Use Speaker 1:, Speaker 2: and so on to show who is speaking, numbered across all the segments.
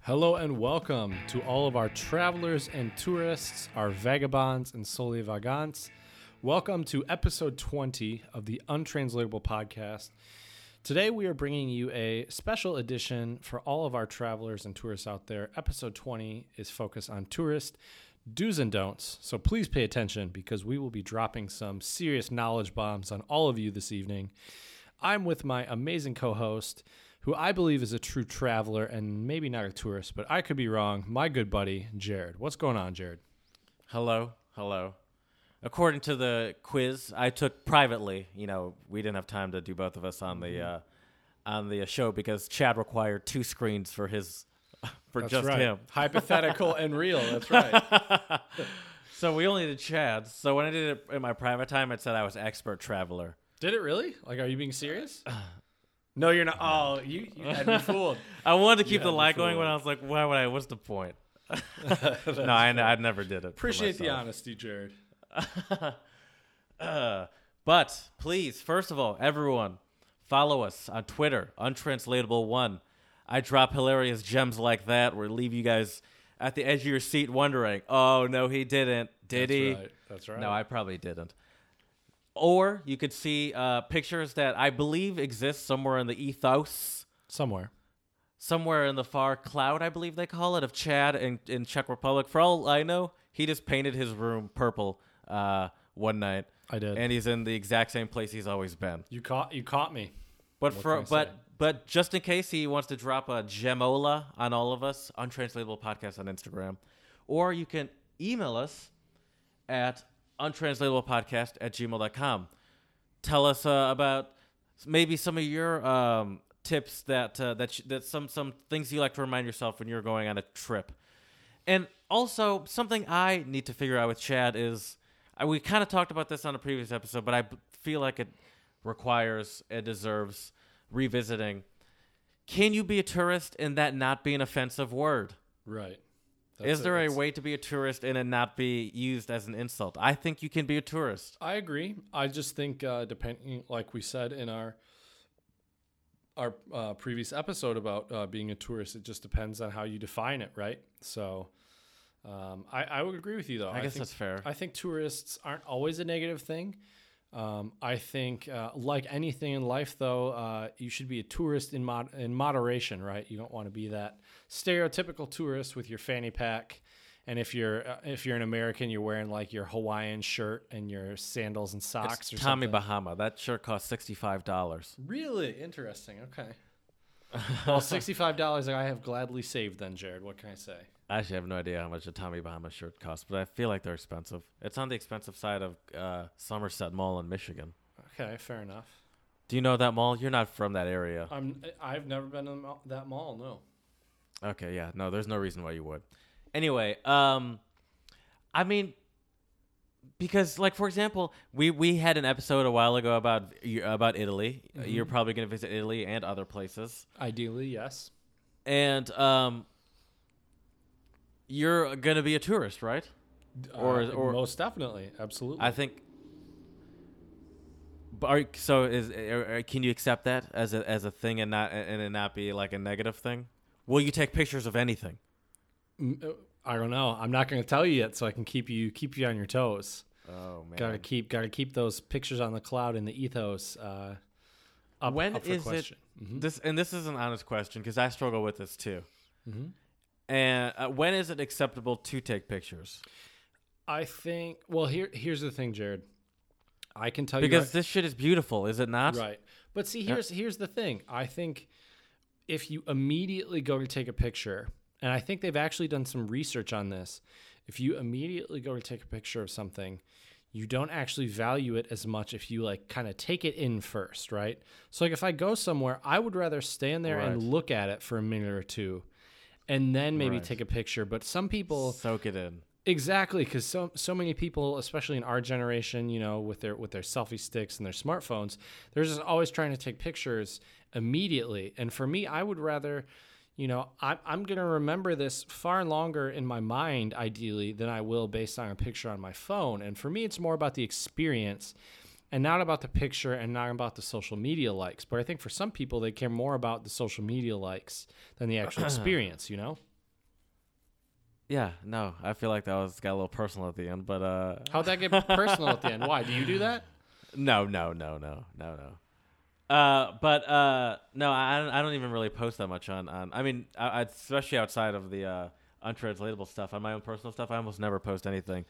Speaker 1: Hello and welcome to all of our travelers and tourists, our vagabonds and soli vagants. Welcome to episode 20 of the Untranslatable Podcast. Today we are bringing you a special edition for all of our travelers and tourists out there. Episode 20 is focused on tourist do's and don'ts. So please pay attention because we will be dropping some serious knowledge bombs on all of you this evening. I'm with my amazing co host, who I believe is a true traveler and maybe not a tourist, but I could be wrong, my good buddy, Jared. What's going on, Jared?
Speaker 2: Hello, hello. According to the quiz I took privately, you know, we didn't have time to do both of us on the uh, on the uh, show because Chad required two screens for his for just him.
Speaker 1: Hypothetical and real. That's right.
Speaker 2: So we only did Chad's. So when I did it in my private time, it said I was expert traveler.
Speaker 1: Did it really? Like, are you being serious? No, you're not. Oh, you, you had me fooled.
Speaker 2: I wanted to keep the lie going when I was like, why would I? What's the point? no, I, I never did it. for
Speaker 1: Appreciate the
Speaker 2: myself.
Speaker 1: honesty, Jared.
Speaker 2: Uh, but please, first of all, everyone, follow us on Twitter, untranslatable1. I drop hilarious gems like that where leave you guys at the edge of your seat wondering, oh, no, he didn't. Did
Speaker 1: That's
Speaker 2: he?
Speaker 1: right. That's right.
Speaker 2: No, I probably didn't. Or you could see uh, pictures that I believe exist somewhere in the ethos,
Speaker 1: Somewhere.
Speaker 2: somewhere in the far cloud, I believe they call it, of Chad in, in Czech Republic. For all I know, he just painted his room purple uh, one night
Speaker 1: I did.
Speaker 2: and he's in the exact same place he's always been.
Speaker 1: you caught you caught me.
Speaker 2: But
Speaker 1: can I
Speaker 2: for
Speaker 1: say?
Speaker 2: but but just in case he wants to drop a gemola on all of us, untranslatable podcast on Instagram, or you can email us at untranslatablepodcast at gmail.com. Tell us uh, about maybe some of your um, tips that uh, that sh- that some some things you like to remind yourself when you're going on a trip. And also, something I need to figure out with Chad is I, we kind of talked about this on a previous episode, but I b- feel like it requires and deserves revisiting. Can you be a tourist and that not be an offensive word?
Speaker 1: Right.
Speaker 2: is there a way to be a tourist and it not be used as an insult? I think you can be a tourist.
Speaker 1: I agree. I just think uh, depending, like we said in our our uh, previous episode about uh, being a tourist, it just depends on how you define it, right? So, um, I, I would agree with you though.
Speaker 2: I, guess
Speaker 1: think,
Speaker 2: that's fair.
Speaker 1: I think tourists aren't always a negative thing. Um, I think, uh, like anything in life, though, uh, you should be a tourist in mod- in moderation, right? You don't want to be that stereotypical tourist with your fanny pack, and if you're uh, if you're an American, you're wearing like your Hawaiian shirt and your sandals and socks
Speaker 2: It's
Speaker 1: or
Speaker 2: Tommy
Speaker 1: something.
Speaker 2: Bahama. That shirt cost sixty-five dollars.
Speaker 1: really interesting. Okay. well, sixty five dollars I have gladly saved then, Jared. What can I say?
Speaker 2: I actually have no idea how much a Tommy Bahama shirt costs, but I feel like they're expensive. It's on the expensive side of uh, Somerset Mall in Michigan.
Speaker 1: Okay, fair enough.
Speaker 2: Do you know that mall? You're not from that area.
Speaker 1: I'm I've never been in that mall. No.
Speaker 2: Okay, yeah. No, there's no reason why you would. Anyway, um I mean because like for example, we we had an episode a while ago about about Italy. You're probably going to visit Italy and other places.
Speaker 1: Ideally, yes.
Speaker 2: And um you're going to be a tourist, right? Or-
Speaker 1: Uh,
Speaker 2: or-
Speaker 1: most definitely, absolutely.
Speaker 2: I think but are, so is are, are- can you accept that as a as a thing and not and it not be like a negative thing? Will you take pictures of anything?
Speaker 1: Mm, uh, I don't know. I'm not going to tell you yet, so I can keep you keep you on your toes.
Speaker 2: Oh man.
Speaker 1: Got to keep got to keep those pictures on the cloud and the ethos. Uh, up,
Speaker 2: When
Speaker 1: up for
Speaker 2: is it-
Speaker 1: question. Mm-hmm.
Speaker 2: This and this is an honest question because I struggle with this too.
Speaker 1: Mm-hmm.
Speaker 2: And uh, when is it acceptable to take pictures?
Speaker 1: I think. Well, here here's the thing, Jared. I can tell
Speaker 2: Because
Speaker 1: you
Speaker 2: this shit is beautiful, is it not?
Speaker 1: Right. But see, here's here's the thing. I think if you immediately go to take a picture, and I think they've actually done some research on this, if you immediately go to take a picture of something, you don't actually value it as much if you like kind of take it in first, right? So like if I go somewhere, I would rather stand there and
Speaker 2: Right.
Speaker 1: look at it for a minute or two and then maybe
Speaker 2: Right.
Speaker 1: take a picture, but some people
Speaker 2: Soak it in.
Speaker 1: Exactly, because so so many people, especially in our generation, you know, with their with their selfie sticks and their smartphones, they're just always trying to take pictures immediately. And for me, I would rather, you know, I, I'm going to remember this far longer in my mind, ideally, than I will based on a picture on my phone. And for me, it's more about the experience, and not about the picture, and not about the social media likes. But I think for some people, they care more about the social media likes than the actual experience. You know.
Speaker 2: Yeah, no, I feel like that was got a little personal at the end, but uh,
Speaker 1: How'd that get personal at the end? Why? Do you do that?
Speaker 2: no, no, no, no, no, no. Uh, but uh, no, I I don't, I don't even really post that much on. on I mean, I, I, especially outside of the uh, untranslatable stuff, on my own personal stuff, I almost never post anything.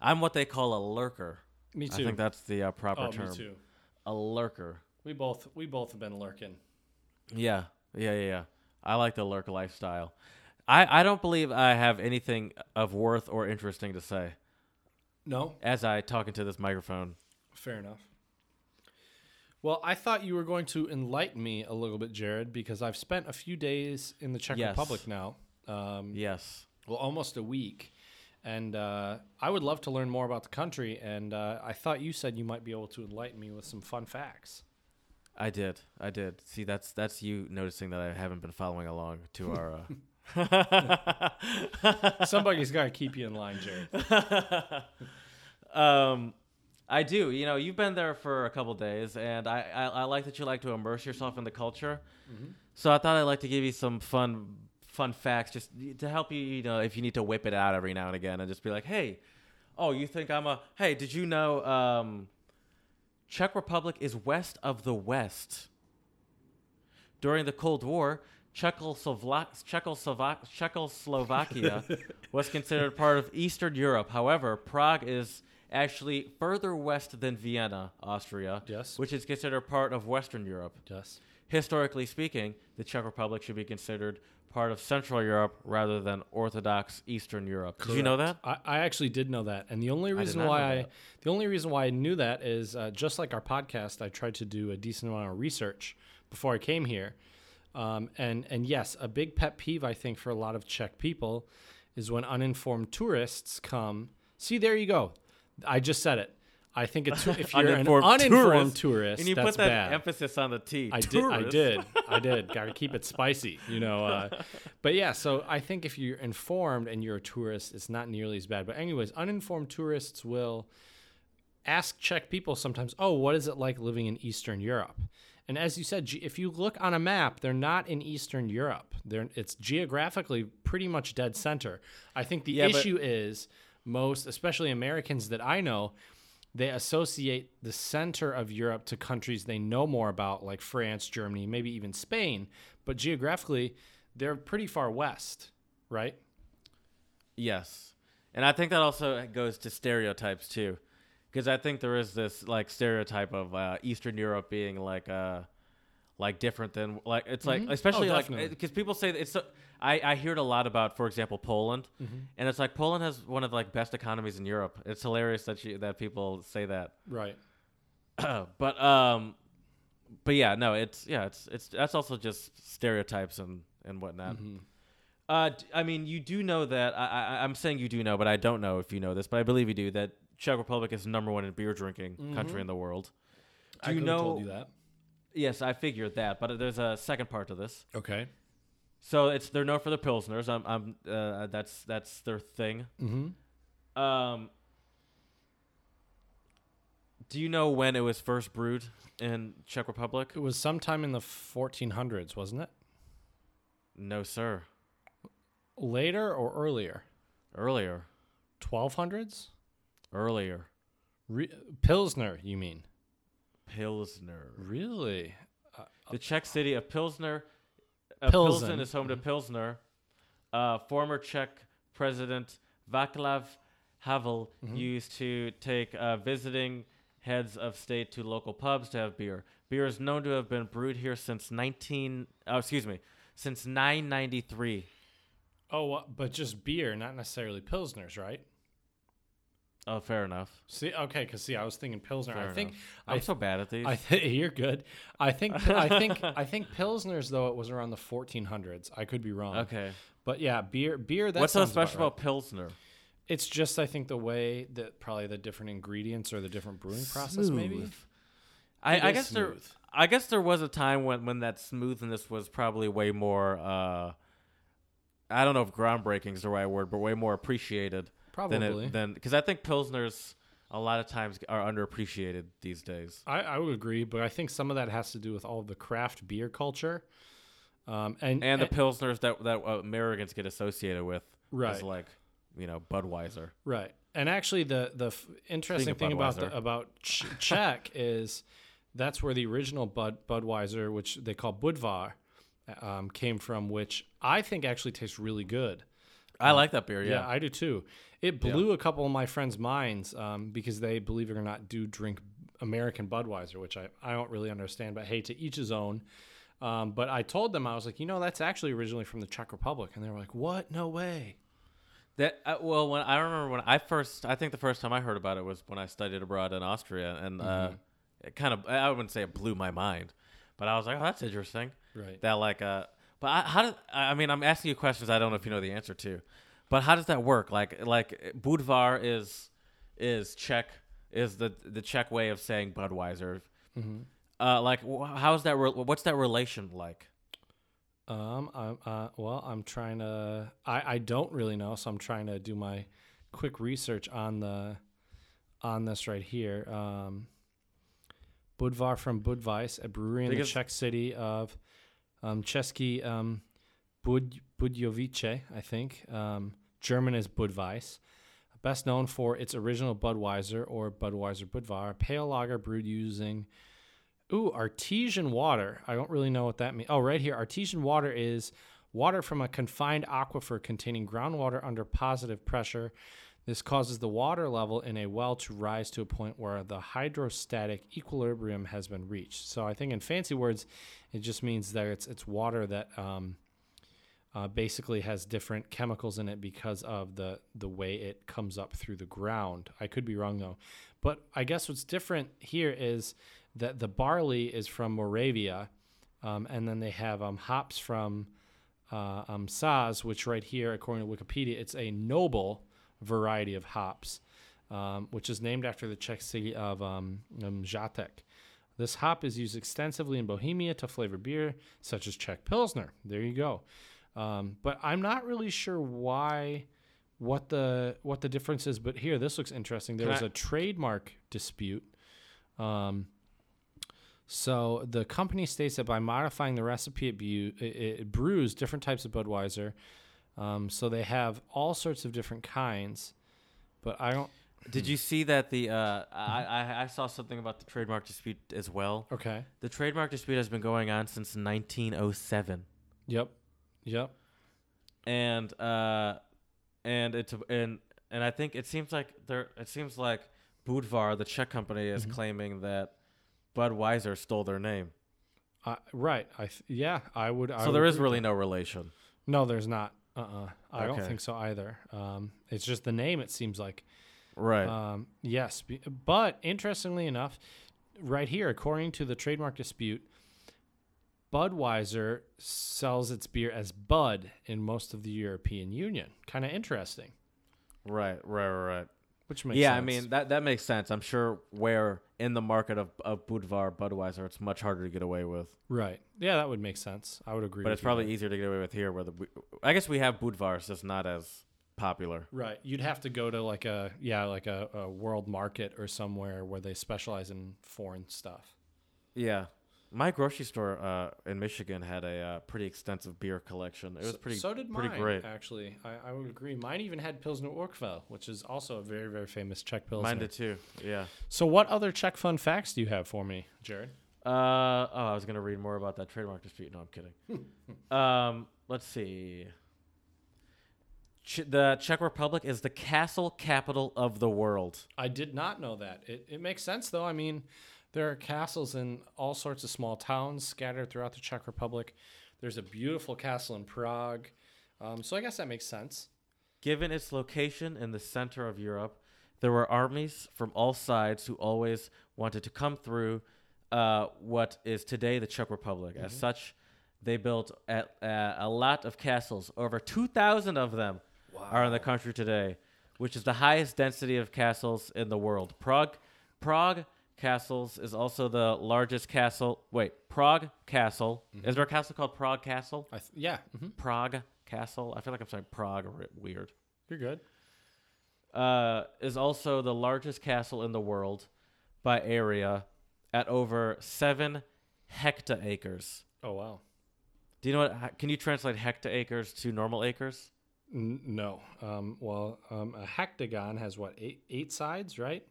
Speaker 2: I'm what they call a lurker.
Speaker 1: Me
Speaker 2: I think that's the uh, proper
Speaker 1: oh,
Speaker 2: term.
Speaker 1: me too.
Speaker 2: A lurker.
Speaker 1: We both we both have been lurking.
Speaker 2: Yeah, yeah, yeah, yeah. I like the lurk lifestyle. I, I don't believe I have anything of worth or interesting to say
Speaker 1: No,
Speaker 2: as I talk into this microphone.
Speaker 1: fair enough. Well, I thought you were going to enlighten me a little bit, Jared, because I've spent a few days in the Czech
Speaker 2: Yes.
Speaker 1: Republic now. Um,
Speaker 2: Yes.
Speaker 1: well, almost a week. And uh, I would love to learn more about the country. And uh, I thought you said you might be able to enlighten me with some fun facts.
Speaker 2: I did. I did. See, that's that's you noticing that I haven't been following along to our. Uh...
Speaker 1: Somebody's got to keep you in line, Jared.
Speaker 2: um, I do. You know, you've been there for a couple days, and I, I I like that you like to immerse yourself in the culture. So I thought I'd like to give you some fun fun facts, just to help you. You know, if you need to whip it out every now and again, and just be like, hey, oh, you think I'm a? Hey, did you know? Um, Czech Republic is west of the West. During the Cold War, Czechoslovak- Czechoslovak- Czechoslovakia was considered part of Eastern Europe. However, Prague is actually further west than Vienna, Austria,
Speaker 1: Yes.
Speaker 2: which is considered part of Western Europe.
Speaker 1: Yes.
Speaker 2: Historically speaking, the Czech Republic should be considered part of Central Europe rather than Orthodox Eastern Europe. Did you know that?
Speaker 1: Correct. I, I actually did know that, and the only reason
Speaker 2: not
Speaker 1: why
Speaker 2: know
Speaker 1: I
Speaker 2: that.
Speaker 1: the only reason why I knew that is uh, just like our podcast, I tried to do a decent amount of research before I came here, um, and and yes, a big pet peeve I think for a lot of Czech people is when uninformed tourists come. See, there you go. I just said it. I think it's if you're
Speaker 2: Uninformed
Speaker 1: an uninformed tourist,
Speaker 2: tourist. and you
Speaker 1: that's
Speaker 2: put that
Speaker 1: bad.
Speaker 2: emphasis on the T.
Speaker 1: I did. I did. I did. Got to keep it spicy, you know. Uh, but yeah, so I think if you're informed and you're a tourist, it's not nearly as bad. But anyways, uninformed tourists will ask Czech people sometimes, "Oh, what is it like living in Eastern Europe?" And as you said, ge- if you look on a map, they're not in Eastern Europe. They're it's geographically pretty much dead center. I think the
Speaker 2: Yeah, but-
Speaker 1: issue is most, especially Americans that I know, they associate the center of Europe to countries they know more about, like France, Germany, maybe even Spain. But geographically, they're pretty far west, right?
Speaker 2: Yes. And I think that also goes to stereotypes too. Because I think there is this like stereotype of uh, Eastern Europe being like uh, like different than like it's like especially
Speaker 1: Oh,
Speaker 2: like
Speaker 1: definitely.
Speaker 2: because people say that it's so, I I hear it a lot about for example Poland
Speaker 1: Mm-hmm.
Speaker 2: and it's like Poland has one of the, like best economies in Europe. It's hilarious that you that people say that.
Speaker 1: Right.
Speaker 2: but um, but yeah, no, it's yeah, it's it's that's also just stereotypes and and whatnot. Uh, d- I mean, you do know that I, I I'm saying you do know, but I don't know if you know this, but I believe you do that Czech Republic is number one in beer drinking country in the world. Do
Speaker 1: I
Speaker 2: you
Speaker 1: could've
Speaker 2: know?
Speaker 1: Told you that.
Speaker 2: Yes, I figured that, but there's a second part to this.
Speaker 1: Okay.
Speaker 2: So it's they're known for the pilsners. I'm I'm uh, that's that's their thing.
Speaker 1: Mm-hmm.
Speaker 2: Um. Do you know when it was first brewed in Czech Republic?
Speaker 1: It was sometime in the 1400s, wasn't it?
Speaker 2: No, sir.
Speaker 1: Later or earlier?
Speaker 2: Earlier.
Speaker 1: 1200s?
Speaker 2: Earlier.
Speaker 1: Re- Pilsner, you mean?
Speaker 2: Pilsner.
Speaker 1: Really?
Speaker 2: The Czech city of Pilsner. Uh, Pilsen.
Speaker 1: Pilsen. Mm-hmm.
Speaker 2: is home to Pilsner. Uh, former Czech president Vaclav Havel
Speaker 1: Mm-hmm.
Speaker 2: used to take uh, visiting heads of state to local pubs to have beer. Beer is known to have been brewed here since 19 oh, excuse me, since 993.
Speaker 1: Oh, uh, but just beer, not necessarily Pilsners, right?
Speaker 2: Oh, fair enough.
Speaker 1: See, okay, because see, I was thinking Pilsner.
Speaker 2: Fair
Speaker 1: I think
Speaker 2: enough.
Speaker 1: I
Speaker 2: I'm so bad at these.
Speaker 1: I th- you're good. I think I think I think Pilsners though it was around the 1400s. I could be wrong.
Speaker 2: okay.
Speaker 1: but yeah, beer beer. That
Speaker 2: What's so
Speaker 1: sounds about
Speaker 2: special about,
Speaker 1: right.
Speaker 2: Pilsner?
Speaker 1: It's just I think the way that probably the different ingredients or the different brewing process maybe.
Speaker 2: Smooth. I,
Speaker 1: It
Speaker 2: I
Speaker 1: is
Speaker 2: guess there.
Speaker 1: smooth.
Speaker 2: I guess there was a time when, when that smoothness was probably way more. Uh, I don't know if groundbreaking is the right word, but way more appreciated.
Speaker 1: Probably.
Speaker 2: Than because I think pilsners a lot of times are underappreciated these days.
Speaker 1: I, I would agree, but I think some of that has to do with all of the craft beer culture, um, and
Speaker 2: And the pilsners that that uh, Americans get associated with is
Speaker 1: Right.
Speaker 2: like you know, Budweiser.
Speaker 1: Right. And actually, the the f- interesting
Speaker 2: Speaking
Speaker 1: thing
Speaker 2: of
Speaker 1: about the,
Speaker 2: Budweiser.
Speaker 1: about Ch- Czech is that's where the original Bud Budweiser, which they call Budvar, um, came from, which I think actually tastes really good.
Speaker 2: I like that beer. Yeah.
Speaker 1: Yeah, I do too. It blew a couple of my friends' minds um, because they, believe it or not, do drink American Budweiser, which I, I don't really understand, but hey, to each his own. Um, but I told them, I was like, you know, that's actually originally from the Czech Republic. And they were like, what? No way.
Speaker 2: That uh, well, when I remember when I first, I think the first time I heard about it was when I studied abroad in Austria, and uh, it kind of, I wouldn't say it blew my mind, but I was like, oh, that's interesting.
Speaker 1: Right.
Speaker 2: That like, uh, but I, how did I I mean? I'm asking you questions I don't know if you know the answer to, but how does that work? Like, like Budvar is is Czech is the the Czech way of saying Budweiser. Uh, like, wh- how's that? Re- what's that relation like?
Speaker 1: Um, I'm uh, well, I'm trying to. I I don't really know, so I'm trying to do my quick research on the on this right here. Um, Budvar from Budweis, a brewery in
Speaker 2: Because-
Speaker 1: the Czech city of um, Český um, Bud Budjovice, I think. Um, German is Budweis. Best known for its original Budweiser or Budweiser Budvar, pale lager brewed using Ooh, artesian water. I don't really know what that means. Oh, right here. Artesian water is water from a confined aquifer containing groundwater under positive pressure. This causes the water level in a well to rise to a point where the hydrostatic equilibrium has been reached. So I think, in fancy words, it just means that it's it's water that um, uh, basically has different chemicals in it because of the the way it comes up through the ground. I could be wrong though, but I guess what's different here is that the barley is from Moravia, um, and then they have um, hops from uh, um, Saz, which right here, according to Wikipedia, it's a noble variety of hops, um, which is named after the Czech city of um, um, Žatek. This hop is used extensively in Bohemia to flavor beer, such as Czech Pilsner. There you go. Um, but I'm not really sure why, what the what the difference is. But here, this looks interesting. There
Speaker 2: Can
Speaker 1: was
Speaker 2: I-
Speaker 1: a trademark dispute. Um, so the company states that by modifying the recipe, it, bu- it, it brews different types of Budweiser. Um, so they have all sorts of different kinds, but I don't.
Speaker 2: Did you see that the uh, I, I I saw something about the trademark dispute as well?
Speaker 1: Okay.
Speaker 2: The trademark dispute has been going on since 1907,
Speaker 1: Yep. Yep.
Speaker 2: and uh, and it's and and I think it seems like there it seems like Budvar, the Czech company,
Speaker 1: Mm-hmm.
Speaker 2: is claiming that Budweiser stole their name.
Speaker 1: I, right. I th- yeah. I would. I
Speaker 2: So
Speaker 1: would
Speaker 2: there is
Speaker 1: agree.
Speaker 2: really no relation.
Speaker 1: no. There's not. Uh. uh I don't
Speaker 2: Okay.
Speaker 1: think so either. Um. It's just the name. It seems like.
Speaker 2: Right.
Speaker 1: Um, yes, be- but interestingly enough, right here, according to the trademark dispute, Budweiser sells its beer as Bud in most of the European Union. Kind of interesting,
Speaker 2: right. Right. Right. Right.
Speaker 1: which makes
Speaker 2: yeah, I
Speaker 1: sense.
Speaker 2: mean that that makes sense. I'm sure where in the market of of Budvar, Budweiser, it's much harder to get away with.
Speaker 1: right? Yeah, that would make sense. I would agree.
Speaker 2: But
Speaker 1: with
Speaker 2: it's
Speaker 1: you
Speaker 2: probably
Speaker 1: there.
Speaker 2: easier to get away with here. Where the I guess we have Budvar, it's just not as popular.
Speaker 1: right. You'd have to go to like a yeah, like a, a world market or somewhere where they specialize in foreign stuff.
Speaker 2: Yeah, my grocery store uh, in Michigan had a uh, pretty extensive beer collection. It was pretty
Speaker 1: So did
Speaker 2: pretty
Speaker 1: mine.
Speaker 2: great.
Speaker 1: Actually, I, I would agree. Mine even had Pilsner Urquell, which is also a very very famous Czech Pilsner.
Speaker 2: Mine did too. Yeah.
Speaker 1: So, what other Czech fun facts do you have for me, Jared?
Speaker 2: Uh, oh, I was gonna read more about that trademark dispute. No, I'm kidding. um, let's see. Ch- the Czech Republic is the castle capital of the world.
Speaker 1: I did not know that. It, it makes sense, though. I mean, there are castles in all sorts of small towns scattered throughout the Czech Republic. There's a beautiful castle in Prague. Um, so, I guess that makes sense.
Speaker 2: Given its location in the center of Europe, there were armies from all sides who always wanted to come through uh, what is today the Czech Republic. As such, they built a, a, a lot of castles. Over 2,000 of them are in the country today, which is the highest density of castles in the world. Prague, Prague Castles is also the largest castle. Wait, Prague Castle. Is there a castle called Prague Castle?
Speaker 1: I th- yeah, mhm.
Speaker 2: Prague Castle. I feel like I'm saying Prague re- weird
Speaker 1: you're good.
Speaker 2: uh, is also the largest castle in the world by area at over seven hecta acres.
Speaker 1: Oh, wow.
Speaker 2: Do you know what? Can you translate hecta acres to normal acres?
Speaker 1: N- no. Um, well, um, a hectagon has what eight eight sides, right?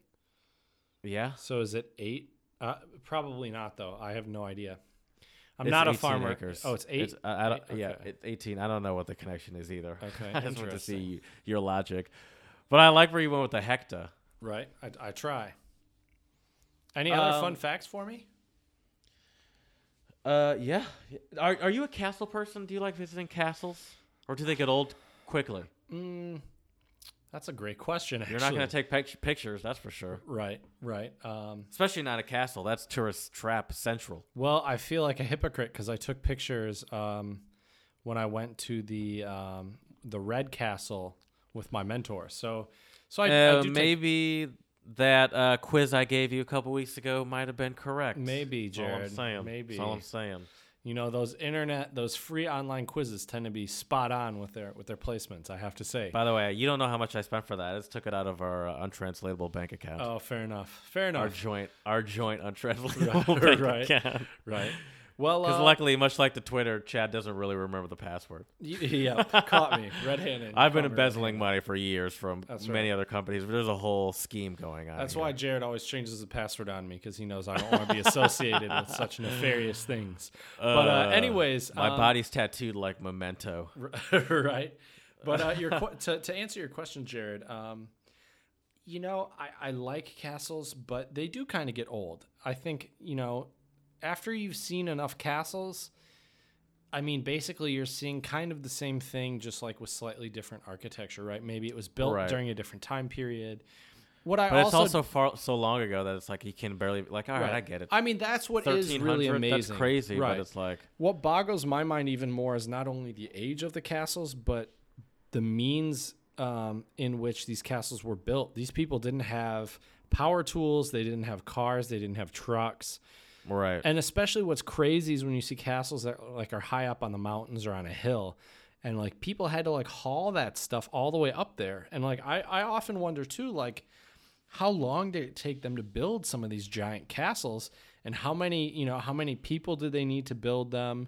Speaker 2: Yeah.
Speaker 1: So is it eight? Uh, probably not, though. I have no idea. I'm
Speaker 2: It's
Speaker 1: not a
Speaker 2: 18
Speaker 1: farmer.
Speaker 2: acres. uh,
Speaker 1: Oh, it's eight.
Speaker 2: I- I don't-
Speaker 1: Eight?
Speaker 2: Yeah,
Speaker 1: Okay.
Speaker 2: it's 18. I don't know what the connection is either.
Speaker 1: Okay,
Speaker 2: I just want to see
Speaker 1: interesting.
Speaker 2: you, your logic. But I like where you went with the hecta.
Speaker 1: right. I, I try. Any other fun
Speaker 2: Um,
Speaker 1: facts for me?
Speaker 2: Uh, yeah. Are, are you a castle person? Do you like visiting castles? Or do they get old quickly?
Speaker 1: Mm, that's a great question. Actually,
Speaker 2: You're not going to take pic- pictures, that's for sure.
Speaker 1: right, right. Um,
Speaker 2: Especially not a castle. That's tourist trap central.
Speaker 1: well, I feel like a hypocrite because I took pictures um, when I went to the um, the Red Castle with my mentor. So, so I, I
Speaker 2: Uh,
Speaker 1: do take-
Speaker 2: maybe that uh, quiz I gave you a couple weeks ago might have been correct.
Speaker 1: maybe
Speaker 2: That's all I'm
Speaker 1: Jared.
Speaker 2: saying.
Speaker 1: Maybe.
Speaker 2: That's all I'm saying.
Speaker 1: you know those internet those free online quizzes tend to be spot on with their with their placements i have to say
Speaker 2: By the way, you don't know how much I spent for that. I just took it out of our uh, untranslatable bank account.
Speaker 1: oh fair enough fair
Speaker 2: Our
Speaker 1: enough
Speaker 2: joint, our joint untranslatable bank
Speaker 1: right.
Speaker 2: account.
Speaker 1: right well
Speaker 2: Because
Speaker 1: uh,
Speaker 2: luckily, much like the Twitter, Chad doesn't really remember the password.
Speaker 1: y- yeah caught me red-handed
Speaker 2: I've been
Speaker 1: Caught me
Speaker 2: embezzling money for years from
Speaker 1: That's
Speaker 2: many other companies, but there's a whole scheme going on.
Speaker 1: red-handed. that's
Speaker 2: here.
Speaker 1: why jared always changes the password on me because he knows i don't want to be associated with such nefarious things but uh, anyways
Speaker 2: my
Speaker 1: um,
Speaker 2: body's tattooed like memento.
Speaker 1: right? But uh, your que- to to answer your question, Jared, um, you know I, I like castles, but they do kind of get old. I think you know after you've seen enough castles, I mean basically you're seeing kind of the same thing, just like with slightly different architecture, right? Maybe it was built
Speaker 2: Right.
Speaker 1: during a different time period. What I
Speaker 2: But it's
Speaker 1: also,
Speaker 2: also far so long ago that it's like you can barely like. All right,
Speaker 1: Right.
Speaker 2: I get it.
Speaker 1: I mean that's what is
Speaker 2: Thirteen
Speaker 1: really
Speaker 2: hundred.
Speaker 1: amazing.
Speaker 2: That's crazy,
Speaker 1: right?
Speaker 2: but it's like
Speaker 1: What boggles my mind even more is not only the age of the castles, but the means um, in which these castles were built. These people didn't have power tools, they didn't have cars, they didn't have trucks.
Speaker 2: right.
Speaker 1: And especially what's crazy is when you see castles that like are high up on the mountains or on a hill and like people had to like haul that stuff all the way up there. And like I, I often wonder too, like how long did it take them to build some of these giant castles and how many, you know, how many people did they need to build them?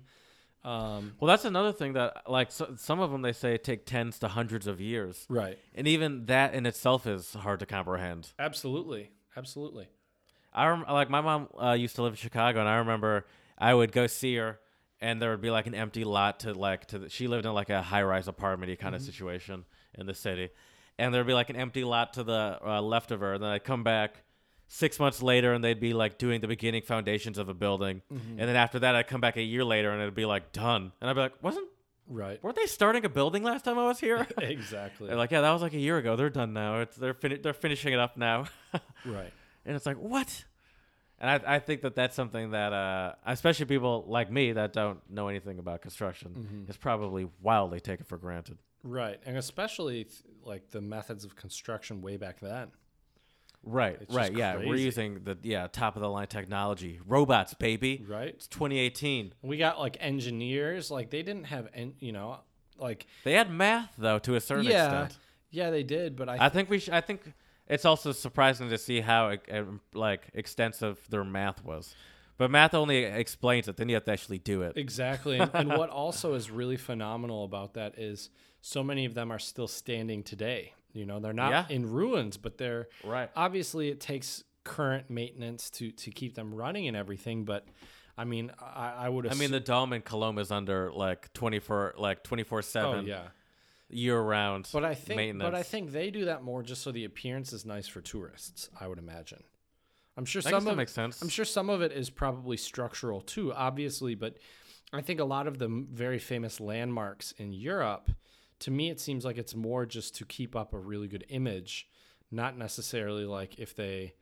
Speaker 1: Um,
Speaker 2: well, that's another thing that like so, some of them they say take tens to hundreds of years,
Speaker 1: right.
Speaker 2: and even that in itself is hard to comprehend.
Speaker 1: Absolutely. Absolutely.
Speaker 2: I rem- like my mom uh, used to live in Chicago, and I remember I would go see her, and there would be like an empty lot to like to. The, she lived in like a high rise apartment kind of situation in the city, and there'd be like an empty lot to the uh, left of her. And then I'd come back six months later, and they'd be like doing the beginning foundations of a building, and then after that, I'd come back a year later, and it'd be like done, and I'd be like, wasn't
Speaker 1: Right.
Speaker 2: weren't they starting a building last time I was here?
Speaker 1: Exactly.
Speaker 2: They're like, yeah, that was like a year ago. They're done now. It's, they're fin- they're finishing it up now.
Speaker 1: right.
Speaker 2: and it's like what and I, I think that that's something that uh, especially people like me that don't know anything about construction is probably wildly taken for granted
Speaker 1: Right. And especially th- like the methods of construction way back then.
Speaker 2: right
Speaker 1: It's
Speaker 2: right
Speaker 1: just
Speaker 2: yeah we're
Speaker 1: crazy.
Speaker 2: using the yeah top of the line technology robots baby
Speaker 1: Right.
Speaker 2: it's 2018
Speaker 1: We got like engineers, like they didn't have, en- you know, like
Speaker 2: they had math though to a certain
Speaker 1: yeah,
Speaker 2: extent
Speaker 1: yeah, they did, but I,
Speaker 2: i think we should i think it's also surprising to see how e- em- like extensive their math was but math only explains it then you have to actually do it
Speaker 1: exactly. And, and what also is really phenomenal about that is so many of them are still standing today. You know, they're not
Speaker 2: Yeah.
Speaker 1: in ruins, but they're
Speaker 2: right
Speaker 1: obviously it takes current maintenance to to keep them running and everything. But I mean, I, I would,
Speaker 2: I mean,
Speaker 1: assu-
Speaker 2: the dome in Coloma is under like twenty four, like twenty four
Speaker 1: oh
Speaker 2: seven
Speaker 1: yeah,
Speaker 2: year round.
Speaker 1: but I think,
Speaker 2: maintenance.
Speaker 1: but I think they do that more just so the appearance is nice for tourists. I would imagine. I'm sure
Speaker 2: I guess
Speaker 1: some
Speaker 2: that
Speaker 1: of
Speaker 2: makes sense.
Speaker 1: I'm sure some of it is probably structural too, obviously, but I think a lot of the m- very famous landmarks in Europe, to me, it seems like it's more just to keep up a really good image, not necessarily like if they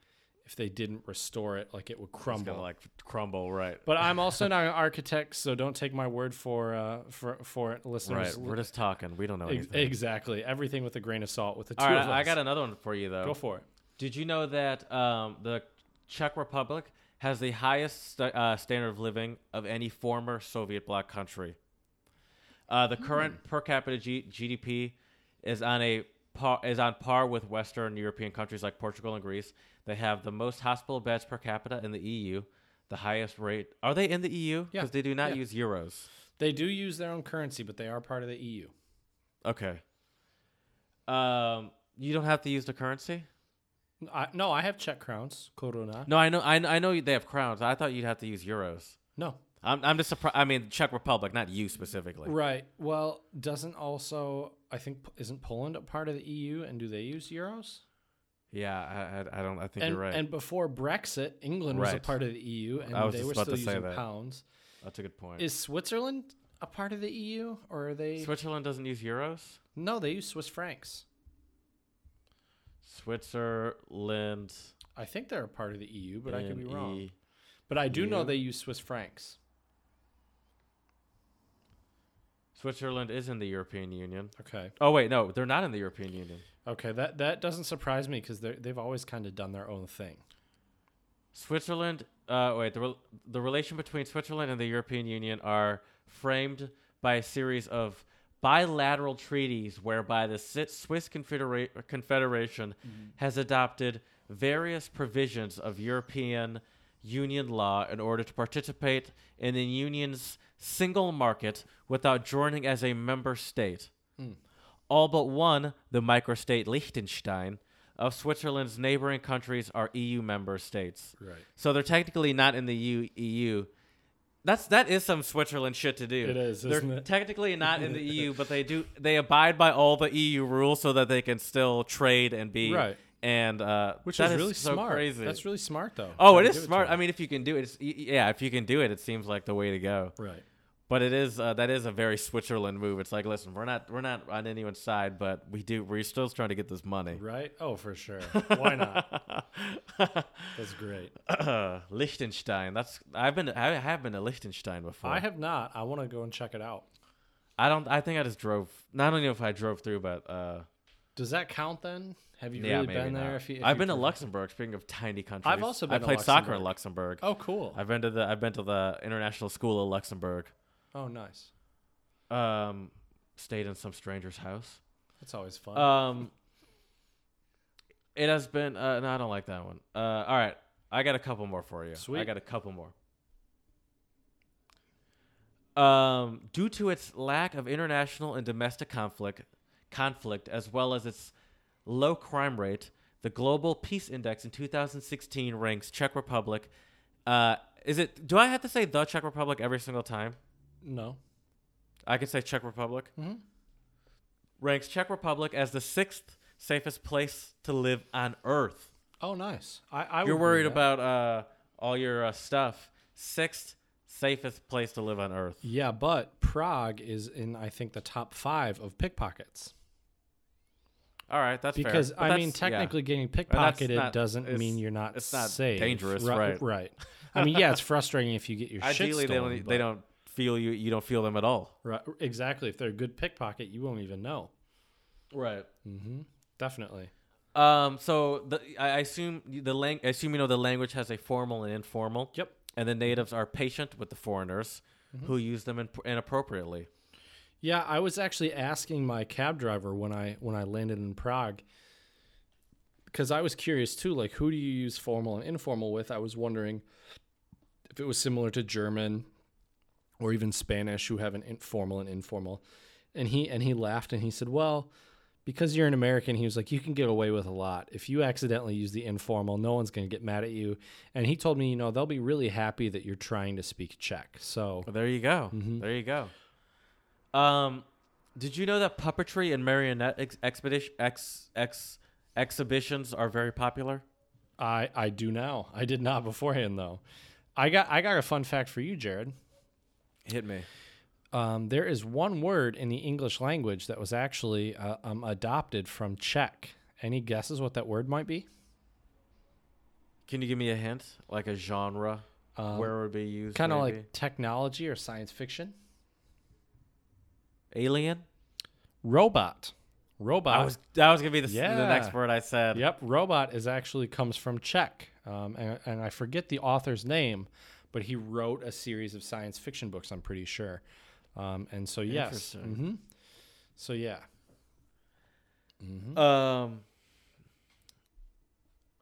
Speaker 1: if they didn't restore it, like it would
Speaker 2: it's
Speaker 1: crumble.
Speaker 2: gonna like crumble, right?
Speaker 1: but I'm also not an architect, so don't take my word for uh, for for it, listeners.
Speaker 2: right. We're just talking. We don't know
Speaker 1: Ex-
Speaker 2: anything.
Speaker 1: exactly, everything with a grain of salt. With the two
Speaker 2: All right,
Speaker 1: of us,
Speaker 2: I I got another one for you though.
Speaker 1: go for it.
Speaker 2: Did you know that um, the Czech Republic has the highest st- uh, standard of living of any former Soviet bloc country? Uh,
Speaker 1: Hmm.
Speaker 2: the current per capita G- GDP is on a par, is on par with Western European countries like Portugal and Greece. They have the most hospital beds per capita in the EU, the highest rate. Are they in the EU?
Speaker 1: Yeah,
Speaker 2: Because they do not
Speaker 1: yeah.
Speaker 2: use euros.
Speaker 1: E They do use their own currency, but they are part of the EU.
Speaker 2: Okay. Um, you don't have to use the currency.
Speaker 1: I, no, I have check crowns, corona.
Speaker 2: No, I know. I, I know they have crowns. I thought you'd have to use euros.
Speaker 1: No.
Speaker 2: I'm, I'm just surprised. I mean, Czech Republic, not you specifically.
Speaker 1: Right. Well, doesn't also I think isn't Poland a part of the EU and do they use euros?
Speaker 2: Yeah, I, I, I don't. I think
Speaker 1: and,
Speaker 2: you're right.
Speaker 1: and before Brexit, England was a
Speaker 2: Right.
Speaker 1: part of the EU and
Speaker 2: I was
Speaker 1: they
Speaker 2: just
Speaker 1: were
Speaker 2: about
Speaker 1: still
Speaker 2: to say
Speaker 1: using
Speaker 2: that.
Speaker 1: pounds.
Speaker 2: That's a good point.
Speaker 1: Is Switzerland a part of the EU or are they
Speaker 2: Switzerland doesn't use euros.
Speaker 1: No, they use Swiss francs.
Speaker 2: Switzerland.
Speaker 1: I think they're a part of the EU, but I could be
Speaker 2: N
Speaker 1: wrong.
Speaker 2: E.
Speaker 1: But I do know
Speaker 2: EU.
Speaker 1: they use Swiss francs.
Speaker 2: Switzerland is in the European Union.
Speaker 1: Okay.
Speaker 2: Oh wait, no, they're not in the European Union.
Speaker 1: Okay, that that doesn't surprise me cuz they they've always kind of done their own thing.
Speaker 2: Switzerland. Uh, wait, the rel the relation between Switzerland and the European Union are framed by a series of bilateral treaties whereby the Si- Swiss Confedera- Confederation has adopted various provisions of European Union law in order to participate in the Union's single market without joining as a member state. All but one, the microstate Liechtenstein, of Switzerland's neighboring countries are EU member states.
Speaker 1: Right.
Speaker 2: So they're technically not in the U- EU. That's that is some Switzerland shit to do.
Speaker 1: It is,
Speaker 2: They're
Speaker 1: isn't it?
Speaker 2: technically not in the EU, but they do they abide by all the EU rules so that they can still trade and be
Speaker 1: Right.
Speaker 2: And uh,
Speaker 1: Which
Speaker 2: that
Speaker 1: is really
Speaker 2: so
Speaker 1: smart.
Speaker 2: Crazy.
Speaker 1: That's really smart though.
Speaker 2: oh,
Speaker 1: Gotta
Speaker 2: it is
Speaker 1: give to
Speaker 2: smart. I
Speaker 1: them.
Speaker 2: mean, if you can do it, it's, y- y- yeah, if you can do it, it seems like the way to go.
Speaker 1: right.
Speaker 2: But it is uh, that is a very Switzerland move. It's like, listen, we're not we're not on anyone's side, but we do we're still trying to get this money.
Speaker 1: Right? Oh, for sure. Why not? That's great.
Speaker 2: Oh. Liechtenstein. That's I've been I have been to Liechtenstein before.
Speaker 1: I have not. I want to go and check it out.
Speaker 2: I don't I think I just drove. I don't know if I drove through, but uh,
Speaker 1: Does that count then? Have you
Speaker 2: yeah,
Speaker 1: really
Speaker 2: maybe
Speaker 1: been there?
Speaker 2: not.
Speaker 1: If you, if
Speaker 2: I've
Speaker 1: you
Speaker 2: been to
Speaker 1: prefer-
Speaker 2: Luxembourg. Speaking of tiny countries,
Speaker 1: also
Speaker 2: I
Speaker 1: been to
Speaker 2: played soccer in Luxembourg.
Speaker 1: Oh, cool.
Speaker 2: I've been to the I've been to the International School of Luxembourg.
Speaker 1: oh, nice.
Speaker 2: Um, stayed in some stranger's house.
Speaker 1: That's always fun.
Speaker 2: Um, it has been. Uh, no, I don't like that one. Uh, all right, I got a couple more for you. I
Speaker 1: Sweet.
Speaker 2: got a couple more. Um, due to its lack of international and domestic conflict, conflict as well as its low crime rate, the Global Peace Index in 2016 ranks Czech Republic. Uh, is it? Do I have to say the Czech Republic every single time?
Speaker 1: no.
Speaker 2: I can say Czech Republic.
Speaker 1: Mhm.
Speaker 2: Ranks Czech Republic as the sixth safest place to live on Earth.
Speaker 1: Oh, nice. I, I
Speaker 2: You're
Speaker 1: would do
Speaker 2: worried
Speaker 1: that.
Speaker 2: about uh, all your uh, stuff. Sixth safest place to live on Earth.
Speaker 1: Yeah, but Prague is in I think the top five of pickpockets
Speaker 2: All right, that's fair.
Speaker 1: because
Speaker 2: But
Speaker 1: I
Speaker 2: that's-
Speaker 1: mean
Speaker 2: yeah.
Speaker 1: technically getting
Speaker 2: that's
Speaker 1: pickpocketed
Speaker 2: not-
Speaker 1: doesn't
Speaker 2: it's-
Speaker 1: mean you're not
Speaker 2: it's not
Speaker 1: safe.
Speaker 2: dangerous,
Speaker 1: Ri-
Speaker 2: right.
Speaker 1: Right. I mean, yeah, it's frustrating if you get your
Speaker 2: ideally
Speaker 1: shit
Speaker 2: they
Speaker 1: stolen.
Speaker 2: don't e, they
Speaker 1: but-
Speaker 2: don't feel you you don't feel them at all.
Speaker 1: Right, exactly. If they're a good pickpocket, you won't even know.
Speaker 2: Right.
Speaker 1: Mm-hmm. Definitely.
Speaker 2: Um. So the I I assume the lang- I assume you know the language has a formal and informal.
Speaker 1: Yep. Mm-hmm.
Speaker 2: And the natives are patient with the foreigners who use them in- inappropriately.
Speaker 1: Yeah, I was actually asking my cab driver when I when I landed in Prague because I was curious too. Like, who do you use formal and informal with? I was wondering if it was similar to German or even Spanish, who have an informal and informal. And he and he laughed and he said, "Well." Because you're an American, he was like, you can get away with a lot. If you accidentally use the informal, no one's going to get mad at you. And he told me, you know, they'll be really happy that you're trying to speak Czech. So,
Speaker 2: Well, there you go.
Speaker 1: Mm-hmm.
Speaker 2: There you go. Um, did you know that puppetry and marionette ex- expedition ex, ex exhibitions are very popular?
Speaker 1: I I do now. I did not beforehand though. I got I got a fun fact for you, Jared.
Speaker 2: Hit me.
Speaker 1: Um, there is one word in the English language that was actually uh, um, adopted from Czech. Any guesses what that word might be?
Speaker 2: Can you give me a hint, like a genre, where it would be used?
Speaker 1: Kind of
Speaker 2: maybe?
Speaker 1: Um, like technology or science fiction.
Speaker 2: alien.
Speaker 1: Robot. Robot.
Speaker 2: I was that was gonna be the, s- the
Speaker 1: Uh, Yeah.
Speaker 2: next word I said.
Speaker 1: Yep, robot is actually comes from Czech, um, and, and I forget the author's name, but he wrote a series of science fiction books. I'm pretty sure, um, and so yes,
Speaker 2: Interesting.
Speaker 1: hmm so yeah,
Speaker 2: Um.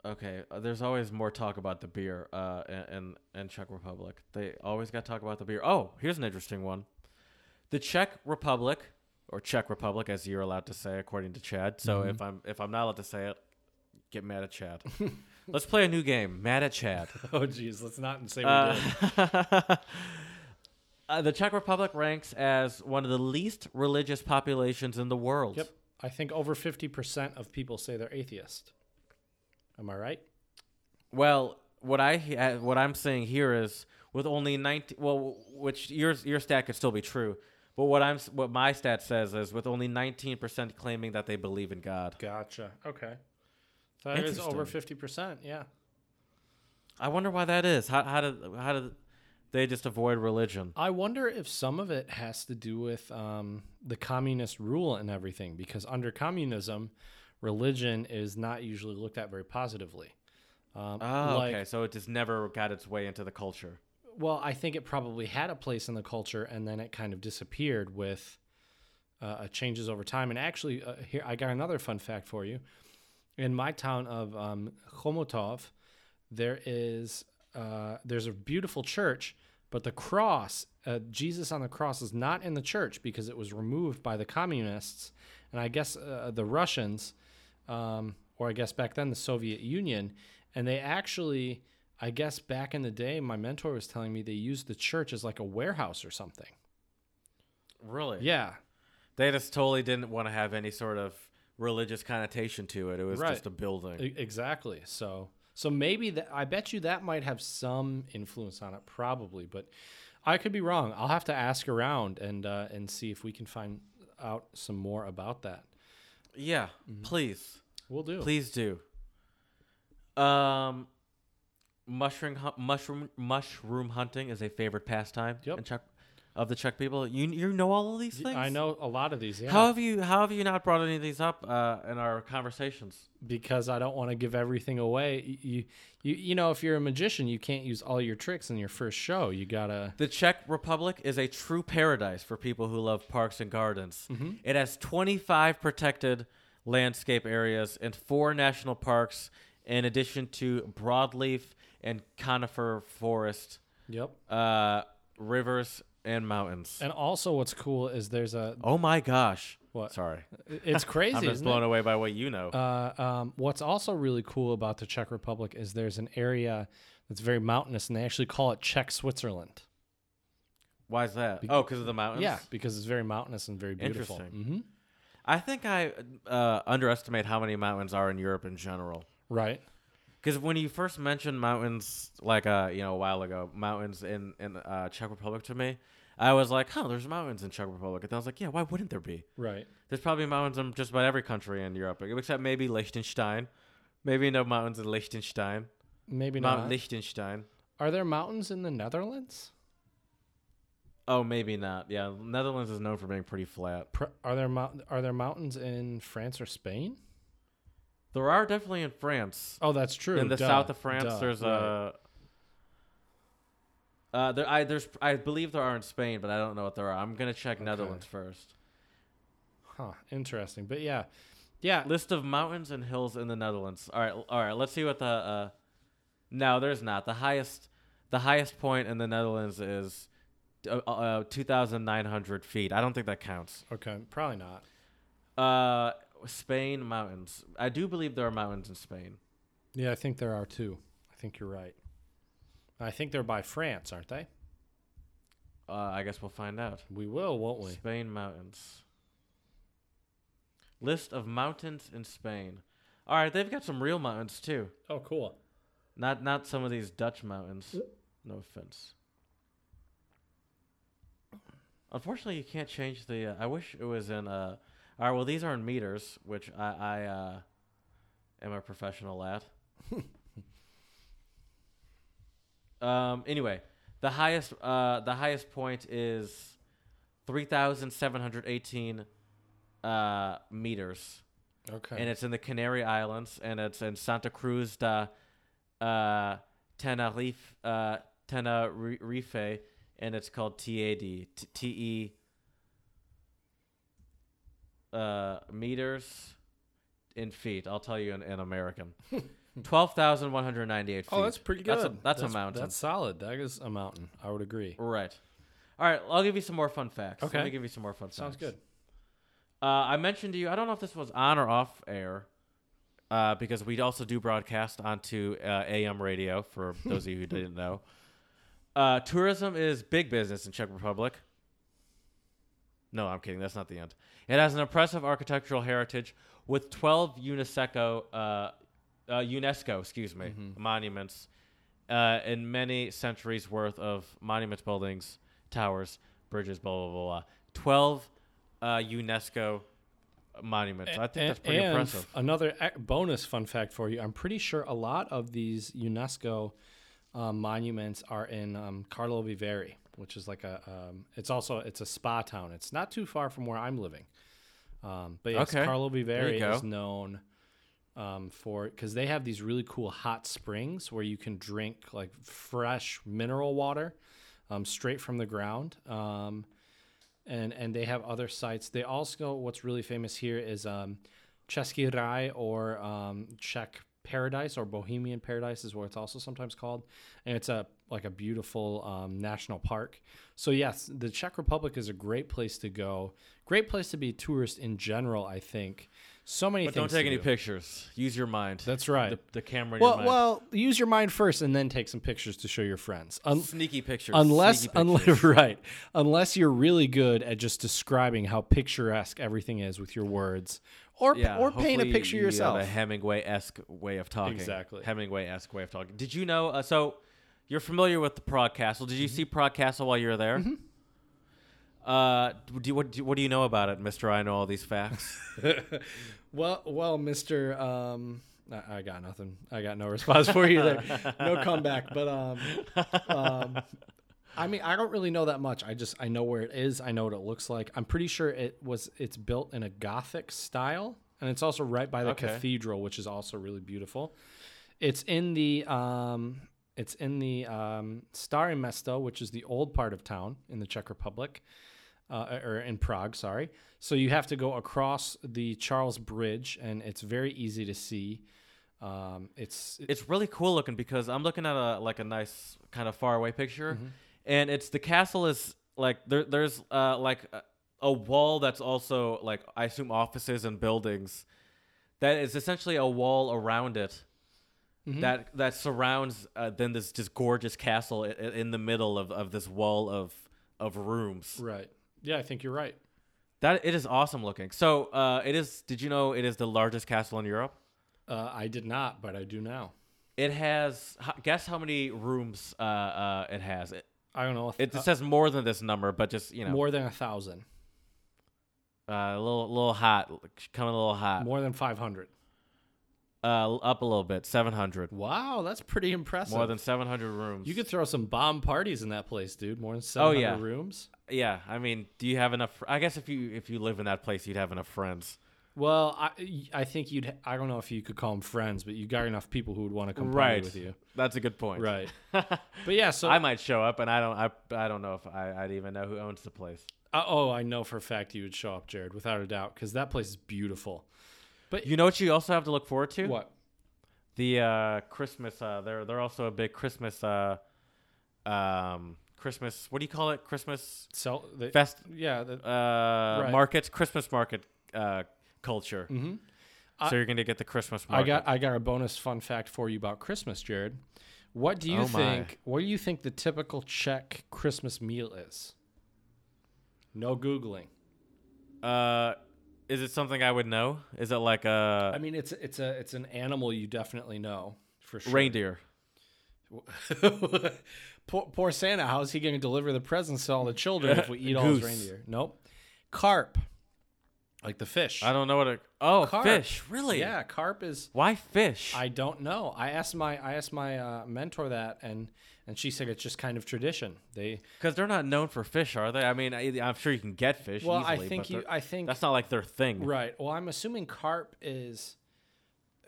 Speaker 2: Okay, uh, there's always more talk about the beer uh, and, and, and Czech Republic. They always got to talk about the beer. Oh, here's an interesting one. The Czech Republic, or Czech Republic, as you're allowed to say, according to Chad. So
Speaker 1: Mm-hmm.
Speaker 2: if I'm if I'm not allowed to say it, get mad at Chad. Let's play a new game, Mad at Chad.
Speaker 1: Oh, geez, let's not say we
Speaker 2: Uh,
Speaker 1: did.
Speaker 2: Uh, the Czech Republic ranks as one of the least religious populations in the world.
Speaker 1: Yep, I think over fifty percent of people say they're atheist. Am I right?
Speaker 2: Well, what I he- uh, what I'm saying here is with only 19 well which your your stat could still be true. But what I'm s- what my stat says is with only 19% claiming that they believe in God.
Speaker 1: Gotcha. Okay. That is over
Speaker 2: Interesting.
Speaker 1: fifty percent. Yeah.
Speaker 2: I wonder why that is. How how do how do they just avoid religion?
Speaker 1: I wonder if some of it has to do with um, the communist rule and everything, because under communism, religion is not usually looked at very positively. Um,
Speaker 2: Oh,
Speaker 1: like,
Speaker 2: okay. So it just never got its way into the culture.
Speaker 1: Well, I think it probably had a place in the culture, and then it kind of disappeared with uh, uh, changes over time. And actually, uh, here I got another fun fact for you. In my town of um, Chomutov, there is uh, there's a beautiful church, but the cross, uh, Jesus on the cross, is not in the church because it was removed by the communists, and I guess uh, the Russians, um, or I guess back then the Soviet Union, and they actually, I guess back in the day, my mentor was telling me they used the church as like a warehouse or something.
Speaker 2: Really?
Speaker 1: Yeah,
Speaker 2: They just totally didn't want to have any sort of religious connotation to it. It was
Speaker 1: Right.
Speaker 2: just a building.
Speaker 1: e- exactly. So, so maybe that I bet you that might have some influence on it, probably, but. I could be wrong. I'll have to ask around and uh, and see if we can find out some more about that.
Speaker 2: yeah. Please.
Speaker 1: We'll do.
Speaker 2: Please do. Um, mushroom hu- mushroom mushroom hunting is a favorite pastime
Speaker 1: Yep.
Speaker 2: in Czech, of the Czech people. You you know all of these things.
Speaker 1: I know a lot of these. Yeah.
Speaker 2: How have you How have you not brought any of these up uh, in our conversations?
Speaker 1: because I don't want to give everything away. Y- You, you, you know, if you're a magician, you can't use all your tricks in your first show. You gotta.
Speaker 2: The Czech Republic is a true paradise for people who love parks and gardens.
Speaker 1: Mm-hmm.
Speaker 2: It has 25 protected landscape areas and four national parks, in addition to broadleaf and conifer forest,
Speaker 1: Yep.
Speaker 2: uh, rivers, and mountains.
Speaker 1: And also, what's cool is there's a.
Speaker 2: oh my gosh.
Speaker 1: What?
Speaker 2: Sorry.
Speaker 1: It's crazy.
Speaker 2: I'm just
Speaker 1: isn't
Speaker 2: blown
Speaker 1: it?
Speaker 2: away by what you know.
Speaker 1: Uh, um, what's also really cool about the Czech Republic is there's an area that's very mountainous, and they actually call it Czech Switzerland.
Speaker 2: Why is that? Oh, because of the mountains?
Speaker 1: Yeah, because it's very mountainous and very beautiful.
Speaker 2: Interesting.
Speaker 1: Mhm.
Speaker 2: I think I uh, underestimate how many mountains are in Europe in general.
Speaker 1: Right.
Speaker 2: Because when you first mentioned mountains, like uh, you know, a while ago, mountains in in uh, Czech Republic to me, I was like, "Huh, there's mountains in Czech Republic," and then I was like, "Yeah, why wouldn't there be?
Speaker 1: Right.
Speaker 2: There's probably mountains in just about every country in Europe, except maybe Liechtenstein. Maybe no mountains in Liechtenstein.
Speaker 1: Maybe
Speaker 2: Mount
Speaker 1: not.
Speaker 2: Liechtenstein.
Speaker 1: Are there mountains in the Netherlands?
Speaker 2: Oh, maybe not. Yeah, Netherlands is known for being pretty flat.
Speaker 1: Pr- Are there mount- are there mountains in France or Spain?
Speaker 2: There are definitely in France.
Speaker 1: Oh, that's true.
Speaker 2: in the
Speaker 1: Duh.
Speaker 2: south of France,
Speaker 1: Duh.
Speaker 2: there's
Speaker 1: Right.
Speaker 2: a. Uh, there, I there's I believe there are in Spain, but I don't know what there are. I'm gonna check Netherlands first.
Speaker 1: huh, interesting, but yeah, yeah,
Speaker 2: List of mountains and hills in the Netherlands. All right, l- all right. Let's see what the. Uh, no, there's not the highest. The highest point in the Netherlands is uh, uh, 2,900 feet. I don't think that counts.
Speaker 1: okay, probably not.
Speaker 2: Uh, Spain mountains. I do believe there are mountains in Spain.
Speaker 1: Yeah, I think there are two. I think you're right. I think they're by France, aren't they?
Speaker 2: Uh, I guess we'll find out.
Speaker 1: We will, won't we?
Speaker 2: Spain mountains. List of mountains in Spain. All right, they've got some real mountains too.
Speaker 1: Oh, cool.
Speaker 2: Not not some of these Dutch mountains. No offense. Unfortunately, you can't change the. Uh, I wish it was in. Uh, all right, well, these are in meters, which I, I uh, am a professional at. um. Anyway, the highest uh the highest point is three thousand seven hundred eighteen uh meters
Speaker 1: Okay.
Speaker 2: and it's in the Canary Islands, and it's in Santa Cruz de uh, Tenerife, uh, Tenerife, and it's called TAD, T- E, TE uh, meters in feet. I'll tell you in, in American. 12,198 feet.
Speaker 1: oh, that's pretty good.
Speaker 2: That's a, that's a mountain.
Speaker 1: That's solid. That is a mountain. I would agree.
Speaker 2: right. All right, I'll give you some more fun facts.
Speaker 1: Okay.
Speaker 2: Let me give you some more fun facts.
Speaker 1: Sounds good.
Speaker 2: Uh, I mentioned to you, I don't know if this was on or off air, uh, because we also do broadcast onto uh, AM radio, for those of you who didn't know. Uh, tourism is big business in Czech Republic. No, I'm kidding. That's not the end. It has an impressive architectural heritage with 12 UNESCO, uh, uh, UNESCO, excuse me, monuments, uh, and many centuries worth of monuments, buildings, towers, bridges, blah blah blah. blah. 12 uh, UNESCO monuments. I think that's pretty
Speaker 1: and
Speaker 2: impressive.
Speaker 1: Another e- bonus fun fact for you: I'm pretty sure a lot of these UNESCO um, monuments are in um, Carlo Viveri, which is like a. Um, it's also it's a spa town. It's not too far from where I'm living. Um, but yes,
Speaker 2: Okay.
Speaker 1: Carlo Viveri
Speaker 2: go.
Speaker 1: is known um, for because they have these really cool hot springs where you can drink like fresh mineral water um, straight from the ground. Um, and and they have other sites. They also what's really famous here is um, Český Rai or um, Czech Paradise or Bohemian Paradise is what it's also sometimes called, and it's a like a beautiful um, national park. So yes, the Czech Republic is a great place to go. Great place to be a tourist in general. I think so many.
Speaker 2: But don't
Speaker 1: things to
Speaker 2: take any
Speaker 1: do.
Speaker 2: pictures. Use your mind.
Speaker 1: That's right.
Speaker 2: The, the camera. in your
Speaker 1: well,
Speaker 2: mind.
Speaker 1: well, use your mind first, and then take some pictures to show your friends. Un-
Speaker 2: sneaky pictures.
Speaker 1: unless
Speaker 2: sneaky pictures.
Speaker 1: unless right unless you're really good at just describing how picturesque everything is with your words or
Speaker 2: Yeah,
Speaker 1: or paint a
Speaker 2: hopefully
Speaker 1: picture
Speaker 2: you have
Speaker 1: yourself
Speaker 2: a Hemingway esque way of talking.
Speaker 1: uh, Exactly.
Speaker 2: Hemingway esque way of talking. Did you know? Uh, so you're familiar with the Prague Castle. Did you
Speaker 1: Mm-hmm.
Speaker 2: see Prague Castle while you were there? Uh, do you, what, do you, what do you know about it, Mister? I know all these facts.
Speaker 1: well well mr um I, I got nothing i got no response for you there no comeback but um um I mean, I don't really know that much. I just I know where it is. I know what it looks like. I'm pretty sure it was it's built in a Gothic style, and it's also right by the
Speaker 2: Okay.
Speaker 1: cathedral, which is also really beautiful. It's in the um, it's in the um, Staré Mesto, which is the old part of town in the Czech Republic, uh, or in Prague. Sorry. So you have to go across the Charles Bridge, and it's very easy to see. Um, it's
Speaker 2: it's really cool looking because I'm looking at a like a nice kind of faraway picture, and it's the castle is like there there's uh like a, a wall that's also like I assume offices and buildings, that is essentially a wall around it. That that surrounds uh, then this just gorgeous castle in, in the middle of, of this wall of of rooms.
Speaker 1: right. Yeah, I think you're right.
Speaker 2: That it is awesome looking. So uh, it is. Did you know it is the largest castle in Europe?
Speaker 1: Uh, I did not, but I do now.
Speaker 2: It has h- guess how many rooms uh, uh, it has. It,
Speaker 1: I don't know. a th-
Speaker 2: It, says more than this number, but just you know,
Speaker 1: Uh, more than a thousand,
Speaker 2: uh, a little, little hot, coming a little hot,
Speaker 1: more than five hundred.
Speaker 2: uh, up a little bit, seven hundred,
Speaker 1: Wow, that's pretty impressive.
Speaker 2: more than seven hundred rooms.
Speaker 1: you could throw some bomb parties in that place, dude. More than
Speaker 2: Oh,
Speaker 1: seven hundred
Speaker 2: yeah.
Speaker 1: rooms.
Speaker 2: yeah. I mean, do you have enough? fr- I guess if you if you live in that place, you'd have enough friends.
Speaker 1: Well, I I think you'd. I don't know if you could call them friends, but you got enough people who would want to come party with you.
Speaker 2: That's a good point.
Speaker 1: Right. But yeah, so
Speaker 2: I might show up, and I don't. I, I don't know if I, I'd even know who owns the place.
Speaker 1: uh, oh, I know for a fact you would show up, Jared, without a doubt, because that place is beautiful.
Speaker 2: You know what you also have to look forward to?
Speaker 1: What?
Speaker 2: the uh, Christmas. Uh, they're they're also a big Christmas. Uh, um, Christmas. What do you call it? Christmas
Speaker 1: Sell the,
Speaker 2: fest.
Speaker 1: Yeah, the,
Speaker 2: uh, markets, Christmas market uh, culture. So you're going to get the Christmas
Speaker 1: Mm-hmm. I
Speaker 2: market.
Speaker 1: got I got a bonus fun fact for you about Christmas, Jared. What do you
Speaker 2: Oh, my.
Speaker 1: think? What do you think the typical Czech Christmas meal is? No googling.
Speaker 2: Uh, is it something I would know? Is it like
Speaker 1: I
Speaker 2: a
Speaker 1: mean, it's it's a it's an animal you definitely know for sure.
Speaker 2: reindeer?
Speaker 1: poor, poor Santa, how's he going to deliver the presents to all the children if we eat all his
Speaker 2: Goose.
Speaker 1: reindeer? Nope. Carp, like the fish.
Speaker 2: I don't know what a oh
Speaker 1: Carp.
Speaker 2: fish really.
Speaker 1: Yeah, carp is
Speaker 2: Why fish?
Speaker 1: I don't know. I asked my I asked my uh, mentor that, and and she said it's just kind of tradition. They
Speaker 2: Because they're not known for fish, are they? I mean, I, I'm sure you can get fish.
Speaker 1: well,
Speaker 2: easily,
Speaker 1: I think
Speaker 2: but
Speaker 1: you,
Speaker 2: they're-
Speaker 1: I think
Speaker 2: that's not like their thing.
Speaker 1: right. Well, I'm assuming carp is.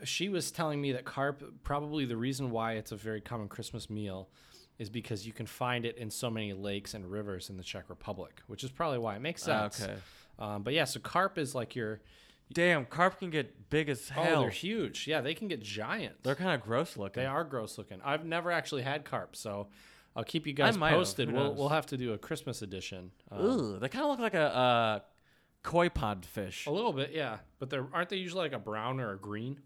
Speaker 1: She was telling me that carp probably the reason why it's a very common Christmas meal is because you can find it in so many lakes and rivers in the Czech Republic, which is probably why it makes
Speaker 2: Ah,
Speaker 1: sense.
Speaker 2: okay.
Speaker 1: Um, but yeah, so carp is like your
Speaker 2: Damn, carp can get big as
Speaker 1: oh,
Speaker 2: hell.
Speaker 1: they're huge. Yeah, they can get giant.
Speaker 2: they're kind of gross looking.
Speaker 1: They are gross looking. I've never actually had carp, so I'll keep you guys
Speaker 2: might have.
Speaker 1: posted.
Speaker 2: Who
Speaker 1: We'll
Speaker 2: knows?
Speaker 1: we'll have to do a Christmas edition. Uh,
Speaker 2: Ooh, they kind of look like a uh, koi pod fish.
Speaker 1: A little bit, yeah. But they're aren't they usually like a brown or a green?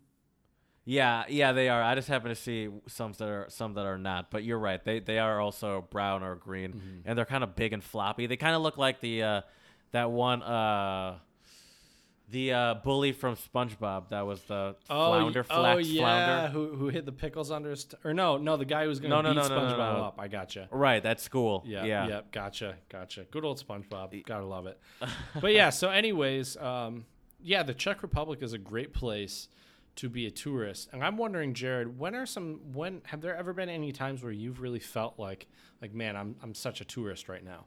Speaker 2: Yeah, yeah, they are. I just happen to see some that are some that are not. But you're right. They they are also brown or green,
Speaker 1: Mm-hmm.
Speaker 2: and they're kind of big and floppy. They kind of look like the uh, that one uh, the uh, bully from SpongeBob. That was the flounder,
Speaker 1: y-
Speaker 2: flax
Speaker 1: oh yeah,
Speaker 2: flounder.
Speaker 1: who who hit the pickles under his t- or no, no, the guy who was
Speaker 2: No,
Speaker 1: gonna
Speaker 2: no,
Speaker 1: beat
Speaker 2: no, no, no,
Speaker 1: SpongeBob
Speaker 2: no.
Speaker 1: up. I gotcha.
Speaker 2: Right, that's cool.
Speaker 1: Yeah, yeah,
Speaker 2: yeah.
Speaker 1: gotcha, gotcha. Good old SpongeBob, gotta love it. but yeah, so anyways, um, yeah, the Czech Republic is a great place to be a tourist, and I'm wondering, Jared, when are some when have there ever been any times where you've really felt like like man, I'm I'm such a tourist right now?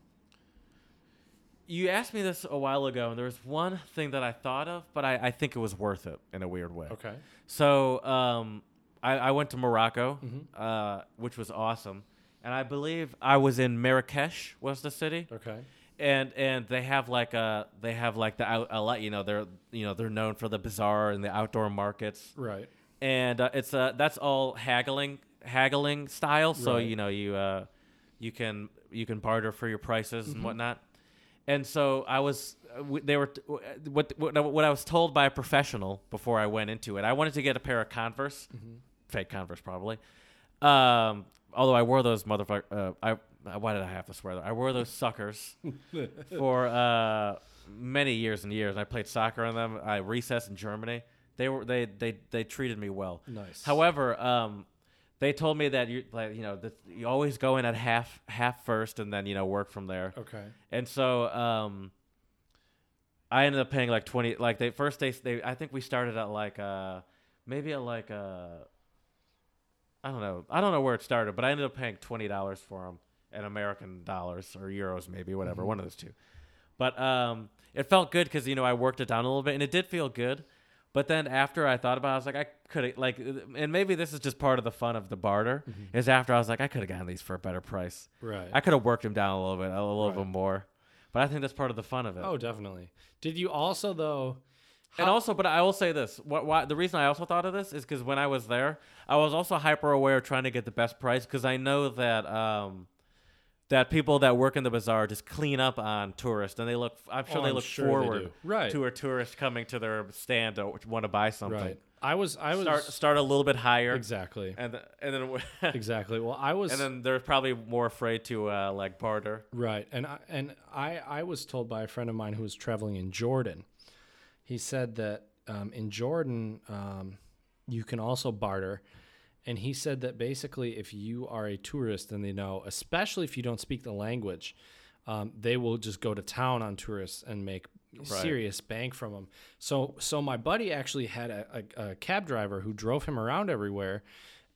Speaker 2: You asked me this a while ago, and there was one thing that I thought of, but I, I think it was worth it in a weird way.
Speaker 1: Okay,
Speaker 2: So um, I, I went to Morocco, uh, which was awesome, and I believe I was in Marrakesh was the city,
Speaker 1: okay,
Speaker 2: and and they have like a they have like the out, a lot you know they're you know they're known for the bazaar and the outdoor markets,
Speaker 1: right,
Speaker 2: and uh, it's uh, that's all haggling haggling style. So
Speaker 1: Right.
Speaker 2: you know you uh, you can you can barter for your prices and whatnot. And so I was uh, w- they were t- w- uh, what, what what I was told by a professional before I went into it. I wanted to get a pair of Converse,
Speaker 1: Mm-hmm.
Speaker 2: fake Converse probably. Um, although I wore those motherfucker. Uh, I I- why did I have to swear? I wore those suckers for uh, many years and years. I played soccer on them. I recessed in Germany. They were they they they treated me well.
Speaker 1: nice.
Speaker 2: However, um, they told me that you like you know that you always go in at half half first and then you know work from there.
Speaker 1: okay,
Speaker 2: And so um, I ended up paying like twenty. Like they first they they I think we started at like uh maybe at like uh I don't know I don't know where it started, but I ended up paying twenty dollars for them in American dollars or euros maybe whatever one of those two. But um, it felt good because you know I worked it down a little bit, and it did feel good. But then after I thought about, it, I was like, I could have like, and maybe this is just part of the fun of the barter. Is after I was like, I could have gotten these for a better price.
Speaker 1: right.
Speaker 2: I could have worked him down a little bit, a little
Speaker 1: Right.
Speaker 2: bit more. But I think that's part of the fun of it.
Speaker 1: oh, definitely. Did you also though?
Speaker 2: and also, but I will say this: what, why, the reason I also thought of this is because when I was there, I was also hyper aware of trying to get the best price because I know that um, that people that work in the bazaar just clean up on tourists, and they look. I'm sure
Speaker 1: Oh,
Speaker 2: they
Speaker 1: I'm
Speaker 2: look
Speaker 1: sure they
Speaker 2: forward
Speaker 1: do. Right.
Speaker 2: to a tourist coming to their stand to want to buy something.
Speaker 1: Right. I was. I was
Speaker 2: Start start a little bit higher,
Speaker 1: exactly.
Speaker 2: and th- and then
Speaker 1: Exactly. Well, I was.
Speaker 2: and then they're probably more afraid to uh, like barter.
Speaker 1: Right. And I, and I I was told by a friend of mine who was traveling in Jordan. He said that um, in Jordan um, you can also barter. And he said that basically, if you are a tourist and they know, especially if you don't speak the language, um, they will just go to town on tourists and make serious bank from them. So, so my buddy actually had a, a, a cab driver who drove him around everywhere,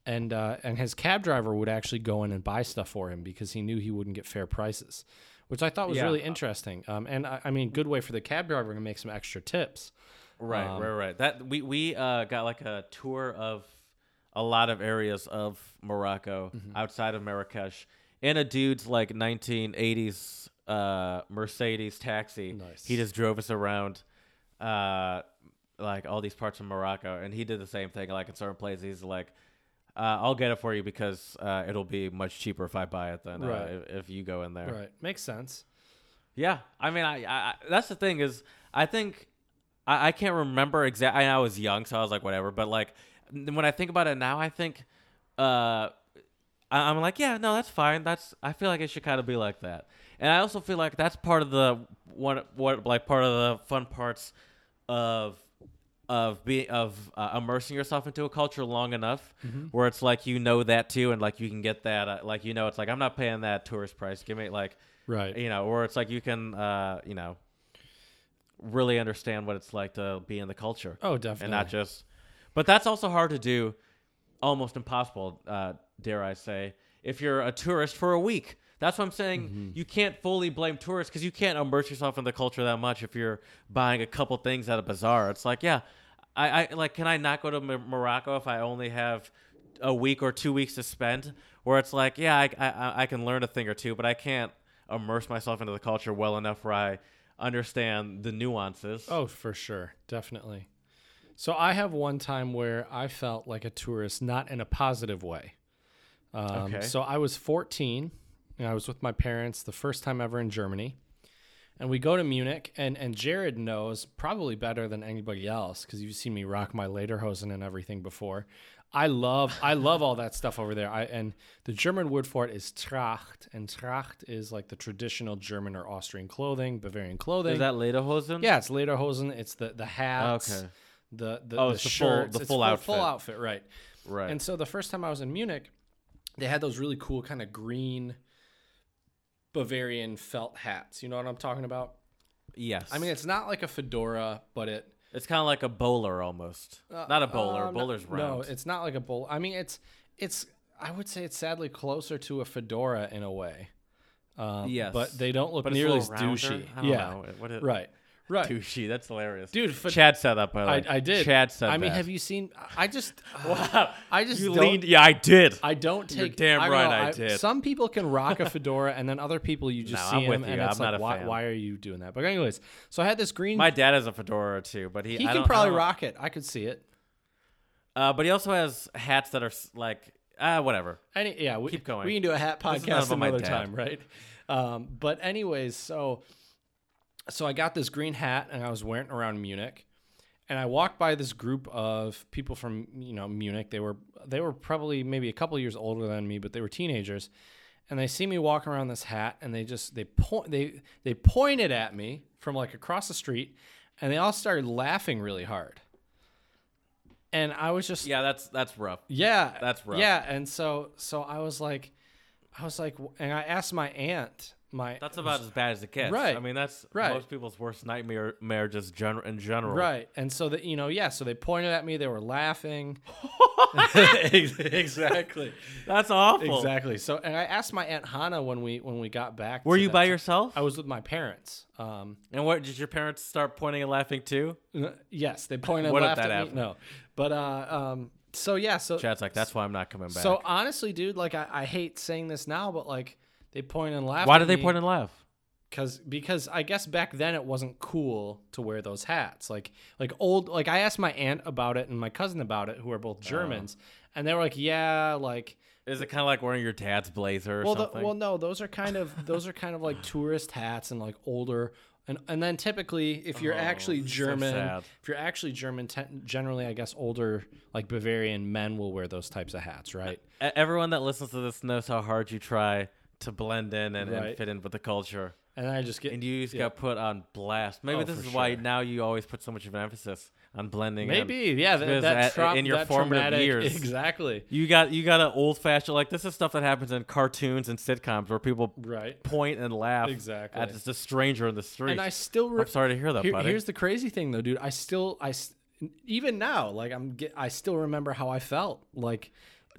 Speaker 1: and uh, and his cab driver would actually go in and buy stuff for him because he knew he wouldn't get fair prices, which I thought was
Speaker 2: Yeah.
Speaker 1: really interesting. Um, and I, I mean, good way for the cab driver to make some extra tips.
Speaker 2: Right,
Speaker 1: Um,
Speaker 2: right, right. That we we uh, got like a tour of a lot of areas of Morocco
Speaker 1: Mm-hmm.
Speaker 2: outside of Marrakesh in a dude's like 1980s uh, Mercedes taxi.
Speaker 1: Nice.
Speaker 2: He just drove us around uh, like all these parts of Morocco, and he did the same thing. Like in certain places, he's like. Uh, I'll get it for you because uh, it'll be much cheaper if I buy it than
Speaker 1: Right.
Speaker 2: uh, if, if you go in there.
Speaker 1: Right, makes sense.
Speaker 2: Yeah, I mean, I, I I- that's the thing is, I think I, I can't remember exactly. I was young, so I was like, whatever. But like, n- when I think about it now, I think, uh, I, I'm like, yeah, no, that's fine. That's I feel like it should kind of be like that, and I also feel like that's part of the what what like part of the fun parts of of being of uh, immersing yourself into a culture long enough where it's like you know that too and like you can get that uh, like you know it's like i'm not paying that tourist price give me like
Speaker 1: Right.
Speaker 2: you know, or it's like you can, uh, you know, really understand what it's like to be in the culture
Speaker 1: Oh, definitely.
Speaker 2: and not just. But that's also hard to do, almost impossible, uh, dare I say, if you're a tourist for a week. That's what I'm saying. You can't fully blame tourists because you can't immerse yourself in the culture that much if you're buying a couple things at a bazaar. It's like, yeah, I, I like, can I not go to Mo- Morocco if I only have a week or two weeks to spend? Where it's like, yeah, I, I, I can learn a thing or two, but I can't immerse myself into the culture well enough where I understand the nuances.
Speaker 1: Oh, for sure. Definitely. So I have one time where I felt like a tourist, not in a positive way. Um,
Speaker 2: Okay.
Speaker 1: So I was 14 and I was with my parents the first time ever in Germany. And we go to Munich, and, and Jared knows probably better than anybody else because you've seen me rock my lederhosen and everything before. I love I love all that stuff over there. I and the German word for it is Tracht, and Tracht is like the traditional German or Austrian clothing, Bavarian clothing.
Speaker 2: Is that lederhosen?
Speaker 1: Yeah, it's lederhosen. It's the the hats,
Speaker 2: Mm-hmm. Okay.
Speaker 1: the the,
Speaker 2: Oh,
Speaker 1: the
Speaker 2: it's the full-
Speaker 1: shirts,
Speaker 2: the
Speaker 1: it's
Speaker 2: full
Speaker 1: full
Speaker 2: outfit.
Speaker 1: outfit, right?
Speaker 2: Right.
Speaker 1: And so the first time I was in Munich, they had those really cool kind of green Bavarian felt hats. You know what I'm talking about?
Speaker 2: yes.
Speaker 1: I mean, it's not like a fedora, but it
Speaker 2: it's kind of like a bowler almost. Not a bowler.
Speaker 1: um,
Speaker 2: Bowler's
Speaker 1: no,
Speaker 2: round.
Speaker 1: No, it's not like a bowl. I mean, it's it's. I would say it's sadly closer to a fedora in a way. Um,
Speaker 2: Yes.
Speaker 1: but they don't look
Speaker 2: but it's a
Speaker 1: nearly as
Speaker 2: little rounder.
Speaker 1: douchey.
Speaker 2: I don't
Speaker 1: yeah,
Speaker 2: know. What is,
Speaker 1: right, right.
Speaker 2: Douchey. That's hilarious,
Speaker 1: Dude, fe-
Speaker 2: Chad said that by the
Speaker 1: I,
Speaker 2: way.
Speaker 1: I did.
Speaker 2: Chad said
Speaker 1: I mean,
Speaker 2: that.
Speaker 1: have you seen? I just. uh,
Speaker 2: Wow.
Speaker 1: I just
Speaker 2: you
Speaker 1: don't-
Speaker 2: leaned. Yeah, I did.
Speaker 1: I don't take.
Speaker 2: You're damn
Speaker 1: I don't
Speaker 2: right
Speaker 1: know,
Speaker 2: I did.
Speaker 1: Some people can rock a fedora, and then other people you just
Speaker 2: No,
Speaker 1: see
Speaker 2: I'm with
Speaker 1: them, and
Speaker 2: you.
Speaker 1: it's
Speaker 2: I'm
Speaker 1: like,
Speaker 2: not a
Speaker 1: why,
Speaker 2: fan.
Speaker 1: why are you doing that? But anyways, so I had this green.
Speaker 2: My dad has a fedora too, but he
Speaker 1: he
Speaker 2: I
Speaker 1: can
Speaker 2: don't- I
Speaker 1: probably
Speaker 2: don't-
Speaker 1: rock it. I could see it.
Speaker 2: Uh, but he also has hats that are s- like ah, whatever.
Speaker 1: Any, yeah, we,
Speaker 2: Keep going.
Speaker 1: We can do a hat
Speaker 2: is not
Speaker 1: podcast
Speaker 2: about my
Speaker 1: another
Speaker 2: dad.
Speaker 1: time, right? Um, but anyways, so so I got this green hat and I was wearing it around Munich, and I walked by this group of people from you know Munich. They were they were probably maybe a couple years older than me, but they were teenagers, and they see me walking around this hat, and they just they point they they pointed at me from like across the street, and they all started laughing really hard, and I was just
Speaker 2: Yeah, that's that's rough.
Speaker 1: yeah,
Speaker 2: That's rough.
Speaker 1: Yeah, and so so I was like, I was like, and I asked my aunt, my
Speaker 2: That's about as bad as it gets.
Speaker 1: Right.
Speaker 2: I mean, that's
Speaker 1: Right.
Speaker 2: most people's worst nightmare. Marriage is gen- in general.
Speaker 1: right, and so that you know, yeah, so they pointed at me, they were laughing. exactly,
Speaker 2: That's awful.
Speaker 1: exactly. So and I asked my aunt Hannah when we when we got back.
Speaker 2: Were
Speaker 1: to
Speaker 2: you
Speaker 1: that
Speaker 2: by
Speaker 1: time.
Speaker 2: yourself?
Speaker 1: I was with my parents. Um,
Speaker 2: and what did your parents start pointing and laughing too?
Speaker 1: n- yes, they pointed.
Speaker 2: What if
Speaker 1: laughed
Speaker 2: that
Speaker 1: at me.
Speaker 2: happened?
Speaker 1: No, but uh, um, so yeah, so
Speaker 2: Chad's like, that's why I'm not coming back.
Speaker 1: so honestly, dude, like I, I hate saying this now, but like they point and laugh.
Speaker 2: why
Speaker 1: at
Speaker 2: did they
Speaker 1: me.
Speaker 2: point and laugh?
Speaker 1: Cause, because I guess back then it wasn't cool to wear those hats. Like like old like I asked my aunt about it and my cousin about it, who are both Germans, and they were like, yeah, like
Speaker 2: Is it kind of like wearing your dad's blazer or
Speaker 1: well, the,
Speaker 2: something?
Speaker 1: well, no, those are kind of those are kind of like tourist hats and like older. And, and then typically, if you're
Speaker 2: Oh,
Speaker 1: actually
Speaker 2: so
Speaker 1: German,
Speaker 2: sad.
Speaker 1: if you're actually German, ten, generally, I guess older like Bavarian men will wear those types of hats, right?
Speaker 2: E- Everyone that listens to this knows how hard you try to blend in and, and
Speaker 1: Right.
Speaker 2: fit in with the culture.
Speaker 1: And I just get
Speaker 2: And you just got put on blast. Maybe
Speaker 1: Oh,
Speaker 2: this
Speaker 1: for
Speaker 2: is why
Speaker 1: sure.
Speaker 2: now you always put so much of an emphasis on blending. in.
Speaker 1: maybe yeah that,
Speaker 2: Because
Speaker 1: that
Speaker 2: at-
Speaker 1: trau-
Speaker 2: in your
Speaker 1: that
Speaker 2: formative
Speaker 1: traumatic-
Speaker 2: years.
Speaker 1: exactly
Speaker 2: You got you got an old fashioned like this is stuff that happens in cartoons and sitcoms where people
Speaker 1: right.
Speaker 2: point and laugh
Speaker 1: Exactly.
Speaker 2: at just a stranger in the street.
Speaker 1: And I still re-
Speaker 2: I'm sorry to hear that,
Speaker 1: Here-
Speaker 2: buddy.
Speaker 1: Here's the crazy thing, though, dude. I still, I s- even now, like I'm, get, I still remember how I felt. Like,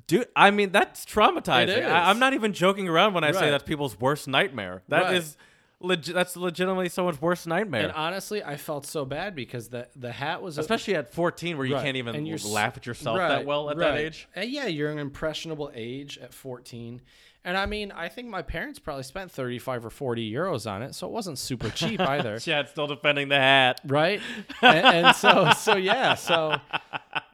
Speaker 2: Dude, I mean that's traumatizing.
Speaker 1: It is.
Speaker 2: I, am not even joking around when I
Speaker 1: Right.
Speaker 2: say that's people's worst nightmare. That
Speaker 1: Right.
Speaker 2: is legi- that's legitimately someone's worst nightmare.
Speaker 1: and honestly, I felt so bad because the the hat was a,
Speaker 2: uh, Especially at 14 where you
Speaker 1: Right.
Speaker 2: can't even
Speaker 1: And you're
Speaker 2: l-
Speaker 1: s-
Speaker 2: laugh at yourself that
Speaker 1: Right,
Speaker 2: well at that
Speaker 1: right.
Speaker 2: age.
Speaker 1: And yeah, you're an impressionable age at 14. And I mean, I think my parents probably spent 35 or 40 euros on it, so it wasn't super cheap either.
Speaker 2: Chad's still defending the hat.
Speaker 1: right and, and so so yeah so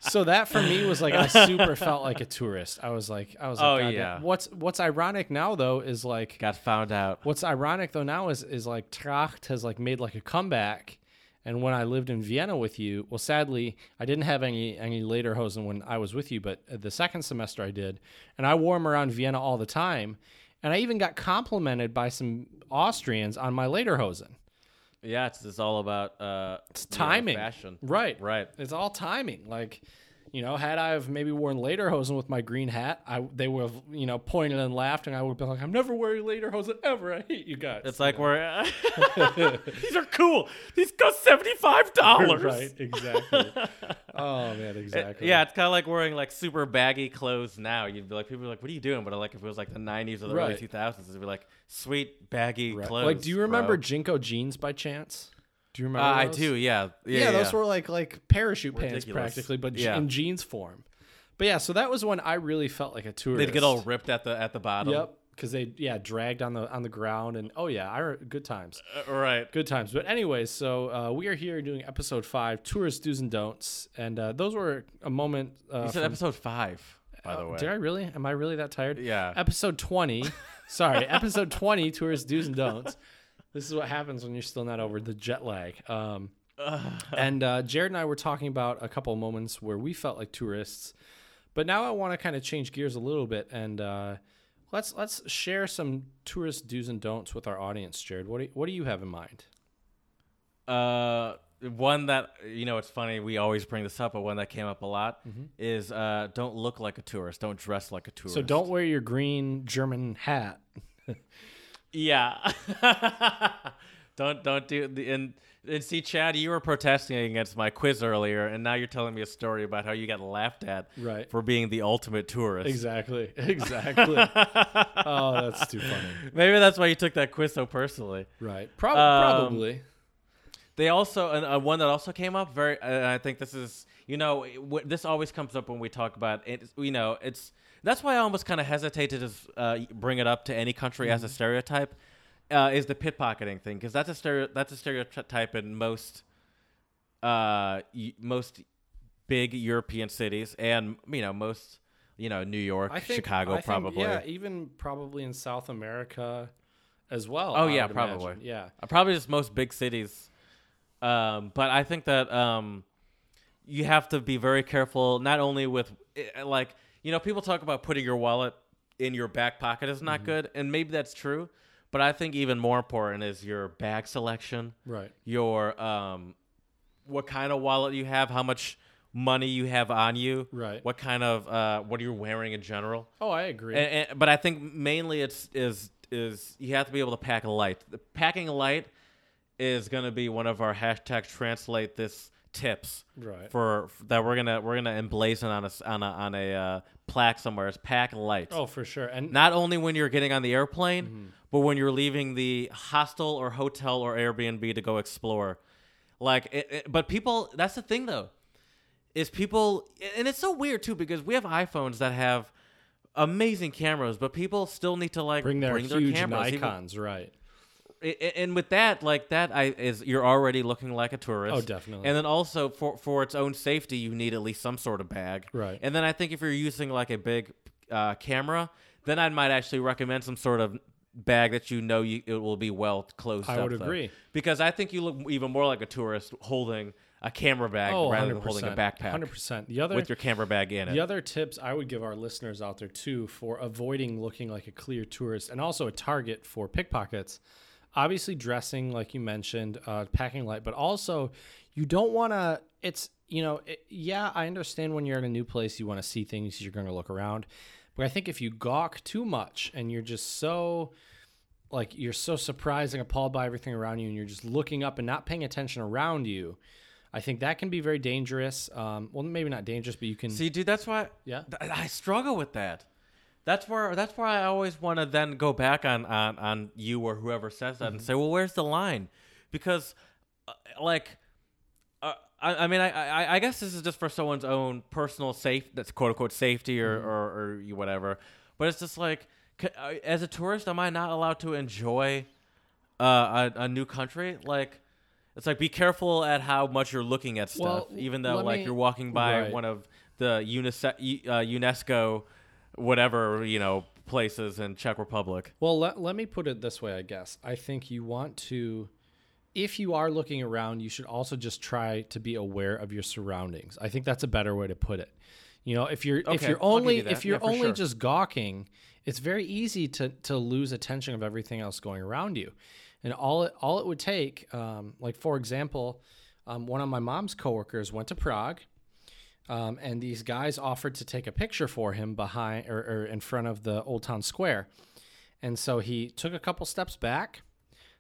Speaker 1: so that for me was like i super felt like a tourist i was like i was like
Speaker 2: Oh,
Speaker 1: "God damn."
Speaker 2: yeah.
Speaker 1: what's what's ironic now though is like
Speaker 2: Got found out.
Speaker 1: what's ironic though now is is like tracht has like made like a comeback and when i lived in vienna with you well sadly i didn't have any any later hosen when i was with you but uh, the second semester i did and i wore them around vienna all the time and i even got complimented by some austrians on my later hosen
Speaker 2: Yeah, it's, it's all about uh, it's
Speaker 1: timing
Speaker 2: fashion.
Speaker 1: right
Speaker 2: Right.
Speaker 1: it's all timing like you know had i have maybe worn lederhosen with my green hat i they would have you know pointed and laughed and i would have been like i'm never wearing lederhosen ever i hate you guys
Speaker 2: It's like we're these are cool. These cost seventy five dollars.
Speaker 1: right exactly oh man exactly
Speaker 2: Yeah, it's kind of like wearing like super baggy clothes now. You'd be like, people are like, "What are you doing?" But like, if it was like the '90s or the early
Speaker 1: Right.
Speaker 2: 2000s, it'd be like, "Sweet baggy
Speaker 1: Right.
Speaker 2: clothes."
Speaker 1: like do you remember
Speaker 2: bro."
Speaker 1: jinko jeans by chance do you
Speaker 2: Uh,
Speaker 1: remember
Speaker 2: I
Speaker 1: those?
Speaker 2: do. Yeah. Yeah.
Speaker 1: yeah, those
Speaker 2: yeah.
Speaker 1: were like like parachute pants
Speaker 2: Ridiculous.
Speaker 1: practically but
Speaker 2: Yeah.
Speaker 1: in jeans form but yeah so that was when i really felt like a tourist
Speaker 2: They'd get all ripped at the at the bottom.
Speaker 1: yep because they yeah dragged on the on the ground and oh yeah i re- good times
Speaker 2: Uh, right.
Speaker 1: good times. But anyways, so uh, we are here doing episode five, tourist do's and don'ts, and uh, those were a moment. Uh,
Speaker 2: You said
Speaker 1: from-
Speaker 2: episode five, by the way.
Speaker 1: did I really? Am I really that tired?
Speaker 2: Yeah.
Speaker 1: Episode twenty. sorry, episode twenty, tourist do's and don'ts. This is what happens when you're still not over the jet lag. Um, and uh, Jared and I were talking about a couple of moments where we felt like tourists, but now I want to kind of change gears a little bit and uh, let's let's share some tourist do's and don'ts with our audience. Jared, what do, what do you have in mind?
Speaker 2: Uh, one that you know, it's funny. We always bring this up, but one that came up a lot is uh, don't look like a tourist. Don't dress like a tourist.
Speaker 1: Mm-hmm. So don't wear your green German hat.
Speaker 2: Yeah. don't don't do the and and see Chad, you were protesting against my quiz earlier, and now you're telling me a story about how you got laughed at
Speaker 1: Right.
Speaker 2: for being the ultimate tourist.
Speaker 1: Exactly. Exactly. oh, that's too funny.
Speaker 2: Maybe that's why you took that quiz so personally.
Speaker 1: Right. Prob-
Speaker 2: Um,
Speaker 1: probably.
Speaker 2: They also and uh, one that also came up very. Uh, I think this is you know it- w- this always comes up when we talk about it. You know it's that's why I almost kind of hesitate to just uh, bring it up to any country as a
Speaker 1: Mm-hmm.
Speaker 2: stereotype. Uh, is the pitpocketing thing because that's a stereo that's a stereotype in most uh y- most big European cities and you know most you know New York Chicago
Speaker 1: I think,
Speaker 2: probably
Speaker 1: yeah, even probably in South America as well.
Speaker 2: Oh,
Speaker 1: I
Speaker 2: yeah,
Speaker 1: would imagine.
Speaker 2: probably.
Speaker 1: Yeah.
Speaker 2: Uh, probably just most big cities. Um, but I think that um, you have to be very careful, not only with eh, like you know people talk about putting your wallet in your back pocket is not good, and maybe that's true. But I think even more important is your bag selection,
Speaker 1: Right.
Speaker 2: your um, what kind of wallet you have, how much money you have on you,
Speaker 1: Right.
Speaker 2: What kind of uh, what you're wearing in general.
Speaker 1: Oh, I agree.
Speaker 2: And, and, but I think mainly it's is is you have to be able to pack a light. The packing a light is going to be one of our hashtag translate this tips
Speaker 1: Right.
Speaker 2: for that we're gonna we're gonna emblazon on a s- on a on a uh, plaque somewhere. Is pack light.
Speaker 1: oh, for sure. And Mm-hmm.
Speaker 2: Not only when you're getting on the airplane, but when you're leaving the hostel or hotel or Airbnb to go explore. Like, it, it- but people, that's the thing though, is people, and it's so weird too because we have iPhones that have amazing cameras, but people still need to like
Speaker 1: bring their huge
Speaker 2: cameras. even-
Speaker 1: Nikon's, right?
Speaker 2: I- I- and with that like that i is you're already looking like a tourist
Speaker 1: Oh, definitely.
Speaker 2: and then also for for its own safety you need at least some sort of bag
Speaker 1: Right.
Speaker 2: and then i think if you're using like a big uh, camera then i might actually recommend some sort of bag that you know you, it will be well closed
Speaker 1: I
Speaker 2: up,
Speaker 1: would
Speaker 2: though.
Speaker 1: agree.
Speaker 2: because i think you look even more like a tourist holding a camera bag
Speaker 1: Oh, 100%.
Speaker 2: rather than holding a backpack
Speaker 1: 100%. The other
Speaker 2: with your camera bag in it
Speaker 1: The other tips I would give our listeners out there too for avoiding looking like a clear tourist and also a target for pickpockets. Obviously, dressing like you mentioned, uh, packing light, but also you don't want to. It's you know, it, yeah, I understand when you're in a new place, you want to see things, you're going to look around, but I think if you gawk too much and you're just so like you're so surprised and appalled by everything around you and you're just looking up and not paying attention around you i think that can be very dangerous um, well maybe not dangerous but you can
Speaker 2: See, dude, that's why.
Speaker 1: Mm. Yeah.
Speaker 2: th- I struggle with that. That's where that's where I always want to then go back on on on you or whoever says that and say, well, where's the line? Because, uh, like, uh, I, I mean, I, I I guess this is just for someone's own personal safe that's quote unquote safety or
Speaker 1: Mm-hmm.
Speaker 2: or, or you whatever. But it's just like, c- uh, as a tourist, am I not allowed to enjoy uh, a, a new country? Like. It's like be careful at how much you're looking at stuff,
Speaker 1: Well,
Speaker 2: even though
Speaker 1: let
Speaker 2: like
Speaker 1: me-
Speaker 2: you're walking by
Speaker 1: Right.
Speaker 2: one one of the UNICEF, U- uh, UNESCO, whatever you know places in Czech Republic.
Speaker 1: Well, let, let me put it this way, I guess. I think you want to, if you are looking around, you should also just try to be aware of your surroundings. I think that's a better way to put it. You know, if you're if
Speaker 2: Okay, I'll
Speaker 1: you're
Speaker 2: give
Speaker 1: only
Speaker 2: you that.
Speaker 1: if you're
Speaker 2: Yeah, for
Speaker 1: only
Speaker 2: sure.
Speaker 1: just gawking, it's very easy to to lose attention of everything else going around you. And all it all it would take, um, like for example, um, one of my mom's coworkers went to Prague, um, and these guys offered to take a picture for him behind or, or in front of the Old Town Square. And so he took a couple steps back.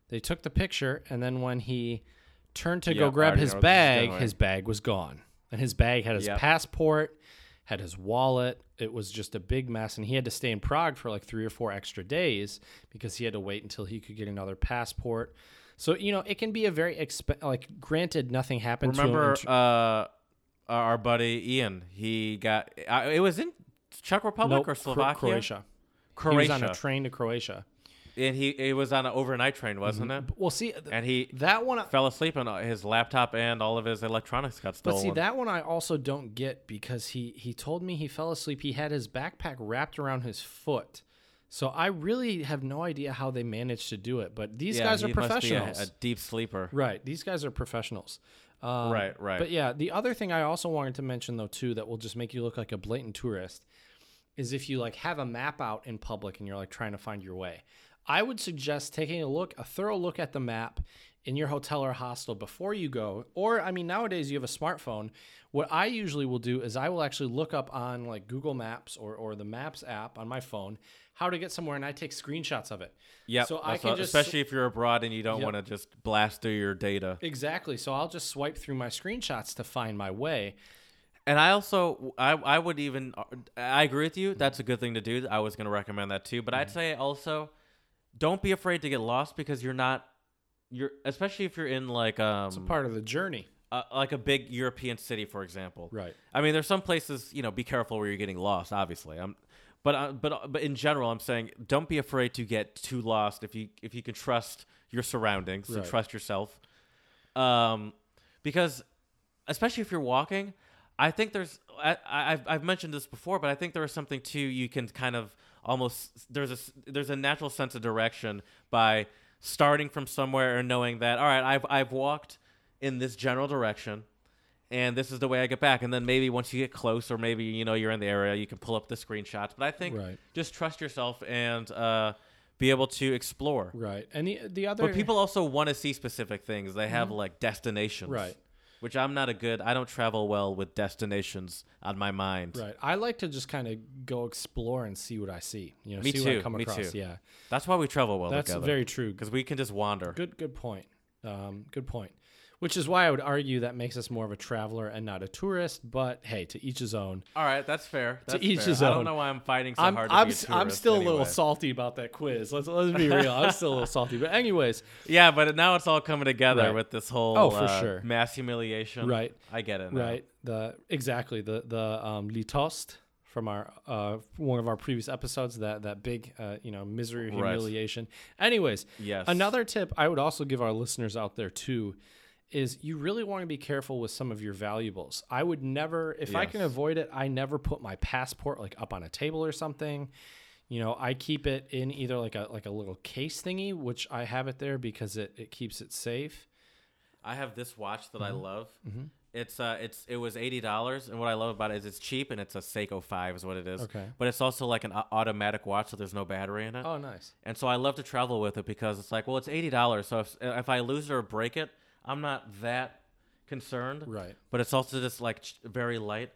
Speaker 1: They took the picture, and then when he turned to
Speaker 2: Yeah, I
Speaker 1: go grab
Speaker 2: already
Speaker 1: his
Speaker 2: know where this is
Speaker 1: bag,
Speaker 2: going.
Speaker 1: his bag was gone. And his bag had his
Speaker 2: Yep.
Speaker 1: passport, had his wallet. It was just a big mess, and he had to stay in Prague for like three or four extra days because he had to wait until he could get another passport. So you know, it can be a very exp- like. Granted, nothing happened. to him
Speaker 2: Remember
Speaker 1: in tr-
Speaker 2: uh, our buddy Ian? He got uh, it was in Czech Republic
Speaker 1: Nope,
Speaker 2: or
Speaker 1: Cro-
Speaker 2: Slovakia,
Speaker 1: Croatia.
Speaker 2: Croatia,
Speaker 1: He was on a train to Croatia.
Speaker 2: and he it was on an overnight train, wasn't it?
Speaker 1: Well, see, th-
Speaker 2: And he
Speaker 1: that one.
Speaker 2: fell asleep, and uh, his laptop and all of his electronics got
Speaker 1: But
Speaker 2: stolen.
Speaker 1: see, that one I also don't get because he he told me he fell asleep. He had his backpack wrapped around his foot, So I really have no idea how they managed to do it, but these
Speaker 2: Yeah,
Speaker 1: guys are
Speaker 2: he must be a-
Speaker 1: professionals.
Speaker 2: a, deep sleeper.
Speaker 1: Right. These guys are professionals. Um,
Speaker 2: Right, right.
Speaker 1: But yeah, the other thing I also wanted to mention though too that will just make you look like a blatant tourist is if you like have a map out in public and you're like trying to find your way. I would suggest taking a look, a thorough look at the map in your hotel or hostel before you go. Or I mean nowadays you have a smartphone. What I usually will do is I will actually look up on like Google Maps or or the Maps app on my phone how to get somewhere and I take screenshots of it.
Speaker 2: Yeah,
Speaker 1: So I
Speaker 2: that's
Speaker 1: can
Speaker 2: what-
Speaker 1: just
Speaker 2: especially if you're abroad and you don't
Speaker 1: Yep.
Speaker 2: want to just blast through your data.
Speaker 1: Exactly. So I'll just swipe through my screenshots to find my way.
Speaker 2: And I also, I, I would even, uh, I agree with
Speaker 1: Mm-hmm.
Speaker 2: you. That's a good thing to do. I was going to recommend that too. But I'd say also, don't be afraid to get lost because you're not, you're especially if you're in like um
Speaker 1: It's a part of the journey.
Speaker 2: a, like a big European city, for example.
Speaker 1: Right.
Speaker 2: I mean, there's some places you know, be careful where you're getting lost. Obviously, I'm, but uh, but but in general, I'm saying don't be afraid to get too lost if you if you can trust your surroundings
Speaker 1: Right.
Speaker 2: and trust yourself, um, because especially if you're walking, I think there's I, I I've- I've mentioned this before, but I think there is something too you can kind of almost there's a s- there's a natural sense of direction by starting from somewhere and knowing that all right I've I've walked in this general direction and this is the way I get back. And then maybe once you get close, or maybe you know you're in the area, you can pull up the screenshots. But I think
Speaker 1: Right.
Speaker 2: just trust yourself and uh, be able to explore.
Speaker 1: Right. And the the other
Speaker 2: But people also want to see specific things. They have like destinations,
Speaker 1: Mm-hmm. Right.
Speaker 2: Which I'm not a good. I don't travel well with destinations on my mind.
Speaker 1: Right. I like to just kind of go explore and see what I see. You know,
Speaker 2: Me
Speaker 1: see what I
Speaker 2: too,
Speaker 1: come
Speaker 2: me
Speaker 1: across.
Speaker 2: too.
Speaker 1: Yeah.
Speaker 2: That's why we travel well
Speaker 1: That's
Speaker 2: together.
Speaker 1: very true.
Speaker 2: because we can just wander.
Speaker 1: Good good point. Um, good point. Which is why I would argue that makes us more of a traveler and not a tourist, but hey, to each his own.
Speaker 2: All right, that's fair. That's
Speaker 1: each
Speaker 2: fair.
Speaker 1: his
Speaker 2: I
Speaker 1: own.
Speaker 2: don't know why I'm fighting so
Speaker 1: I'm
Speaker 2: hard. To
Speaker 1: I'm,
Speaker 2: be a
Speaker 1: s- I'm
Speaker 2: tourist
Speaker 1: still a little
Speaker 2: anyway.
Speaker 1: salty about that quiz. Let's let's be real. I'm still a little salty. But anyways,
Speaker 2: Yeah, but now it's all coming together
Speaker 1: Right.
Speaker 2: with this whole
Speaker 1: Oh, for
Speaker 2: uh,
Speaker 1: sure.
Speaker 2: mass humiliation.
Speaker 1: Right.
Speaker 2: I get it. Now.
Speaker 1: Right. The exactly the the um, litost from our uh, one of our previous episodes. That that big uh, you know misery
Speaker 2: Right.
Speaker 1: humiliation. Anyways,
Speaker 2: Yes.
Speaker 1: Another tip I would also give our listeners out there too is you really want to be careful with some of your valuables. I would never, if I can
Speaker 2: Yes.
Speaker 1: avoid it, I never put my passport like up on a table or something. You know, I keep it in either like a like a little case thingy, which I have it there because it, it keeps it safe.
Speaker 2: I have this watch that I
Speaker 1: Mm-hmm.
Speaker 2: love. It's uh, it's it was eighty dollars, and what I love about it is it's cheap and it's a Seiko Five is what it is.
Speaker 1: Okay.
Speaker 2: But it's also like an au- automatic watch, so there's no battery in it.
Speaker 1: Oh, nice.
Speaker 2: And so I love to travel with it because it's like, well, it's eighty dollars, so if if I lose it or break it, I'm not that concerned.
Speaker 1: Right. Mm-hmm.
Speaker 2: But it's also just like ch- very light,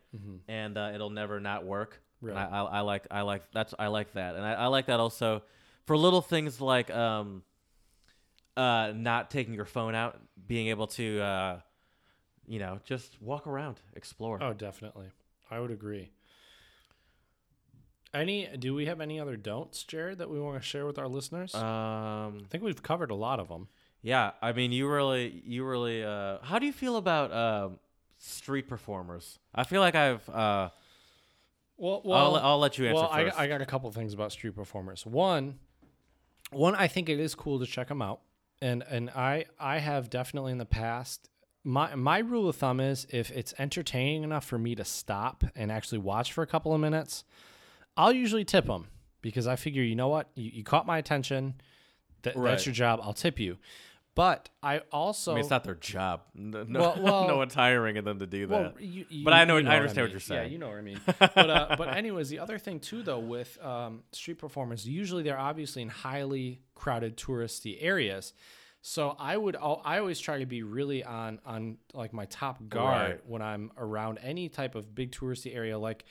Speaker 2: and uh, it'll never not work. And
Speaker 1: Right.
Speaker 2: I, I, I like I like that's I like that, and I, I like that also for little things like um, uh, not taking your phone out, being able to, uh, you know, just walk around, explore.
Speaker 1: Oh, definitely. I would agree. Any do we have any other don'ts, Jared, that we want to share with our listeners?
Speaker 2: Um,
Speaker 1: I think we've covered a lot of them.
Speaker 2: yeah, I mean, you really, you really. Uh, how do you feel about um, street performers? I feel like I've. Uh,
Speaker 1: Well,
Speaker 2: I'll, I'll let you answer
Speaker 1: well,
Speaker 2: first.
Speaker 1: I, I got a couple things about street performers. One, one, I think it is cool to check them out, and and I I have definitely in the past. My my rule of thumb is if it's entertaining enough for me to stop and actually watch for a couple of minutes, I'll usually tip them because I figure you know what you, you caught my attention. That,
Speaker 2: Right.
Speaker 1: That's your job. I'll tip you. But I also
Speaker 2: I mean, it's not their job. No, no,
Speaker 1: Well, well-
Speaker 2: no one's hiring them to do that.
Speaker 1: well, you- you-
Speaker 2: but I know,
Speaker 1: you
Speaker 2: I
Speaker 1: what
Speaker 2: understand what
Speaker 1: mean.
Speaker 2: you're saying.
Speaker 1: Yeah, you know what I mean. But uh, but anyways, the other thing too though with um, street performers, usually they're obviously in highly crowded touristy areas. So I would al- I always try to be really on on like my top guard
Speaker 2: Right.
Speaker 1: when I'm around any type of big touristy area. Like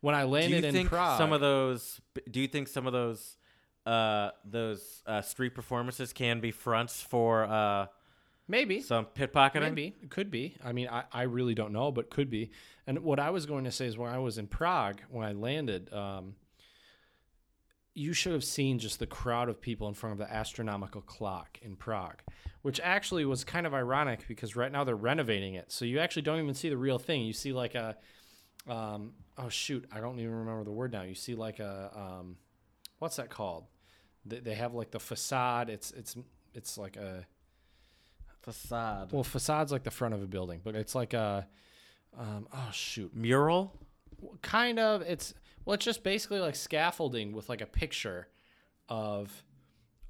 Speaker 1: when I landed
Speaker 2: do you
Speaker 1: in
Speaker 2: think
Speaker 1: Prague,
Speaker 2: some of those? Do you think some of those uh, those uh, street performances can be fronts for uh,
Speaker 1: maybe
Speaker 2: some pickpocketing?
Speaker 1: Maybe it could be. I mean, I, I really don't know, but could be. And what I was going to say is when I was in Prague, when I landed, um, you should have seen just the crowd of people in front of the astronomical clock in Prague, which actually was kind of ironic because right now they're renovating it, so you actually don't even see the real thing. You see like a, um, oh shoot, I don't even remember the word now. You see like a, um, what's that called? They, they have like the facade. It's it's it's like a
Speaker 2: facade
Speaker 1: well, facade's like the front of a building, but it's like a, um, oh shoot,
Speaker 2: mural.
Speaker 1: kind of. It's well, it's just basically like scaffolding with like a picture of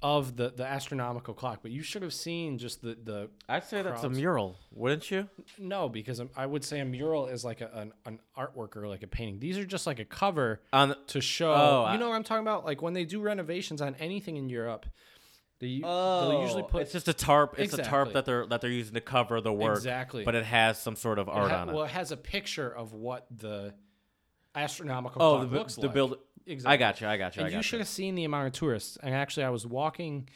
Speaker 1: of the the astronomical clock. But you should have seen just the the
Speaker 2: I'd say that's a
Speaker 1: Crowds.
Speaker 2: mural, wouldn't you?
Speaker 1: no because I would say a mural is like a, an an artwork or like a painting. These are just like a cover
Speaker 2: On the,
Speaker 1: to show.
Speaker 2: Oh,
Speaker 1: you
Speaker 2: I-
Speaker 1: know what I'm talking about? Like when they do renovations on anything in Europe, they
Speaker 2: oh,
Speaker 1: they'll usually put
Speaker 2: it's just a tarp. It's a tarp
Speaker 1: Exactly.
Speaker 2: that they're that they're using to cover the work.
Speaker 1: Exactly.
Speaker 2: but it has some sort of art
Speaker 1: ha-
Speaker 2: on it.
Speaker 1: well, it has a picture of what the astronomical
Speaker 2: oh,
Speaker 1: clock
Speaker 2: the, bu-
Speaker 1: looks
Speaker 2: the
Speaker 1: like.
Speaker 2: build.
Speaker 1: Exactly.
Speaker 2: I got you. I got you. I
Speaker 1: And
Speaker 2: got
Speaker 1: you should have seen the amount of tourists. And actually, I was walking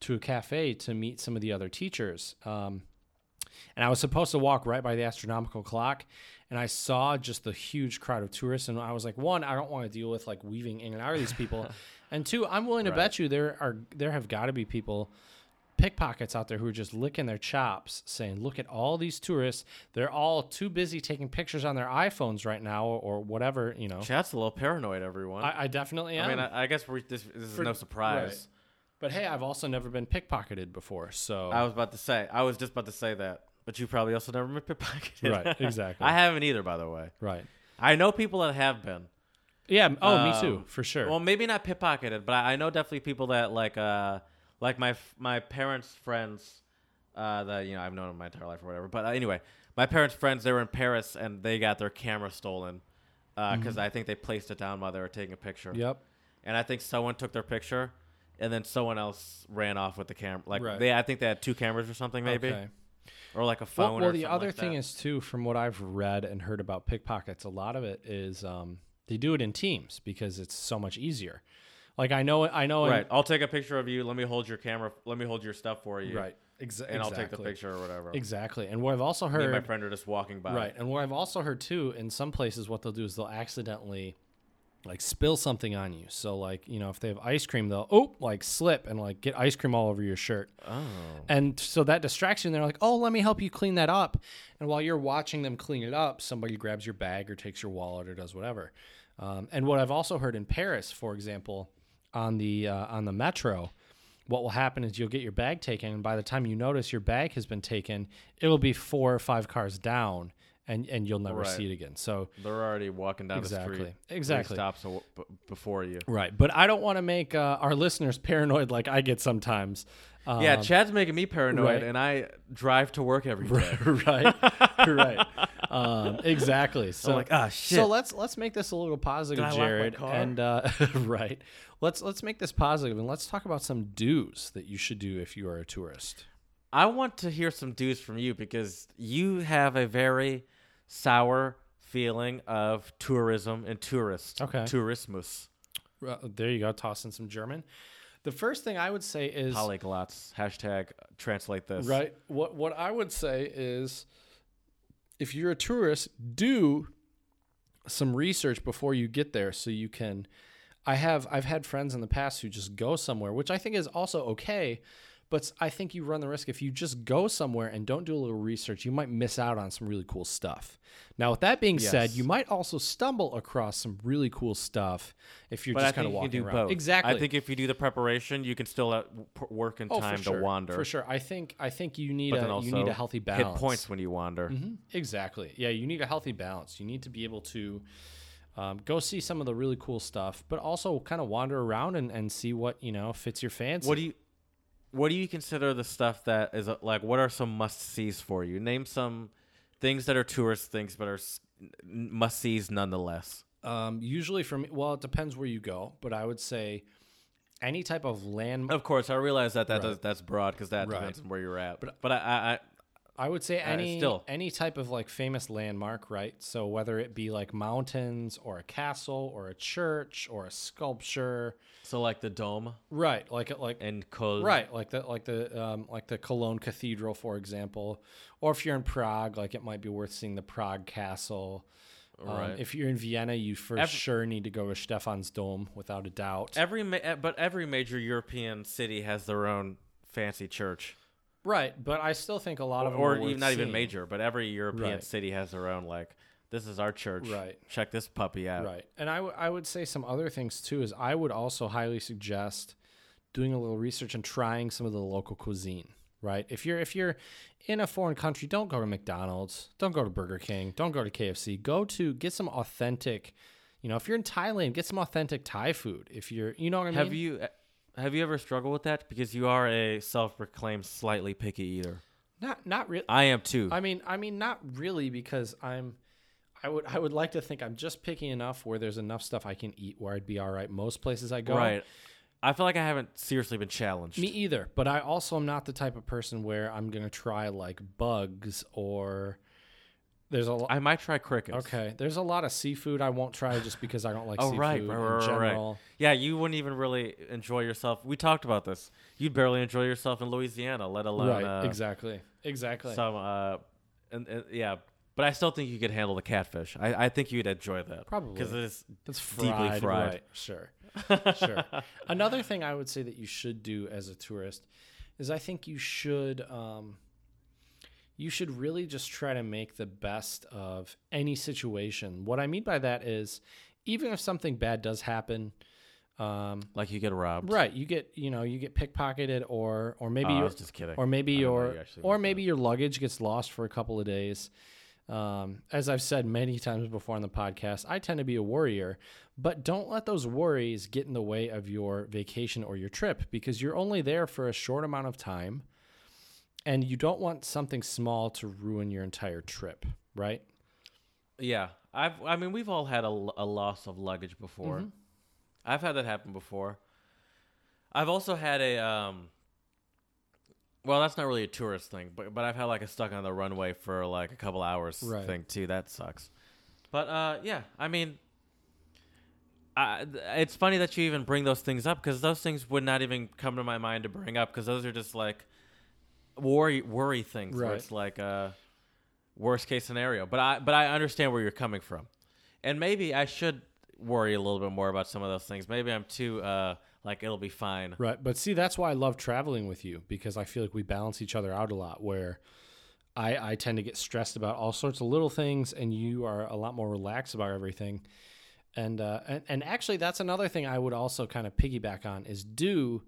Speaker 1: to a cafe to meet some of the other teachers. Um, and I was supposed to walk right by the astronomical clock. And I saw just the huge crowd of tourists. And I was like, one, I don't want to deal with like weaving in and out of these people. and two, I'm willing to bet you there are there have got to be people pickpockets out there who are just licking their chops saying look at all these tourists they're all too busy taking pictures on their iphones right now or whatever you know
Speaker 2: Chad's a little paranoid. Everyone. I,
Speaker 1: i, I definitely am
Speaker 2: mean, I, I guess we this, this is no surprise.
Speaker 1: But hey, I've also never been pickpocketed before, so
Speaker 2: I was about to say. I was just about to say that. But you probably also never been pickpocketed.
Speaker 1: Right, exactly.
Speaker 2: I haven't either, by the way.
Speaker 1: right.
Speaker 2: I know people that have been.
Speaker 1: Yeah. m- Oh, me
Speaker 2: Um,
Speaker 1: too, for sure.
Speaker 2: Well, maybe not pickpocketed, but I I know definitely people that like uh like my f- my parents' friends uh that you know I've known them my entire life or whatever. But uh, anyway, my parents' friends they were in Paris and they got their camera stolen because I think they placed it down while they were taking a picture.
Speaker 1: Mm-hmm. yep.
Speaker 2: And I think someone took their picture and then someone else ran off with the camera. Like
Speaker 1: Right.
Speaker 2: they I think they had two cameras or something maybe
Speaker 1: Okay.
Speaker 2: or like a phone
Speaker 1: Well,
Speaker 2: or
Speaker 1: well the
Speaker 2: something
Speaker 1: other
Speaker 2: like
Speaker 1: thing
Speaker 2: that.
Speaker 1: is too, from what I've read and heard about pickpockets, a lot of it is um, they do it in teams because it's so much easier. Like I know, I know, in-
Speaker 2: Right. I'll take a picture of you. Let me hold your camera. Let me hold your stuff for you.
Speaker 1: right, exa-
Speaker 2: And
Speaker 1: exactly,
Speaker 2: I'll take the picture or whatever.
Speaker 1: Exactly. And what I've also
Speaker 2: Me and my
Speaker 1: heard,
Speaker 2: friend are just walking by.
Speaker 1: Right. And what I've also heard too, in some places, what they'll do is they'll accidentally like spill something on you. So like, you know, if they have ice cream, they'll oh like slip and like get ice cream all over your shirt.
Speaker 2: Oh.
Speaker 1: And so that distracts you and they're like, Oh, let me help you clean that up. And while you're watching them clean it up, somebody grabs your bag or takes your wallet or does whatever. Um, and what I've also heard in Paris, for example, on the uh, on the metro, what will happen is you'll get your bag taken, and by the time you notice your bag has been taken, it'll be four or five cars down, and and you'll never
Speaker 2: Right.
Speaker 1: see it again. So
Speaker 2: They're already walking down
Speaker 1: Exactly.
Speaker 2: the street. three
Speaker 1: Exactly.
Speaker 2: Stops aw- b- before you.
Speaker 1: right, but I don't want to make uh, our listeners paranoid like I get sometimes. Um,
Speaker 2: yeah, Chad's making me paranoid,
Speaker 1: right.
Speaker 2: and I drive to work every day.
Speaker 1: right, right, um, exactly. So
Speaker 2: like, "Ah, shit."
Speaker 1: So let's let's make this a little positive,
Speaker 2: I lock my
Speaker 1: Jared.
Speaker 2: car?
Speaker 1: And uh, right, let's let's make this positive, and let's talk about some do's that you should do if you are a tourist.
Speaker 2: I want to hear some dues from you because you have a very sour feeling of tourism and tourist.
Speaker 1: Okay.
Speaker 2: Tourismus.
Speaker 1: Uh, there you go, toss in some German. The first thing I would say is
Speaker 2: Polyglots. Hashtag translate this.
Speaker 1: right. What what I would say is, if you're a tourist, do some research before you get there, so you can. I have I've had friends in the past who just go somewhere, which I think is also okay, but I think you run the risk if you just go somewhere and don't do a little research, you might miss out on some really cool stuff. Now, with that being said,
Speaker 2: Yes.
Speaker 1: you might also stumble across some really cool stuff if you're
Speaker 2: But I
Speaker 1: just
Speaker 2: think
Speaker 1: kind of
Speaker 2: you can
Speaker 1: walking
Speaker 2: do
Speaker 1: around.
Speaker 2: both.
Speaker 1: Exactly.
Speaker 2: I think if you do the preparation, you can still uh, w- p- work in
Speaker 1: Oh, for
Speaker 2: time
Speaker 1: sure,
Speaker 2: to wander.
Speaker 1: For sure. I think I think you need
Speaker 2: But then
Speaker 1: a
Speaker 2: also
Speaker 1: you need a healthy balance. Mm-hmm.
Speaker 2: Hit points when you wander.
Speaker 1: Exactly. Yeah, you need a healthy balance. You need to be able to um, go see some of the really cool stuff, but also kind of wander around and, and see what you know fits your fancy.
Speaker 2: What do you what do you consider the stuff that is uh, like what are some must-sees for you? Name some things that are tourist things but are s- n- must-sees nonetheless.
Speaker 1: um, usually for me? Well, it depends where you go, but I would say any type of land.
Speaker 2: Of course, I realize that, that does, that's broad because that
Speaker 1: Right.
Speaker 2: depends on where you're at. But, but I, I, I
Speaker 1: I would say any
Speaker 2: still.
Speaker 1: any type of like famous landmark, right? So whether it be like mountains or a castle or a church or a sculpture,
Speaker 2: so like the dome
Speaker 1: right? Like like
Speaker 2: and Cologne.
Speaker 1: right like the like the um, like the cologne cathedral for example or if you're in prague like it might be worth seeing the prague castle Um,
Speaker 2: Right.
Speaker 1: if you're in vienna you for
Speaker 2: Ev-
Speaker 1: sure need to go to stefan's dome without a doubt
Speaker 2: Every ma- eh, but every major European city has their own fancy church,
Speaker 1: right but i still think a lot of them
Speaker 2: or
Speaker 1: are worth
Speaker 2: even not even
Speaker 1: seeing.
Speaker 2: major, but every European
Speaker 1: Right.
Speaker 2: city has their own like this is our church.
Speaker 1: Right.
Speaker 2: Check this puppy out.
Speaker 1: Right. And I, w- I would say some other things too is I would also highly suggest doing a little research and trying some of the local cuisine. Right. If you're if you're in a foreign country, don't go to McDonald's, don't go to Burger King, don't go to KFC. Go to get some authentic. You know, if you're in Thailand, get some authentic Thai food. If you're, you know what I mean.
Speaker 2: Have you uh, Have you ever struggled with that? Because you are a self-proclaimed slightly picky eater.
Speaker 1: Not not really.
Speaker 2: I am too.
Speaker 1: I mean, I mean, not really because I'm. I would I would like to think I'm just picky enough where there's enough stuff I can eat where I'd be all right most places I go.
Speaker 2: right. I feel like I haven't seriously been challenged.
Speaker 1: Me either, but I also am not the type of person where I'm gonna try like bugs or there's a lot.
Speaker 2: I might try crickets.
Speaker 1: Okay, there's a lot of seafood I won't try just because I don't like
Speaker 2: Oh
Speaker 1: seafood
Speaker 2: right, right,
Speaker 1: in
Speaker 2: right, right,
Speaker 1: general.
Speaker 2: right. Yeah, you wouldn't even really enjoy yourself. We talked about this. You'd barely enjoy yourself in Louisiana, let alone
Speaker 1: Right,
Speaker 2: uh,
Speaker 1: exactly, exactly.
Speaker 2: some. Uh, and, and- yeah, but I still think you could handle the catfish. I, I think you'd enjoy that
Speaker 1: Probably.
Speaker 2: because it's
Speaker 1: That's
Speaker 2: deeply
Speaker 1: fried,
Speaker 2: fried.
Speaker 1: right? Sure, sure. Another thing I would say that you should do as a tourist is I think you should um, you should really just try to make the best of any situation. What I mean by that is, even if something bad does happen, um,
Speaker 2: like you get robbed.
Speaker 1: right? You get you know you get pickpocketed, or or maybe
Speaker 2: Oh, I
Speaker 1: you
Speaker 2: was just kidding.
Speaker 1: or maybe
Speaker 2: I don't know
Speaker 1: your
Speaker 2: you actually
Speaker 1: or
Speaker 2: went
Speaker 1: maybe your luggage gets lost for a couple of days. Um, as I've said many times before on the podcast, I tend to be a worrier, but don't let those worries get in the way of your vacation or your trip because you're only there for a short amount of time and you don't want something small to ruin your entire trip, right?
Speaker 2: Yeah, I've. I mean, we've all had a, l- a loss of luggage before.
Speaker 1: Mm-hmm.
Speaker 2: I've had that happen before. I've also had a. Um, well, that's not really a tourist thing, but but I've had like a stuck on the runway for like a couple hours
Speaker 1: Right.
Speaker 2: thing too. That sucks. But uh, yeah, I mean, I, th- it's funny that you even bring those things up because those things would not even come to my mind to bring up because those are just like worry worry things where
Speaker 1: Right.
Speaker 2: it's like uh worst case scenario. But I but I understand where you're coming from, and maybe I should worry a little bit more about some of those things. Maybe I'm too uh like it'll be fine.
Speaker 1: Right. But see, that's why I love traveling with you because I feel like we balance each other out a lot where I, I tend to get stressed about all sorts of little things and you are a lot more relaxed about everything. And, uh, and, and actually that's another thing I would also kind of piggyback on is do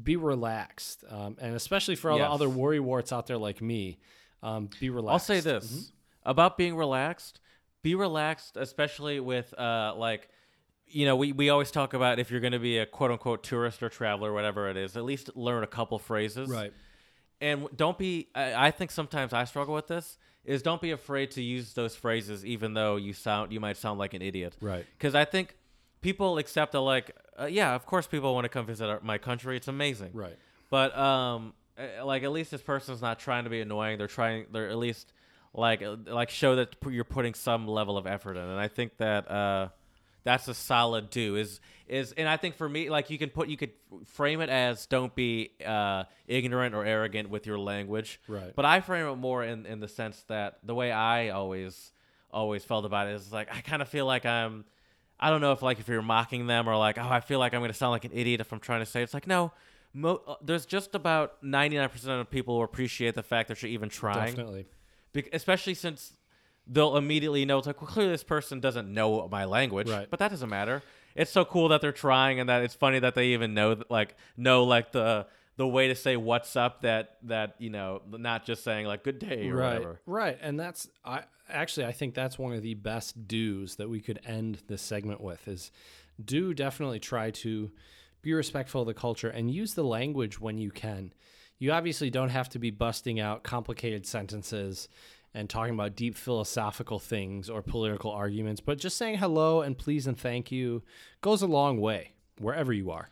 Speaker 1: be relaxed. Um, and especially for all
Speaker 2: Yes.
Speaker 1: the other worry warts out there like me, um, be
Speaker 2: I'll
Speaker 1: relaxed.
Speaker 2: say this about being relaxed. Be relaxed, especially with uh, like, you know, we, we always talk about if you're going to be a quote unquote tourist or traveler, whatever it is, at least learn a couple phrases.
Speaker 1: Right.
Speaker 2: And w- don't be, I, I think sometimes I struggle with this, is don't be afraid to use those phrases, even though you sound, you might sound like an idiot.
Speaker 1: Right.
Speaker 2: Because I think people accept that, like, uh, yeah, of course people want to come visit our, my country. It's amazing.
Speaker 1: Right.
Speaker 2: But um, eh, like at least this person's not trying to be annoying. They're trying. They're at least like uh, like show that p- you're putting some level of effort in. And I think that uh, that's a solid do is is. And I think for me, like you can put you could frame it as don't be uh, ignorant or arrogant with your language.
Speaker 1: Right.
Speaker 2: But I frame it more in in the sense that the way I always always felt about it is like I kind of feel like I'm. I don't know if like if you're mocking them or like oh I feel like I'm gonna sound like an idiot if I'm trying to say it. it's like no, mo- uh, there's just about 99 percent of people who appreciate the fact that you're even trying,
Speaker 1: Definitely.
Speaker 2: Be- especially since they'll immediately know it's like well clearly this person doesn't know my language,
Speaker 1: Right.
Speaker 2: but that doesn't matter. It's so cool that they're trying and that it's funny that they even know th- like know like the the way to say what's up that that you know not just saying like good day or
Speaker 1: right,
Speaker 2: whatever.
Speaker 1: Right. And that's I actually I think that's one of the best do's that we could end this segment with is do definitely try to be respectful of the culture and use the language when you can. You obviously don't have to be busting out complicated sentences and talking about deep philosophical things or political arguments, but just saying hello and please and thank you goes a long way wherever you are.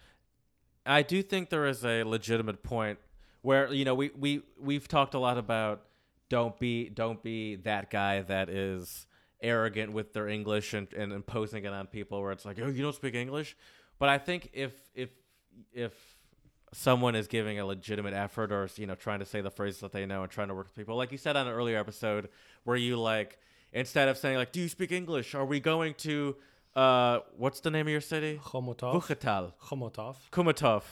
Speaker 2: I do think there is a legitimate point where you know we we we've talked a lot about don't be don't be that guy that is arrogant with their English and, and imposing it on people where it's like oh you don't speak English, but I think if if if someone is giving a legitimate effort or you know trying to say the phrases that they know and trying to work with people like you said on an earlier episode where you like instead of saying like do you speak English are we going to uh what's the name of your city
Speaker 1: Khomotov.
Speaker 2: Buchatal
Speaker 1: Khomotov.
Speaker 2: Kumatov.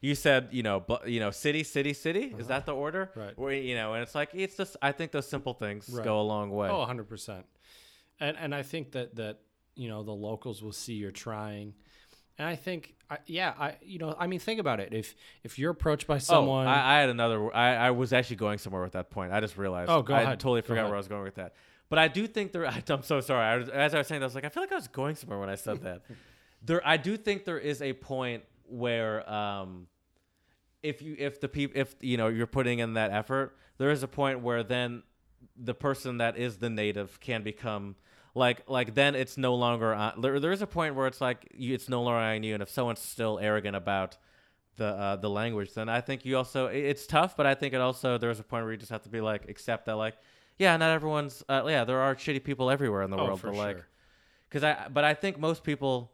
Speaker 2: You said, you know, bu- you know, city, city, city. Is that the order?
Speaker 1: Uh-huh. Right.
Speaker 2: Where, you know, and it's like it's just. I think those simple things
Speaker 1: Right.
Speaker 2: go a long way.
Speaker 1: Oh, 100 percent. And and I think that that you know the locals will see you're trying, and I think I, yeah I you know I mean think about it if if you're approached by
Speaker 2: Oh,
Speaker 1: someone
Speaker 2: I, I had another. I, I was actually going somewhere with that point. I just realized.
Speaker 1: Oh, go
Speaker 2: I
Speaker 1: ahead.
Speaker 2: totally
Speaker 1: Go
Speaker 2: forgot
Speaker 1: ahead.
Speaker 2: where I was going with that. But I do think there. I'm so sorry. I was, as I was saying, that, I was like, I feel like I was going somewhere when I said that. there, I do think there is a point where um, if you if the people if you know you're putting in that effort, there is a point where then the person that is the native can become like like then it's no longer on, there. There is a point where it's like you, it's no longer on you, and if someone's still arrogant about the uh, the language, then I think you also it- it's tough. But I think it also there's a point where you just have to be like accept that like yeah, not everyone's uh, yeah. There are shitty people everywhere in the
Speaker 1: Oh,
Speaker 2: world,
Speaker 1: for
Speaker 2: but like
Speaker 1: sure.
Speaker 2: because I but I think most people,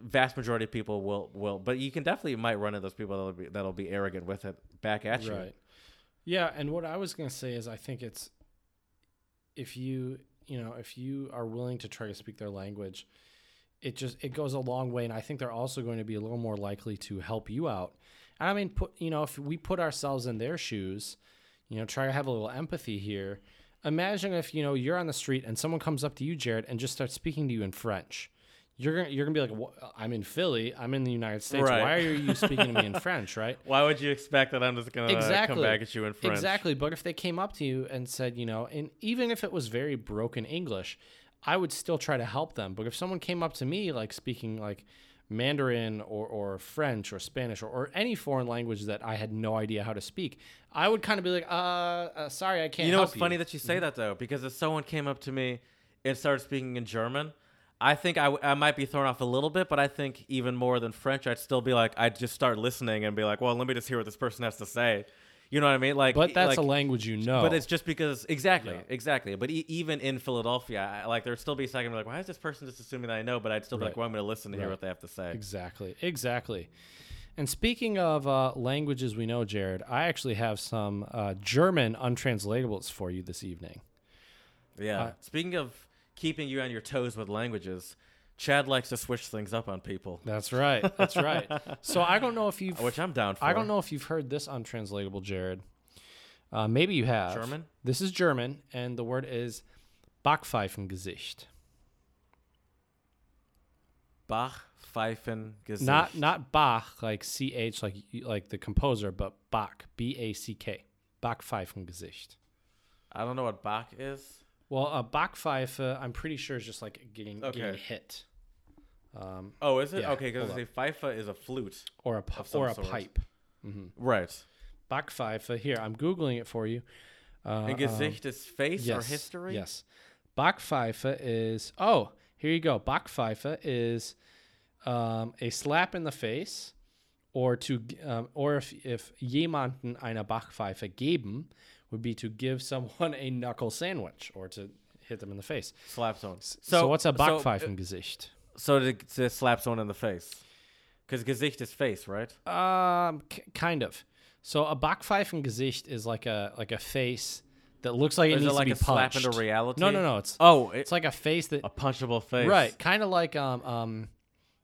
Speaker 2: vast majority of people will will. But you can definitely might run into those people that'll be that'll be arrogant with it back at you.
Speaker 1: Right. Yeah, and what I was going to say is I think it's if you, you know, if you are willing to try to speak their language, it just it goes a long way and I think they're also going to be a little more likely to help you out. And I mean, put, you know, if we put ourselves in their shoes, you know, try to have a little empathy here. Imagine if, you know, you're on the street and someone comes up to you, Jared, and just starts speaking to you in French. You're going to you're going to be like, "Wha- "I'm in Philly, I'm in the United States.
Speaker 2: Right.
Speaker 1: Why are you speaking to me in French, right?"
Speaker 2: Why would you expect that I'm just gonna
Speaker 1: exactly
Speaker 2: uh, come back at you in French?
Speaker 1: Exactly. But if they came up to you and said, you know, and even if it was very broken English, I would still try to help them. But if someone came up to me like speaking like Mandarin or, or French or Spanish or, or any foreign language that I had no idea how to speak, I would kind of be like, uh, uh sorry, I can't.
Speaker 2: You know,
Speaker 1: help
Speaker 2: it's funny that you say that though, because if someone came up to me and started speaking in German. I think I, w- I might be thrown off a little bit, but I think even more than French, I'd still be like, I'd just start listening and be like, well, let me just hear what this person has to say. You know what I mean? Like, e,
Speaker 1: But that's
Speaker 2: like,
Speaker 1: a language you know.
Speaker 2: But it's just because exactly,
Speaker 1: Yeah.
Speaker 2: exactly. But e- even in Philadelphia, I, like there'd still be a second like, why is this person just assuming that I know? But I'd still be
Speaker 1: Right.
Speaker 2: like, well, I'm going to listen to hear
Speaker 1: Right.
Speaker 2: what they have to say.
Speaker 1: Exactly. Exactly. And speaking of uh, languages we know, Jared, I actually have some uh, German untranslatables for you this evening.
Speaker 2: Yeah.
Speaker 1: Uh,
Speaker 2: Speaking of keeping you on your toes with languages, Chad likes to switch things up on people,
Speaker 1: That's right. That's right. so I don't know if you've
Speaker 2: which I'm down for.
Speaker 1: I don't know if you've heard this untranslatable, Jared. Uh, maybe you have.
Speaker 2: German?
Speaker 1: This is German, and the word is Backpfeifengesicht.
Speaker 2: Bach Pfeifen Gesicht.
Speaker 1: Not not Bach like C H like like the composer, but Bach B A C K Backpfeifengesicht.
Speaker 2: I don't know what Bach is.
Speaker 1: Well, a Backpfeife, uh, I'm pretty sure is just like getting getting
Speaker 2: Okay.
Speaker 1: hit, um,
Speaker 2: Oh, is it?
Speaker 1: Yeah,
Speaker 2: okay, because
Speaker 1: hold
Speaker 2: say Pfeife is a flute.
Speaker 1: or a pu-
Speaker 2: Of some
Speaker 1: or a
Speaker 2: sort.
Speaker 1: pipe.
Speaker 2: Right.
Speaker 1: Backpfeife. Here, I'm googling it for you. Uh,
Speaker 2: And
Speaker 1: um,
Speaker 2: Gesicht is face or history?
Speaker 1: Yes. Backpfeife is oh, here you go. Backpfeife is um, a slap in the face, or to g- um, or if if jemanden eine Backpfeife geben would be to give someone a knuckle sandwich or to hit them in the face.
Speaker 2: Slap someone. So,
Speaker 1: So, what's a
Speaker 2: so-
Speaker 1: Backpfeifengesicht?
Speaker 2: So to, to slap someone in the face. Because Gesicht is face, right?
Speaker 1: Um, k- kind of. So a Backpfeifengesicht is like a like a face that looks like it
Speaker 2: Or is
Speaker 1: needs
Speaker 2: it like
Speaker 1: to
Speaker 2: a
Speaker 1: be punched.
Speaker 2: slap into reality?
Speaker 1: No, no, no. It's
Speaker 2: Oh, it,
Speaker 1: it's like a face that
Speaker 2: a punchable face.
Speaker 1: Right, kind of like um um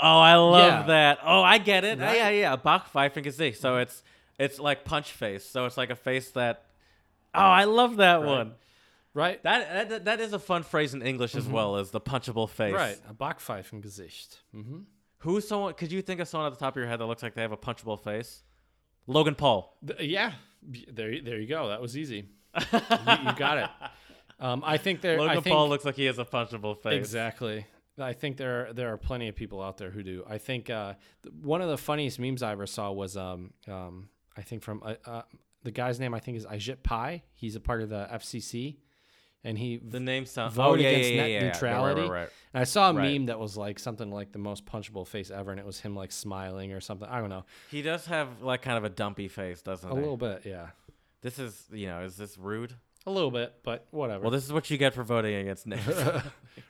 Speaker 2: Oh, I love
Speaker 1: Yeah.
Speaker 2: that. Oh, I get it.
Speaker 1: Right?
Speaker 2: Yeah, yeah. A Bachpfeifen Gesicht. So it's it's like punch face. So it's like a face that. Oh, I love that one. Mm-hmm.
Speaker 1: right
Speaker 2: That, that that is a fun phrase in English as well as the punchable face.
Speaker 1: right a Backpfeifengesicht. Mm-hmm.
Speaker 2: Who's someone? Could you think of someone at the top of your head that looks like they have a punchable face? Logan Paul.
Speaker 1: Th- yeah, y- there there you go. That was easy. you, you got it. Um, I think there.
Speaker 2: Logan
Speaker 1: I think,
Speaker 2: Paul looks like he has a punchable face.
Speaker 1: Exactly. I think there are, there are plenty of people out there who do. I think uh, th- one of the funniest memes I ever saw was um, um, I think from uh, uh, the guy's name I think is Ajit Pai. He's a part of the FCC, and he
Speaker 2: The name sounds.
Speaker 1: vote
Speaker 2: oh, yeah,
Speaker 1: against
Speaker 2: yeah,
Speaker 1: net
Speaker 2: yeah, yeah, yeah.
Speaker 1: neutrality.
Speaker 2: Right, right, right.
Speaker 1: And I saw a
Speaker 2: Right.
Speaker 1: meme that was like something like the most punchable face ever, and it was him like smiling or something. I don't know,
Speaker 2: He does have like kind of a dumpy face, doesn't
Speaker 1: a
Speaker 2: he?
Speaker 1: little bit, yeah,
Speaker 2: This is, you know, is this rude?
Speaker 1: a little bit, but whatever,
Speaker 2: Well, this is what you get for voting against net.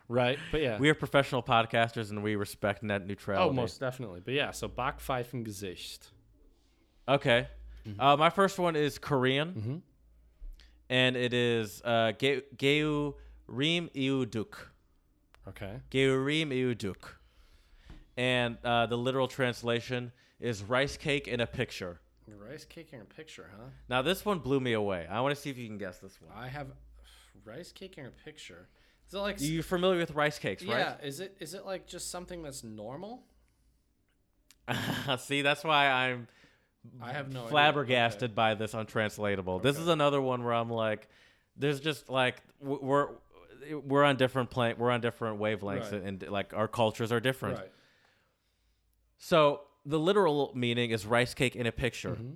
Speaker 1: right? But yeah,
Speaker 2: we are professional podcasters and we respect net neutrality.
Speaker 1: oh, most definitely. But yeah, so Backpfeifengesicht.
Speaker 2: Okay.
Speaker 1: Mm-hmm.
Speaker 2: Uh, my first one is Korean,
Speaker 1: Mhm.
Speaker 2: and it is uh, Ge- Geu Rim Iuduk.
Speaker 1: Okay,
Speaker 2: Geu Rim Iuduk. And uh, the literal translation is rice cake in a picture.
Speaker 1: rice cake in a picture, huh?
Speaker 2: Now, this one blew me away. I want to see if you can guess this one.
Speaker 1: I have rice cake in a picture. Is it like s-
Speaker 2: You're familiar with rice cakes,
Speaker 1: yeah? Is it is it like just something that's normal?
Speaker 2: right? See, that's why I'm
Speaker 1: I have no idea.
Speaker 2: flabbergasted by this untranslatable. This
Speaker 1: Okay.
Speaker 2: is another one where I'm like, there's just like w- we're we're on different plane, we're on different wavelengths,
Speaker 1: Right.
Speaker 2: and, and like our cultures are
Speaker 1: Okay.
Speaker 2: different.
Speaker 1: Right.
Speaker 2: So the literal meaning is rice cake in a picture.
Speaker 1: Mm-hmm.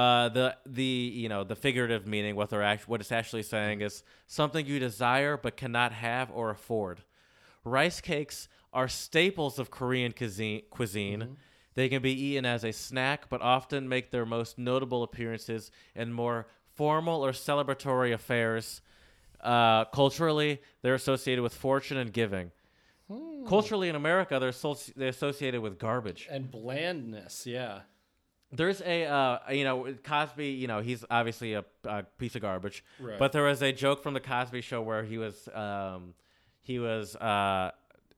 Speaker 2: Uh, the the you know the figurative meaning, what they're act- what it's actually saying is something you desire but cannot have or afford. Rice cakes are staples of Korean cuisine. cuisine. They can be eaten as a snack, but often make their most notable appearances in more formal or celebratory affairs. Uh, culturally, they're associated with fortune and giving. Culturally, in America, they're, so- they're associated with garbage.
Speaker 1: And blandness, yeah.
Speaker 2: There's a, uh, you know, Cosby, you know, he's obviously a, a piece of garbage.
Speaker 1: Right.
Speaker 2: But there was a joke from the Cosby show where he was, um, he was uh,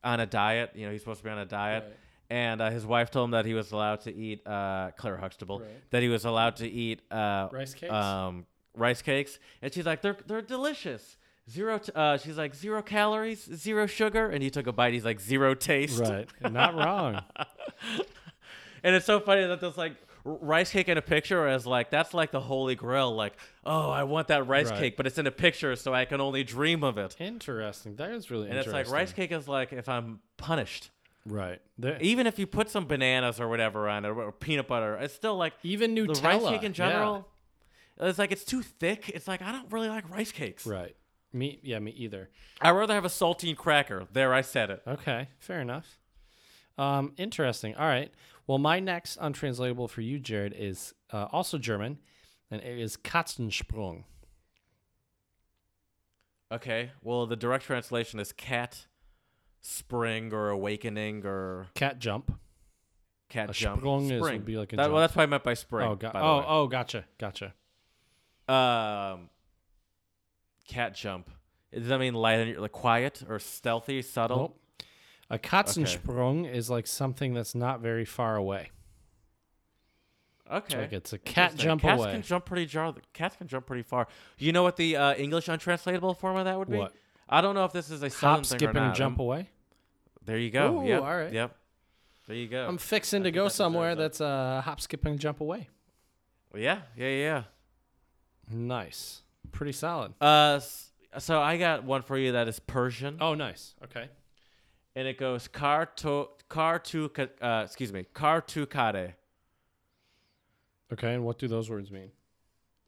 Speaker 2: on a diet. You know, he's supposed to be on a diet.
Speaker 1: Right.
Speaker 2: And uh, his wife told him that he was allowed to eat, uh, Claire Huxtable,
Speaker 1: Right.
Speaker 2: that he was allowed to eat uh,
Speaker 1: Rice cakes?
Speaker 2: Um, rice cakes. And she's like, they're, they're delicious. Zero, t- uh, she's like, zero calories, zero sugar. And he took a bite. He's like, zero taste.
Speaker 1: Right. Not wrong.
Speaker 2: And it's so funny that there's like r- rice cake in a picture is like that's like the holy grail. Like, oh, I want that rice
Speaker 1: Right.
Speaker 2: cake, but it's in a picture, so I can only dream of it.
Speaker 1: Interesting. That is really
Speaker 2: And it's
Speaker 1: interesting.
Speaker 2: like rice cake is like if I'm punished,
Speaker 1: Right. There-
Speaker 2: even if you put some bananas or whatever on it or peanut butter, it's still like
Speaker 1: even
Speaker 2: the
Speaker 1: Nutella.
Speaker 2: rice cake in
Speaker 1: yeah.
Speaker 2: general. It's like it's too thick. It's like I don't really like rice cakes.
Speaker 1: Right. Me, yeah, me either.
Speaker 2: I'd rather have a saltine cracker. There, I said it.
Speaker 1: Okay, fair enough. Um, interesting. All right. Well, my next untranslatable for you, Jared, is uh, also German, and it is Katzensprung.
Speaker 2: Okay. Well, the direct translation is cat spring or awakening or
Speaker 1: Cat jump.
Speaker 2: cat
Speaker 1: A
Speaker 2: jump.
Speaker 1: sprung is- would be like a
Speaker 2: That-
Speaker 1: jump.
Speaker 2: Well, that's what I meant by spring.
Speaker 1: oh, go-
Speaker 2: by the
Speaker 1: oh,
Speaker 2: way.
Speaker 1: oh, gotcha, gotcha.
Speaker 2: Um, cat jump. Does that mean light on your like quiet or stealthy, subtle?
Speaker 1: Nope. A Katzensprung is like something that's not very far away.
Speaker 2: Okay.
Speaker 1: Like it's a cat
Speaker 2: Interesting.
Speaker 1: jump
Speaker 2: Cats
Speaker 1: away.
Speaker 2: can jump pretty jar. Cats can jump pretty far. You know what the uh, English untranslatable form of that would be?
Speaker 1: What?
Speaker 2: I don't know if this is a southern
Speaker 1: Hop,
Speaker 2: thing
Speaker 1: skip,
Speaker 2: or not. Um,
Speaker 1: and jump away.
Speaker 2: There you go.
Speaker 1: Ooh,
Speaker 2: yep.
Speaker 1: all right.
Speaker 2: Yep. There you go.
Speaker 1: I'm fixing to go
Speaker 2: Oh, that deserves
Speaker 1: somewhere
Speaker 2: that.
Speaker 1: that's uh, hop, skip, and jump away.
Speaker 2: yeah. Yeah. Yeah.
Speaker 1: Nice. Pretty solid.
Speaker 2: yeah. Uh, s- so I got one for you that is Persian.
Speaker 1: Oh, nice. Okay.
Speaker 2: and it goes car to car to ca- uh, excuse me car to kare
Speaker 1: Okay, and what do those words mean?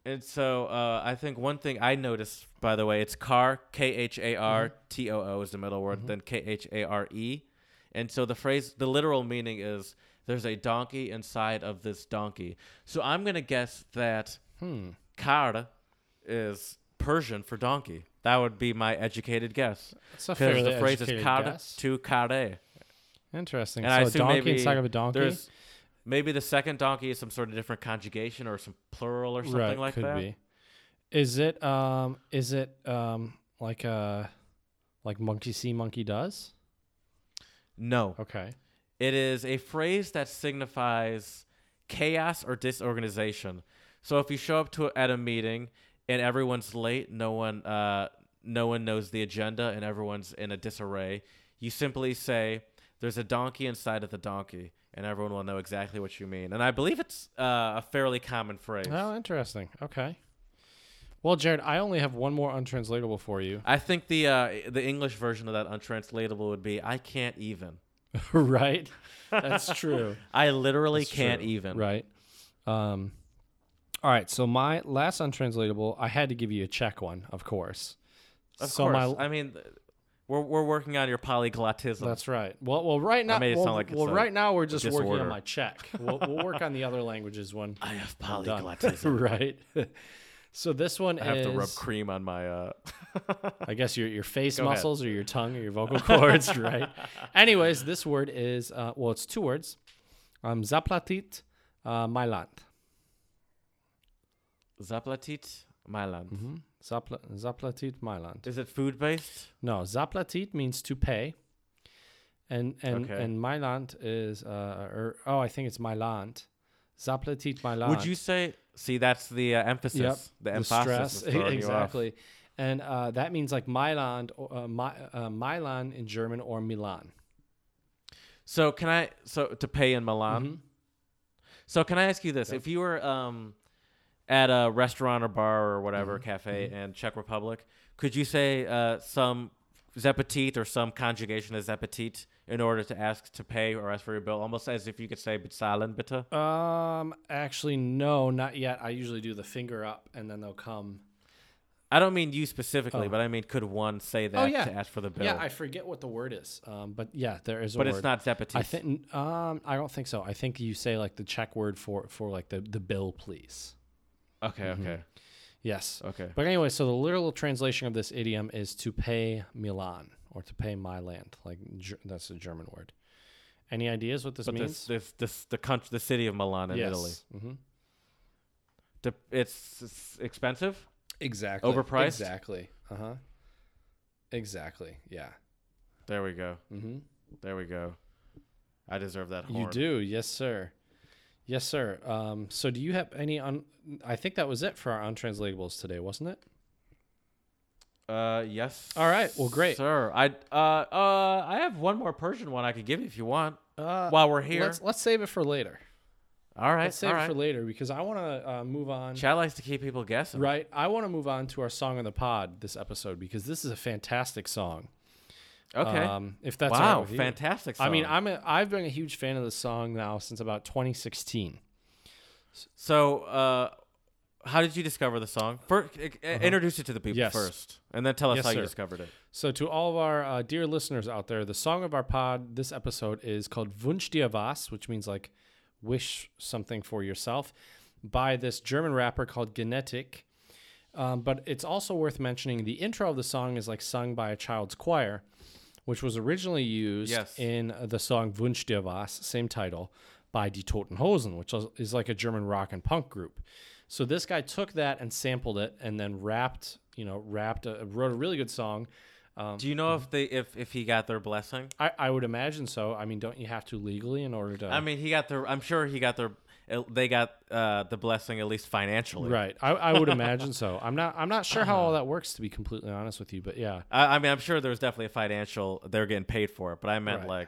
Speaker 2: and so uh, i think one thing i noticed by the way it's car k-h-a-r-t-o-o is the middle
Speaker 1: Mm-hmm.
Speaker 2: word then k-h-a-r-e E. and so the phrase the literal meaning is there's a donkey inside of this donkey so i'm gonna guess that
Speaker 1: Hmm.
Speaker 2: car is persian for donkey that would be my educated guess
Speaker 1: That's a
Speaker 2: because
Speaker 1: fairly
Speaker 2: the phrase is
Speaker 1: educated
Speaker 2: car
Speaker 1: guess.
Speaker 2: to kare
Speaker 1: Interesting.
Speaker 2: And I
Speaker 1: so a
Speaker 2: assume
Speaker 1: donkey
Speaker 2: maybe
Speaker 1: inside of a donkey.
Speaker 2: There's maybe the second donkey is some sort of different conjugation or some plural or something
Speaker 1: right,
Speaker 2: like
Speaker 1: could
Speaker 2: that.
Speaker 1: be. Is it um is it um like uh like monkey see monkey does?
Speaker 2: No,
Speaker 1: Okay.
Speaker 2: it is a phrase that signifies chaos or disorganization. So if you show up to at a meeting and everyone's late, no one uh, no one knows the agenda, and everyone's in a disarray, you simply say, "There's a donkey inside of the donkey." And everyone will know exactly what you mean, and I believe it's uh, a fairly common phrase.
Speaker 1: Oh, interesting. Okay. Well, Jared, I only have one more untranslatable for you.
Speaker 2: I think the uh, the English version of that untranslatable would be I can't even.
Speaker 1: right? That's true.
Speaker 2: I literally
Speaker 1: That's
Speaker 2: can't
Speaker 1: true,
Speaker 2: even.
Speaker 1: Right. Um, all right. So my last untranslatable, I had to give you a Czech one, of course.
Speaker 2: Of
Speaker 1: so
Speaker 2: course.
Speaker 1: My,
Speaker 2: I mean, th- we're we're working on your polyglottism.
Speaker 1: that's right. Well, well, right now,
Speaker 2: made it
Speaker 1: well,
Speaker 2: sound like it's
Speaker 1: well,
Speaker 2: a
Speaker 1: right now we're just working on
Speaker 2: disorder.
Speaker 1: my Czech. We'll, we'll work on the other languages when
Speaker 2: I have
Speaker 1: I'm done.
Speaker 2: polyglottism.
Speaker 1: right. so this one
Speaker 2: I have
Speaker 1: is,
Speaker 2: to rub cream on my. Uh...
Speaker 1: I guess, your your face
Speaker 2: ahead.
Speaker 1: muscles or your tongue or your vocal cords, right? Anyways, this word is uh, well, it's two words. Um, zaplatit, uh, my land.
Speaker 2: Zaplatit Mailand.
Speaker 1: Hmm? Zapla- zaplatit, my land.
Speaker 2: Is it food based?
Speaker 1: No, zaplatit means to pay, and and
Speaker 2: Okay.
Speaker 1: and Mailand is uh or oh I think it's Mailand, zaplatit Mailand.
Speaker 2: Would you say? See, that's the uh, emphasis.
Speaker 1: Yep,
Speaker 2: The emphasis. is throwing you off.
Speaker 1: exactly, and uh, that means like Mailand, or, uh, my, uh, Milan in German or Milan.
Speaker 2: So can I? So to pay in Milan.
Speaker 1: Mm-hmm.
Speaker 2: So can I ask you this? If you were um, at a
Speaker 1: Mm-hmm.
Speaker 2: restaurant or bar or whatever cafe in Czech Republic, could you say uh, some Zepetit or some conjugation of Zepetit in order to ask to pay or ask for your bill, almost as if you could say bezahlen bitte.
Speaker 1: Um, actually, no, not yet. I usually do the finger up, and then they'll come.
Speaker 2: I don't mean you specifically, but I mean could one say that
Speaker 1: Oh, yeah.
Speaker 2: to ask for the bill?
Speaker 1: Yeah, I forget what the word is. Um, but yeah, there is. A
Speaker 2: but
Speaker 1: word.
Speaker 2: it's not Zepetit.
Speaker 1: I think. Um, I don't think so. I think you say like the Czech word for for like the the bill, please.
Speaker 2: okay,
Speaker 1: Mm-hmm.
Speaker 2: okay,
Speaker 1: Yes.
Speaker 2: okay.
Speaker 1: But anyway, so the literal translation of this idiom is to pay Milan or to pay my land. Like Ger- that's a German word. Any ideas what this
Speaker 2: But
Speaker 1: means?
Speaker 2: this, this, this, the country, the city of Milan in Italy.
Speaker 1: hmm
Speaker 2: The, it's, it's expensive.
Speaker 1: Exactly.
Speaker 2: Overpriced?
Speaker 1: Exactly. Uh huh. Exactly. Yeah.
Speaker 2: There we go.
Speaker 1: Mm-hmm.
Speaker 2: There we go. I deserve that horn.
Speaker 1: You do, yes, sir. Yes, sir. Um, so, do you have any? Un- I think that was it for our untranslatables today, wasn't it?
Speaker 2: Uh, yes.
Speaker 1: All right, well, great.
Speaker 2: sir. I uh uh I have one more Persian one I could give you if you want
Speaker 1: Uh,
Speaker 2: while we're here.
Speaker 1: let's let's save it for later.
Speaker 2: all right,
Speaker 1: Let's save
Speaker 2: all
Speaker 1: it
Speaker 2: right.
Speaker 1: for later because I want to uh, move on.
Speaker 2: Chad likes to keep people guessing.
Speaker 1: Right, I want to move on to our song of the pod this episode because this is a fantastic song.
Speaker 2: Okay.
Speaker 1: Um, if that's all right
Speaker 2: wow,
Speaker 1: with you.
Speaker 2: fantastic.
Speaker 1: I mean,
Speaker 2: song.
Speaker 1: I'm a, I've been a huge fan of this song now since about 2016.
Speaker 2: so uh, how did you discover the song? 1st introduce it to the people
Speaker 1: Uh-huh. Yes.
Speaker 2: first, and then tell us
Speaker 1: Yes,
Speaker 2: how
Speaker 1: sir.
Speaker 2: you discovered it.
Speaker 1: So, to all of our uh, dear listeners out there, the song of our pod this episode is called Wunsch dir was, which means like wish something for yourself, by this German rapper called Genetic. Um, but it's also worth mentioning the intro of the song is like sung by a child's choir, which was originally used
Speaker 2: Yes.
Speaker 1: in the song Wunsch dir was, same title, by Die Toten Hosen, which is- is like a German rock and punk group. So this guy took that and sampled it and then rapped, you know, rapped, a, wrote a really good song. Um,
Speaker 2: Do you know if they if if he got their blessing?
Speaker 1: I, I would imagine so. I mean, don't you have to legally in order to?
Speaker 2: I mean, he got their. I'm sure he got their. They got uh, the blessing at least financially.
Speaker 1: right. I, I would imagine so. I'm not. I'm not sure how all
Speaker 2: Uh-huh.
Speaker 1: that works to be completely honest with you, but yeah.
Speaker 2: I, I mean, I'm sure there was definitely a financial. They're getting paid for it, but I meant
Speaker 1: Right.
Speaker 2: like,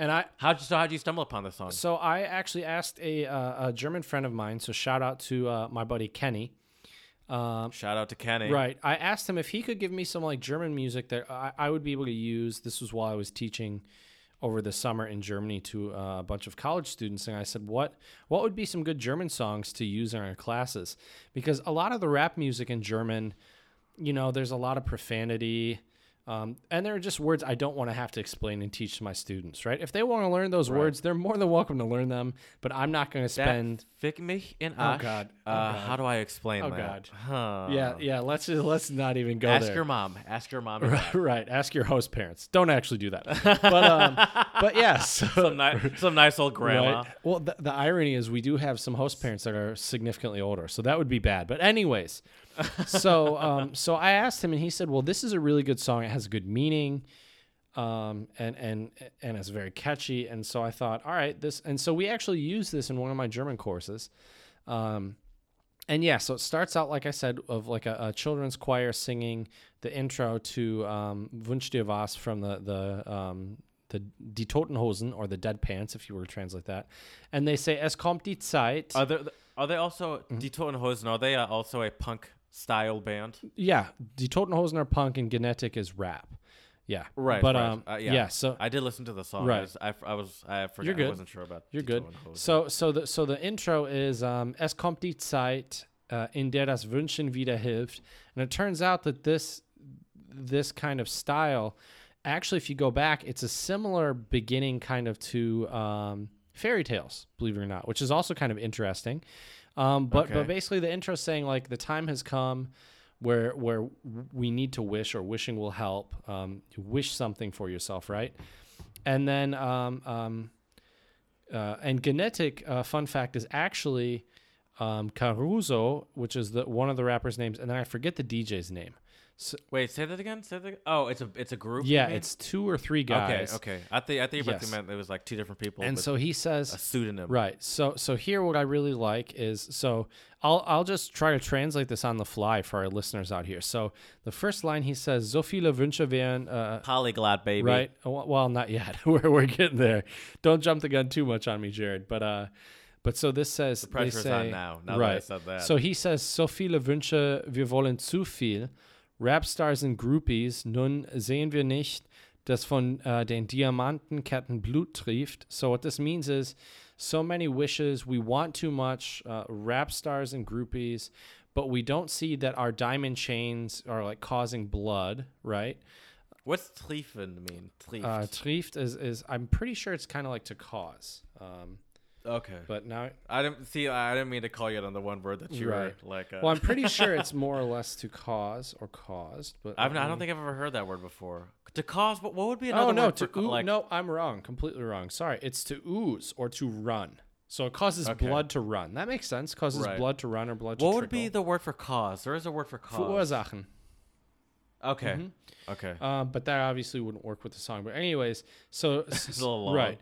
Speaker 1: And I,
Speaker 2: how'd you so how'd you stumble upon this song?
Speaker 1: So I actually asked a, uh, a German friend of mine. So shout out to uh, my buddy Kenny. Um,
Speaker 2: Shout out to Kenny.
Speaker 1: right. I asked him if he could give me some like German music that I, I would be able to use. This was while I was teaching over the summer in Germany to uh, a bunch of college students, and I said, "What what would be some good German songs to use in our classes?" Because a lot of the rap music in German, you know, there's a lot of profanity. Um, and there are just words I don't want to have to explain and teach to my students, right? If they want to learn those words, they're more than welcome to learn them, but I'm not going to
Speaker 2: That
Speaker 1: spend.
Speaker 2: fick mich in Asch.
Speaker 1: God. Oh,
Speaker 2: Uh, How do I explain
Speaker 1: Oh,
Speaker 2: that?
Speaker 1: God.
Speaker 2: Huh.
Speaker 1: yeah, yeah, let's just, let's not even go
Speaker 2: Ask
Speaker 1: there.
Speaker 2: your mom. Ask your mom.
Speaker 1: right, ask your host parents. Don't actually do that. But um, but yeah, so
Speaker 2: some, ni- some nice old grandma.
Speaker 1: Right. Well, the, the irony is we do have some host parents that are significantly older, so that would be bad. But anyways, so um, so I asked him, and he said, "Well, this is a really good song. It has good meaning, um, and and and it's very catchy." And so I thought, all right, this. And so we actually used this in one of my German courses. Um, and yeah, so it starts out like I said, of like a, a children's choir singing the intro to um, "Wunsch dir was" from the the um, the Die Totenhosen or the Dead Pants, if you were to translate that. And they say "Es kommt die Zeit."
Speaker 2: Are there? Are they also
Speaker 1: Mm-hmm.
Speaker 2: Die Toten Hosen? Are they uh, also a punk style band?
Speaker 1: yeah, Die Totenhosen are punk and Genetic is rap. Yeah,
Speaker 2: Right.
Speaker 1: But
Speaker 2: right.
Speaker 1: um,
Speaker 2: Uh,
Speaker 1: yeah. so
Speaker 2: I did listen to the song.
Speaker 1: Right.
Speaker 2: I was. I, f- I was. I forgot.
Speaker 1: You're good.
Speaker 2: I wasn't sure about.
Speaker 1: You're
Speaker 2: Die
Speaker 1: good.
Speaker 2: Toten Hosen.
Speaker 1: So so the so the intro is um, es kommt die Zeit, uh, in der das Wünschen wieder hilft, and it turns out that this this kind of style, actually, if you go back, it's a similar beginning kind of to um, fairy tales, believe it or not, which is also kind of interesting. Um, but but
Speaker 2: Okay.
Speaker 1: basically, the intro saying like the time has come. Where, where we need to wish or wishing will help um, wish something for yourself right and then um, um, uh, and genetic uh, fun fact is actually um, Caruso, which is the one of the rappers' names, and then I forget the DJ's name.
Speaker 2: Wait, say that again. Say that. Again? Oh, it's a it's a group. you
Speaker 1: Yeah,
Speaker 2: mean?
Speaker 1: it's two or three
Speaker 2: okay.
Speaker 1: guys.
Speaker 2: Okay. I think I think you
Speaker 1: Yes.
Speaker 2: meant it was like two different people.
Speaker 1: And
Speaker 2: with
Speaker 1: so he
Speaker 2: a
Speaker 1: says,
Speaker 2: pseudonym.
Speaker 1: right. So so here, what I really like is so I'll I'll just try to translate this on the fly for our listeners out here. So the first line he says, "So viele Wünsche wären." Uh,
Speaker 2: Polyglot baby.
Speaker 1: Right. Uh, w- Well, not yet. we're, we're getting there. Don't jump the gun too much on me, Jared. But uh, but so this says the
Speaker 2: pressure's
Speaker 1: they say,
Speaker 2: on now, now that I
Speaker 1: right.
Speaker 2: said that.
Speaker 1: So he says so viele Wünsche, wir wollen zu viel. Rapstars und Groupies, nun sehen wir nicht, dass von uh, den Diamantenketten Blut trieft. So what this means is so many wishes, we want too much, uh, rap stars and groupies, but we don't see that our diamond chains are like causing blood, right?
Speaker 2: What's triefen mean? Trieft.
Speaker 1: Uh, trieft is, is, I'm pretty sure it's kind of like to cause. Um,
Speaker 2: okay.
Speaker 1: but now,
Speaker 2: I didn't see. I didn't mean to call you out on the one word that you
Speaker 1: Right.
Speaker 2: were like. Uh,
Speaker 1: well, I'm pretty sure it's more or less to cause or caused, but
Speaker 2: I've,
Speaker 1: let
Speaker 2: I don't
Speaker 1: me-
Speaker 2: think I've ever heard that word before. To cause, what, what would be another
Speaker 1: Oh no,
Speaker 2: word for
Speaker 1: to
Speaker 2: co-
Speaker 1: ooze.
Speaker 2: like?
Speaker 1: no, I'm wrong. Completely wrong. Sorry. It's to ooze or to run. So it causes
Speaker 2: Okay.
Speaker 1: blood to run. That makes sense. Causes
Speaker 2: Right.
Speaker 1: blood to run or blood to
Speaker 2: what would be
Speaker 1: trickle.
Speaker 2: the word for cause? There is a word for cause.
Speaker 1: Verursachen.
Speaker 2: Okay. Okay.
Speaker 1: Uh, but that obviously wouldn't work with the song. But anyways, so
Speaker 2: It's a little long.
Speaker 1: right,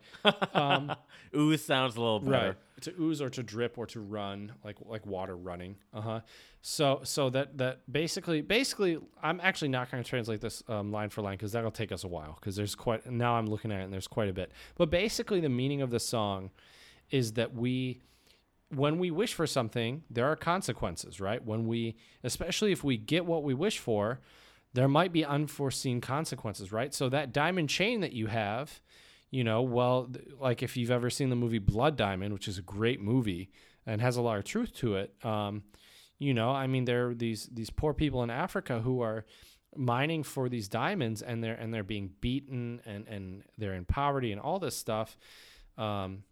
Speaker 1: um,
Speaker 2: Ooze sounds a little better.
Speaker 1: right, to ooze or to drip or to run like like water running. Uh huh. So so that that basically basically I'm actually not going to translate this um, line for line because that'll take us a while because there's quite now I'm looking at it and there's quite a bit. But basically the meaning of the song is that we when we wish for something, there are consequences, right? When we, especially if we get what we wish for, there might be unforeseen consequences, right? So that diamond chain that you have, you know, well, th- like if you've ever seen the movie Blood Diamond, which is a great movie and has a lot of truth to it, um, you know, I mean, there are these these poor people in Africa who are mining for these diamonds and they're and they're being beaten and and they're in poverty and all this stuff. Um,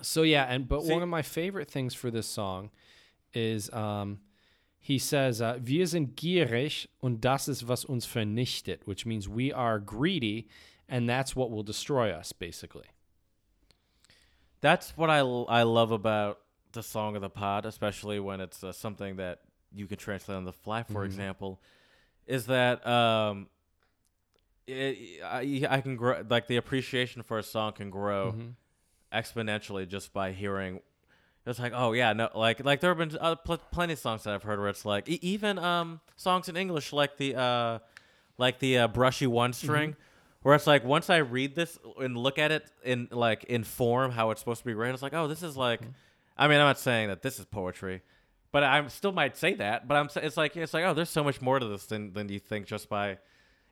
Speaker 1: so yeah, and but
Speaker 2: See-
Speaker 1: one of my favorite things for this song is um, he says, uh, "Wir sind gierig und das ist was uns vernichtet," which means we are greedy, and that's what will destroy us, basically.
Speaker 2: That's what I, I love about the song of the pod, especially when it's uh, something that you can translate on the fly. For example, is that um, it, I, I can grow like the appreciation for a song can grow exponentially just by hearing. It's like oh yeah no like like there have been uh, pl- plenty of songs that I've heard where it's like e- even um songs in English like the uh like the uh, brushy one
Speaker 1: Mm-hmm.
Speaker 2: string where it's like once I read this and look at it in like in form how it's supposed to be read it's like oh this is like
Speaker 1: Mm-hmm.
Speaker 2: I mean I'm not saying that this is poetry but I'm still might say that but I'm sa- it's like it's like oh there's so much more to this than than you think just by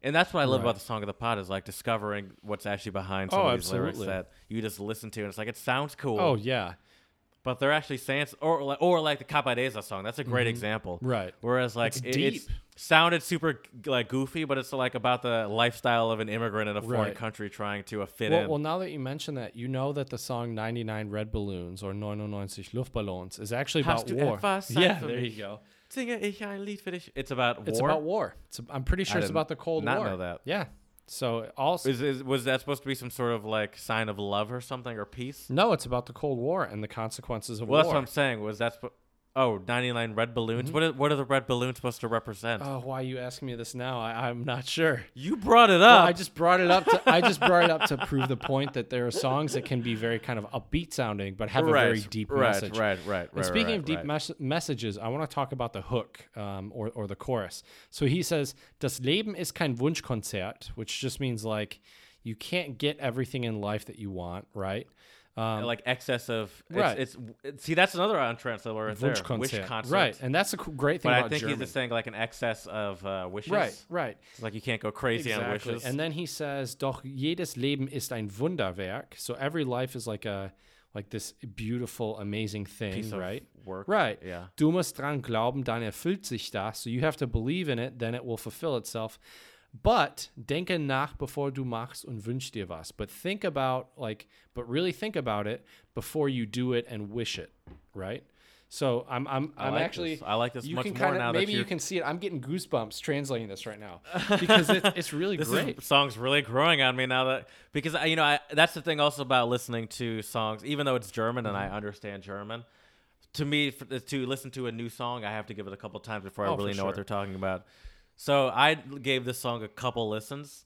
Speaker 2: and that's what I love
Speaker 1: Right.
Speaker 2: about the song of the pod is like discovering what's actually behind some
Speaker 1: Oh,
Speaker 2: of these
Speaker 1: absolutely.
Speaker 2: lyrics that you just listen to and it's like it sounds cool
Speaker 1: Oh yeah,
Speaker 2: but they're actually saying s- or like or like the Capadeza song. That's a great example,
Speaker 1: Right.
Speaker 2: Whereas like
Speaker 1: Mm-hmm. It's
Speaker 2: it, it's-
Speaker 1: deep.
Speaker 2: sounded super g- like goofy, but it's like about the lifestyle of an immigrant in a foreign
Speaker 1: Right.
Speaker 2: country trying to uh, fit
Speaker 1: Well,
Speaker 2: in.
Speaker 1: well, now that you mention that, you know that the song 99 Red Balloons or 99 Luftballons is actually
Speaker 2: Hast
Speaker 1: about
Speaker 2: du
Speaker 1: war.
Speaker 2: etwas Zeit
Speaker 1: Yeah,
Speaker 2: für
Speaker 1: there
Speaker 2: mich?
Speaker 1: you go.
Speaker 2: Singe ich ein Lied für dich. It's about war.
Speaker 1: It's about war. It's, I'm pretty sure it's
Speaker 2: didn't-
Speaker 1: about the Cold
Speaker 2: not
Speaker 1: War.
Speaker 2: know that.
Speaker 1: Yeah. So also,
Speaker 2: Is, is, was that supposed to be some sort of like sign of love or something or peace?
Speaker 1: no, it's about the Cold War and the consequences of
Speaker 2: Well, that's
Speaker 1: Mm, war. Mm-hmm.
Speaker 2: what I'm saying. Was that sp- oh 99 red balloons? What are, what are the red balloons supposed to represent?
Speaker 1: Oh, why are you asking me this now? I, I'm not sure.
Speaker 2: you brought it
Speaker 1: Well,
Speaker 2: up.
Speaker 1: I just brought it up. To, I just brought it up to prove the point that there are songs that can be very kind of upbeat sounding, but have
Speaker 2: right,
Speaker 1: a very deep
Speaker 2: right,
Speaker 1: message.
Speaker 2: Right, right, right.
Speaker 1: And speaking
Speaker 2: right,
Speaker 1: of deep
Speaker 2: right.
Speaker 1: mes- messages, I want to talk about the hook um, or, or the chorus. So he says, Das Leben ist kein Wunschkonzert, which just means like you can't get everything in life that you want, right? Um,
Speaker 2: like excess of
Speaker 1: Right.
Speaker 2: It's, it's see that's another untranslatable right there. Wish
Speaker 1: Wunschkonzert.
Speaker 2: concert,
Speaker 1: Right. And that's a co- great thing
Speaker 2: But I
Speaker 1: about
Speaker 2: think
Speaker 1: German.
Speaker 2: he's just saying like an excess of uh, wishes.
Speaker 1: right, right.
Speaker 2: It's like you can't go crazy on wishes.
Speaker 1: And then he says, "Doch jedes Leben ist ein Wunderwerk." So every life is like a like this beautiful, amazing thing,
Speaker 2: Piece of
Speaker 1: right?
Speaker 2: work.
Speaker 1: Right.
Speaker 2: Yeah.
Speaker 1: Du musst dran glauben, dann erfüllt sich das. So you have to believe in it, then it will fulfill itself. But denke nach, bevor du machst und wünsch dir was. But think about like, but really think about it before you do it and wish it, right? So I'm I'm I'm
Speaker 2: like
Speaker 1: actually
Speaker 2: this. I like this
Speaker 1: you
Speaker 2: much
Speaker 1: can
Speaker 2: more
Speaker 1: kinda-
Speaker 2: now that
Speaker 1: Maybe you
Speaker 2: you're-
Speaker 1: can see it. I'm getting goosebumps translating this right now because it's, it's really
Speaker 2: This
Speaker 1: great.
Speaker 2: is, song's really growing on me now that because I, you know I, that's the thing also about listening to songs even though it's German and
Speaker 1: Mm-hmm.
Speaker 2: I understand German. To me, for, to listen to a new song, I have to give it a couple times before
Speaker 1: Oh,
Speaker 2: I
Speaker 1: for
Speaker 2: really know what
Speaker 1: sure.
Speaker 2: they're talking about. So I gave this song a couple listens,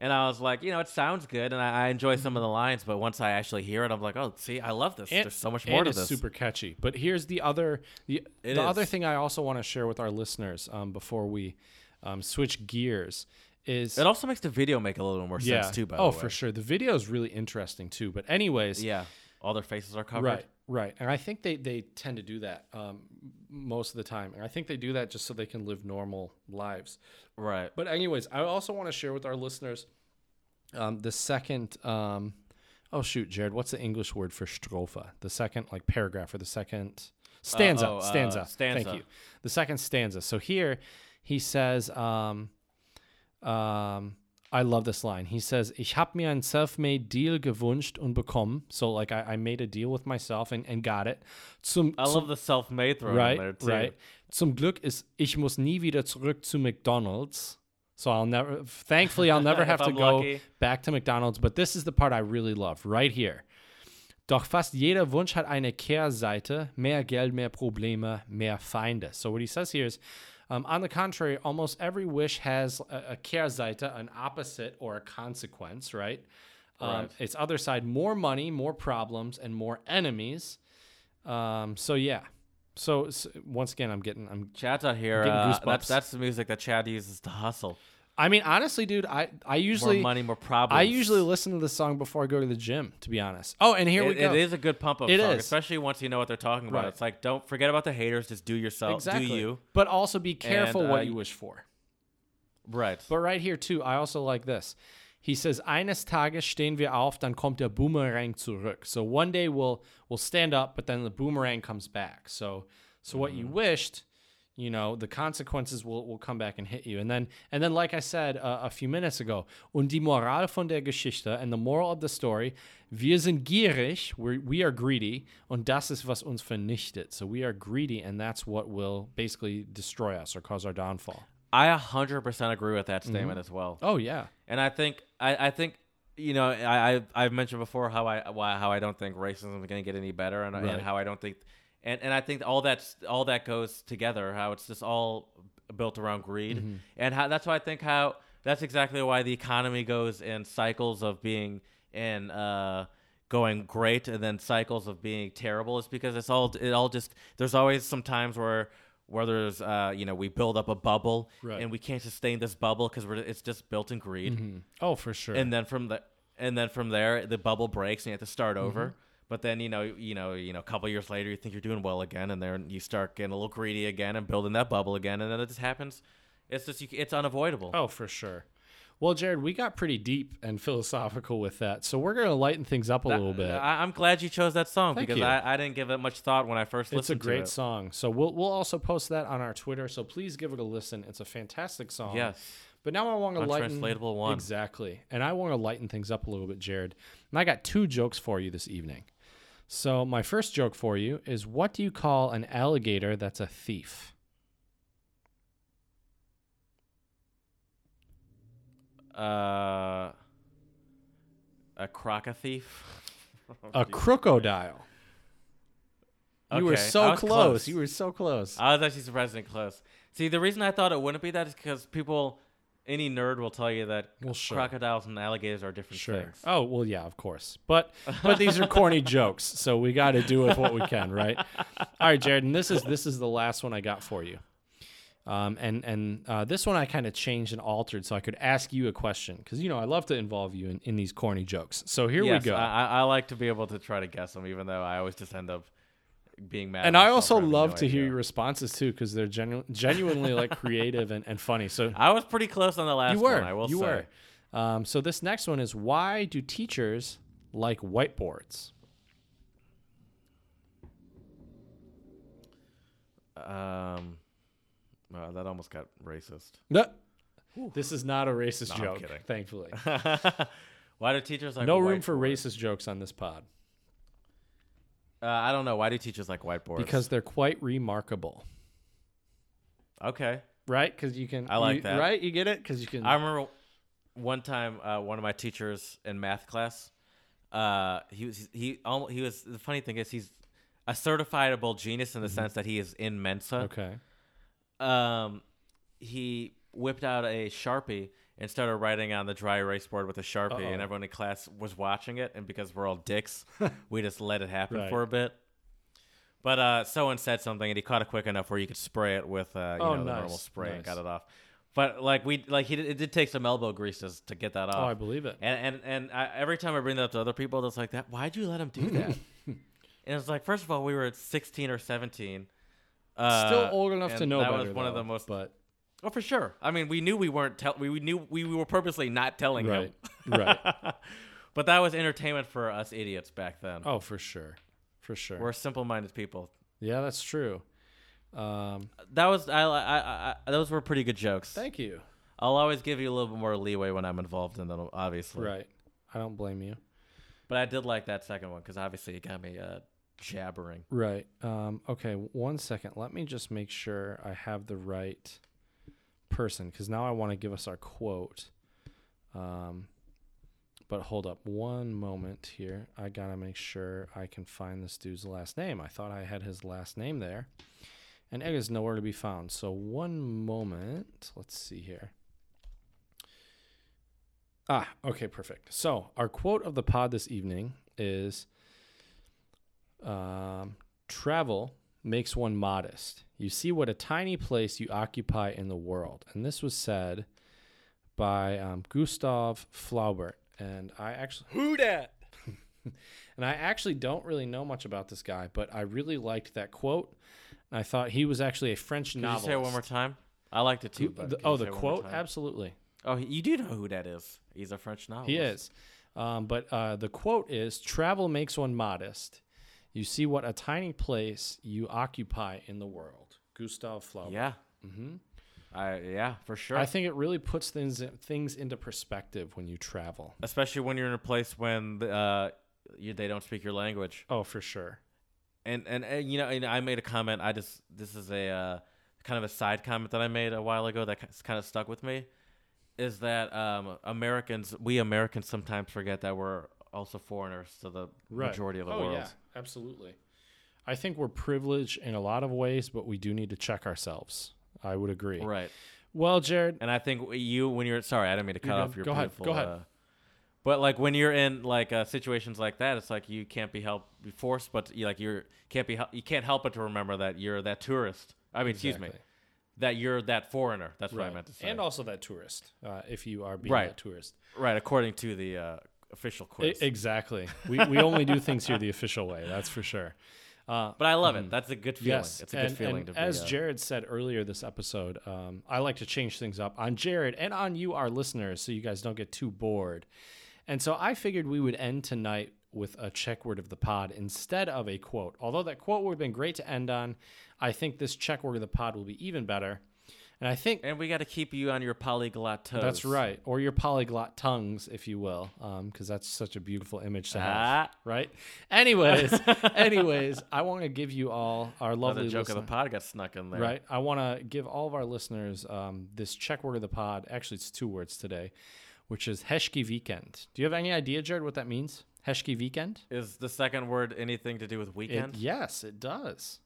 Speaker 2: and I was like, you know, it sounds good, and I, I enjoy some
Speaker 1: Mm-hmm.
Speaker 2: of the lines, but once I actually hear it, I'm like, oh, see, I love this.
Speaker 1: And-
Speaker 2: There's so much
Speaker 1: and
Speaker 2: more to
Speaker 1: it's
Speaker 2: this.
Speaker 1: super catchy. But here's the other the,
Speaker 2: It
Speaker 1: the other
Speaker 2: is.
Speaker 1: thing I also want to share with our listeners um, before we um, switch gears is
Speaker 2: it also makes the video make a little more sense too. By
Speaker 1: oh
Speaker 2: the way,
Speaker 1: for sure the video is really interesting too. But anyways,
Speaker 2: yeah, all their faces are covered.
Speaker 1: right Right, and I think they they tend to do that um, most of the time, and I think they do that just so they can live normal lives.
Speaker 2: Right.
Speaker 1: But anyways, I also want to share with our listeners um, the second. Um, oh shoot, Jared, what's the English word for strophe? The second like paragraph or the second stanza?
Speaker 2: oh, uh,
Speaker 1: stanza.
Speaker 2: stanza.
Speaker 1: Thank you. The second stanza. So here he says, um, um, I love this line. He says, "Ich hab mir ein self-made Deal gewünscht und bekommen." So like I, I made a deal with myself and, and got it. Zum,
Speaker 2: I love the self-made throw in
Speaker 1: right,
Speaker 2: there too.
Speaker 1: right. Zum Glück ist ich muss nie wieder zurück zu McDonald's. So I'll never thankfully I'll never
Speaker 2: If
Speaker 1: have to
Speaker 2: I'm
Speaker 1: go
Speaker 2: lucky.
Speaker 1: back to McDonald's, but this is the part I really love right here. Doch fast jeder Wunsch hat eine Kehrseite, mehr Geld, mehr Probleme, mehr Feinde. So what he says here is um, on the contrary, almost every wish has a, a Kehrseite, an opposite or a consequence, right? Um,
Speaker 2: Right.
Speaker 1: Its other side, more money, more problems, and more enemies. Um, so yeah. So, s once again, I'm getting. I'm.
Speaker 2: Chad's out here.
Speaker 1: Getting
Speaker 2: Uh,
Speaker 1: goosebumps.
Speaker 2: that's that's the music that Chad uses to hustle.
Speaker 1: I mean, honestly, dude, I I
Speaker 2: More
Speaker 1: usually
Speaker 2: money, more problems.
Speaker 1: I usually listen to this song before I go to the gym. To be honest. Oh, and here we
Speaker 2: It,
Speaker 1: go.
Speaker 2: it is a good pump up
Speaker 1: It
Speaker 2: song,
Speaker 1: is.
Speaker 2: especially once you know what they're talking about.
Speaker 1: Right.
Speaker 2: It's like don't forget about the haters. Just do yourself.
Speaker 1: exactly.
Speaker 2: Do you?
Speaker 1: But also be careful
Speaker 2: And, uh,
Speaker 1: what you wish for.
Speaker 2: Right.
Speaker 1: But right here too, I also like this. He says, "Eines Tages stehen wir auf, dann kommt der Boomerang zurück." So one day we'll we'll stand up, but then the boomerang comes back. So so what you wished, you know, the consequences will will come back and hit you. And then and then, like I said uh, a few minutes ago, und die Moral von der Geschichte and the moral of the story, wir sind gierig, we're, we are greedy, und das ist was uns vernichtet. So we are greedy, and that's what will basically destroy us or cause our downfall.
Speaker 2: I 100% agree with that statement as well.
Speaker 1: Oh yeah.
Speaker 2: And I think I, I think you know I, I I've mentioned before how I why, how I don't think racism is going to get any better, and,
Speaker 1: Right.
Speaker 2: and how I don't think and and I think all that's all that goes together. How it's just all built around greed,
Speaker 1: Mm-hmm.
Speaker 2: and how that's why I think how that's exactly why the economy goes in cycles of being in. Uh, going great and then cycles of being terrible is because it's all it all just there's always some times where where there's uh you know we build up a bubble
Speaker 1: Right.
Speaker 2: and we can't sustain this bubble because we're it's just built in greed
Speaker 1: Oh, for sure.
Speaker 2: and then from the and then from there the bubble breaks and you have to start over
Speaker 1: Mm-hmm.
Speaker 2: but then you know you know you know a couple years later you think you're doing well again and then you start getting a little greedy again and building that bubble again and then it just happens it's just you, it's unavoidable
Speaker 1: oh, for sure. Well, Jared, we got pretty deep and philosophical with that, so we're going to lighten things up a little bit.
Speaker 2: uh, I, i'm glad you chose that song
Speaker 1: Thank
Speaker 2: because
Speaker 1: you.
Speaker 2: I, I didn't give it much thought when i first
Speaker 1: it's a
Speaker 2: listened
Speaker 1: great
Speaker 2: to it
Speaker 1: song, so we'll we'll also post that on our Twitter. So please give it a listen. It's a fantastic song.
Speaker 2: yes
Speaker 1: But now I want to lighten
Speaker 2: Untranslatable one.
Speaker 1: exactly, and I want to lighten things up a little bit, Jared. And I got two jokes for you this evening. So my first joke for you is: What do you call an alligator that's a thief?
Speaker 2: uh a croc a thief Oh,
Speaker 1: A crocodile. You were
Speaker 2: Okay,
Speaker 1: so
Speaker 2: I was
Speaker 1: close.
Speaker 2: close.
Speaker 1: You were so close.
Speaker 2: I was actually surprisingly close. See, the reason I thought it wouldn't be that is because people, any nerd will tell you that
Speaker 1: Well, sure.
Speaker 2: crocodiles and alligators are different
Speaker 1: Sure.
Speaker 2: things.
Speaker 1: Oh well, yeah, of course. But but these are corny jokes, so we got to do with what we can, right? All right, Jared, and this is this is the last one I got for you. Um, and and uh, this one I kind of changed and altered so I could ask you a question because you know I love to involve you in, in these corny jokes. So here
Speaker 2: yes,
Speaker 1: we go.
Speaker 2: I, I- I like to be able to try to guess them, even though I always just end up being mad.
Speaker 1: and
Speaker 2: at
Speaker 1: I
Speaker 2: myself
Speaker 1: also
Speaker 2: for having
Speaker 1: love
Speaker 2: no
Speaker 1: to hear
Speaker 2: idea.
Speaker 1: your responses too because they're genu- genuinely like creative and, and funny. So
Speaker 2: I was pretty close on the last
Speaker 1: you were,
Speaker 2: one. I will
Speaker 1: you
Speaker 2: say.
Speaker 1: were. Um, so this next one is why do teachers like whiteboards?
Speaker 2: Um, wow, that almost got racist.
Speaker 1: No. This is not a racist
Speaker 2: No, I'm
Speaker 1: joke,
Speaker 2: kidding.
Speaker 1: thankfully.
Speaker 2: Why do teachers like
Speaker 1: No room
Speaker 2: white-
Speaker 1: for racist jokes on this pod
Speaker 2: Uh, I don't know. Why do teachers like whiteboards?
Speaker 1: because they're quite remarkable,
Speaker 2: okay.
Speaker 1: right? Because you can.
Speaker 2: I like
Speaker 1: you-
Speaker 2: that.
Speaker 1: Right? You get it? Because you can.
Speaker 2: I remember one time uh, one of my teachers in math class. Uh, he was he al- he was the funny thing is he's a certifiable genius in the sense that he is in Mensa.
Speaker 1: okay.
Speaker 2: Um, he whipped out a sharpie and started writing on the dry erase board with a sharpie, and
Speaker 1: Uh-oh.
Speaker 2: everyone in class was watching it. And because we're all dicks, we just let it happen
Speaker 1: Right.
Speaker 2: for a bit. But uh, someone said something, and he caught it quick enough where you could spray it with uh, you
Speaker 1: Oh,
Speaker 2: know the
Speaker 1: nice,
Speaker 2: normal spray and
Speaker 1: nice.
Speaker 2: got it off. But like we like he did, it did take some elbow grease to, to get that off.
Speaker 1: Oh, I believe it.
Speaker 2: And and and I, every time I bring that up to other people, that's like that. Why'd you let him do that? and And it's like, first of all, we were 16 or 17.
Speaker 1: Still
Speaker 2: Uh,
Speaker 1: old enough to
Speaker 2: and
Speaker 1: know
Speaker 2: that
Speaker 1: better,
Speaker 2: was one of
Speaker 1: though,
Speaker 2: the most.
Speaker 1: But
Speaker 2: oh, for sure. I mean, we knew we weren't. Tell- we, we knew we, we were purposely not telling
Speaker 1: right,
Speaker 2: him.
Speaker 1: right.
Speaker 2: but that was entertainment for us idiots back then.
Speaker 1: Oh, for sure, for sure.
Speaker 2: We're simple-minded people.
Speaker 1: yeah, that's true. Um,
Speaker 2: That was I, I, I, Those were pretty good jokes.
Speaker 1: thank you.
Speaker 2: I'll always give you a little bit more leeway when I'm involved in them, obviously.
Speaker 1: Right. I don't blame you.
Speaker 2: But I did like that second one because obviously it got me uh, jabbering.
Speaker 1: Right. Um, okay. One second. Let me just make sure I have the right person because now I want to give us our quote. Um, but hold up one moment here. I got to make sure I can find this dude's last name. I thought I had his last name there. And it is nowhere to be found. So one moment. Let's see here. Ah, okay, perfect. So our quote of the pod this evening is um, travel makes one modest. You see what a tiny place you occupy in the world. And this was said by um, Gustav Flaubert. And I actually
Speaker 2: Who dat?
Speaker 1: and I actually don't really know much about this guy, but I really liked that quote. And I thought he was actually a French
Speaker 2: Could you
Speaker 1: novelist.
Speaker 2: say it one more time? I liked it too.
Speaker 1: Who-
Speaker 2: but
Speaker 1: the-
Speaker 2: could you
Speaker 1: oh,
Speaker 2: say
Speaker 1: the
Speaker 2: it one more
Speaker 1: quote?
Speaker 2: time?
Speaker 1: Absolutely.
Speaker 2: Oh, you do know who that is. He's a French novelist.
Speaker 1: He is. Um, but uh, the quote is travel makes one modest. You see what a tiny place you occupy in the world. Gustav Flaubert.
Speaker 2: Yeah. Mm-hmm. I yeah for sure.
Speaker 1: I think it really puts things things into perspective when you travel.
Speaker 2: Especially when you're in a place when uh, you, they don't speak your language.
Speaker 1: Oh, for sure.
Speaker 2: And, and and you know, and I made a comment. I just this is a uh, kind of a side comment that I made a while ago that kind of stuck with me. Is that um, Americans? We Americans sometimes forget that we're also foreigners to the majority of the
Speaker 1: oh,
Speaker 2: world.
Speaker 1: Yeah, absolutely. I think we're privileged in a lot of ways, but we do need to check ourselves. I would agree.
Speaker 2: Right.
Speaker 1: Well, Jared,
Speaker 2: And I think you, when you're sorry, I didn't mean to cut
Speaker 1: good.
Speaker 2: off your
Speaker 1: Go ahead.
Speaker 2: beautiful.
Speaker 1: Go ahead.
Speaker 2: Uh, but like when you're in like uh, situations like that, it's like you can't be helped, be forced, but you, like you're can't be hel- you can't help but to remember that you're that tourist. I mean, excuse me,
Speaker 1: Exactly.
Speaker 2: that you're that foreigner. That's what I
Speaker 1: Right.
Speaker 2: meant to say.
Speaker 1: and also that tourist, uh, if you are being
Speaker 2: Right.
Speaker 1: that tourist.
Speaker 2: right, according to the uh, official
Speaker 1: I-
Speaker 2: quiz.
Speaker 1: exactly. We, we only do things here the official way. That's for sure.
Speaker 2: Uh, but I love it. That's a good feeling.
Speaker 1: Mm. Yes,
Speaker 2: it's a good
Speaker 1: and-
Speaker 2: feeling
Speaker 1: and
Speaker 2: to be.
Speaker 1: as
Speaker 2: uh,
Speaker 1: Jared said earlier this episode, um, I like to change things up on Jared and on you, our listeners, so you guys don't get too bored. And so I figured we would end tonight with a check word of the pod instead of a quote. Although that quote would have been great to end on, I think this check word of the pod will be even better. And I think
Speaker 2: and we got to keep you on your polyglot toes.
Speaker 1: that's right, or your polyglot tongues, if you will, because that's such a beautiful image to have,
Speaker 2: Ah.
Speaker 1: right? Anyways, anyways, I want to give you all our lovely
Speaker 2: The joke
Speaker 1: listener-
Speaker 2: of the pod got snuck in there.
Speaker 1: Right. I want to give all of our listeners um, this check word of the pod. Actually, it's two words today, which is Heshki Weekend. Do you have any idea, Jared, what that means? Heshki Weekend?
Speaker 2: Is the second word anything to do with
Speaker 1: It-
Speaker 2: weekend?
Speaker 1: yes, it does.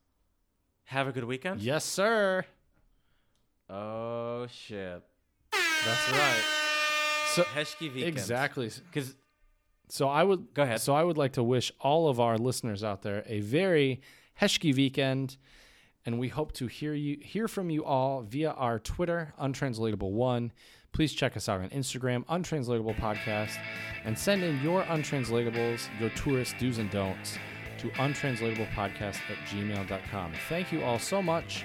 Speaker 2: Have a good weekend.
Speaker 1: Yes, sir.
Speaker 2: Oh shit.
Speaker 1: That's right. So
Speaker 2: Heshki Vikens.
Speaker 1: exactly.
Speaker 2: Because
Speaker 1: So I would
Speaker 2: Go ahead.
Speaker 1: So I would like to wish all of our listeners out there a very Heshki weekend, and we hope to hear you hear from you all via our Twitter untranslatable one. Please check us out on Instagram untranslatable podcast, and send in your untranslatables, your tourist do's and don'ts to untranslatablepodcast at gmail.com. Thank you all so much,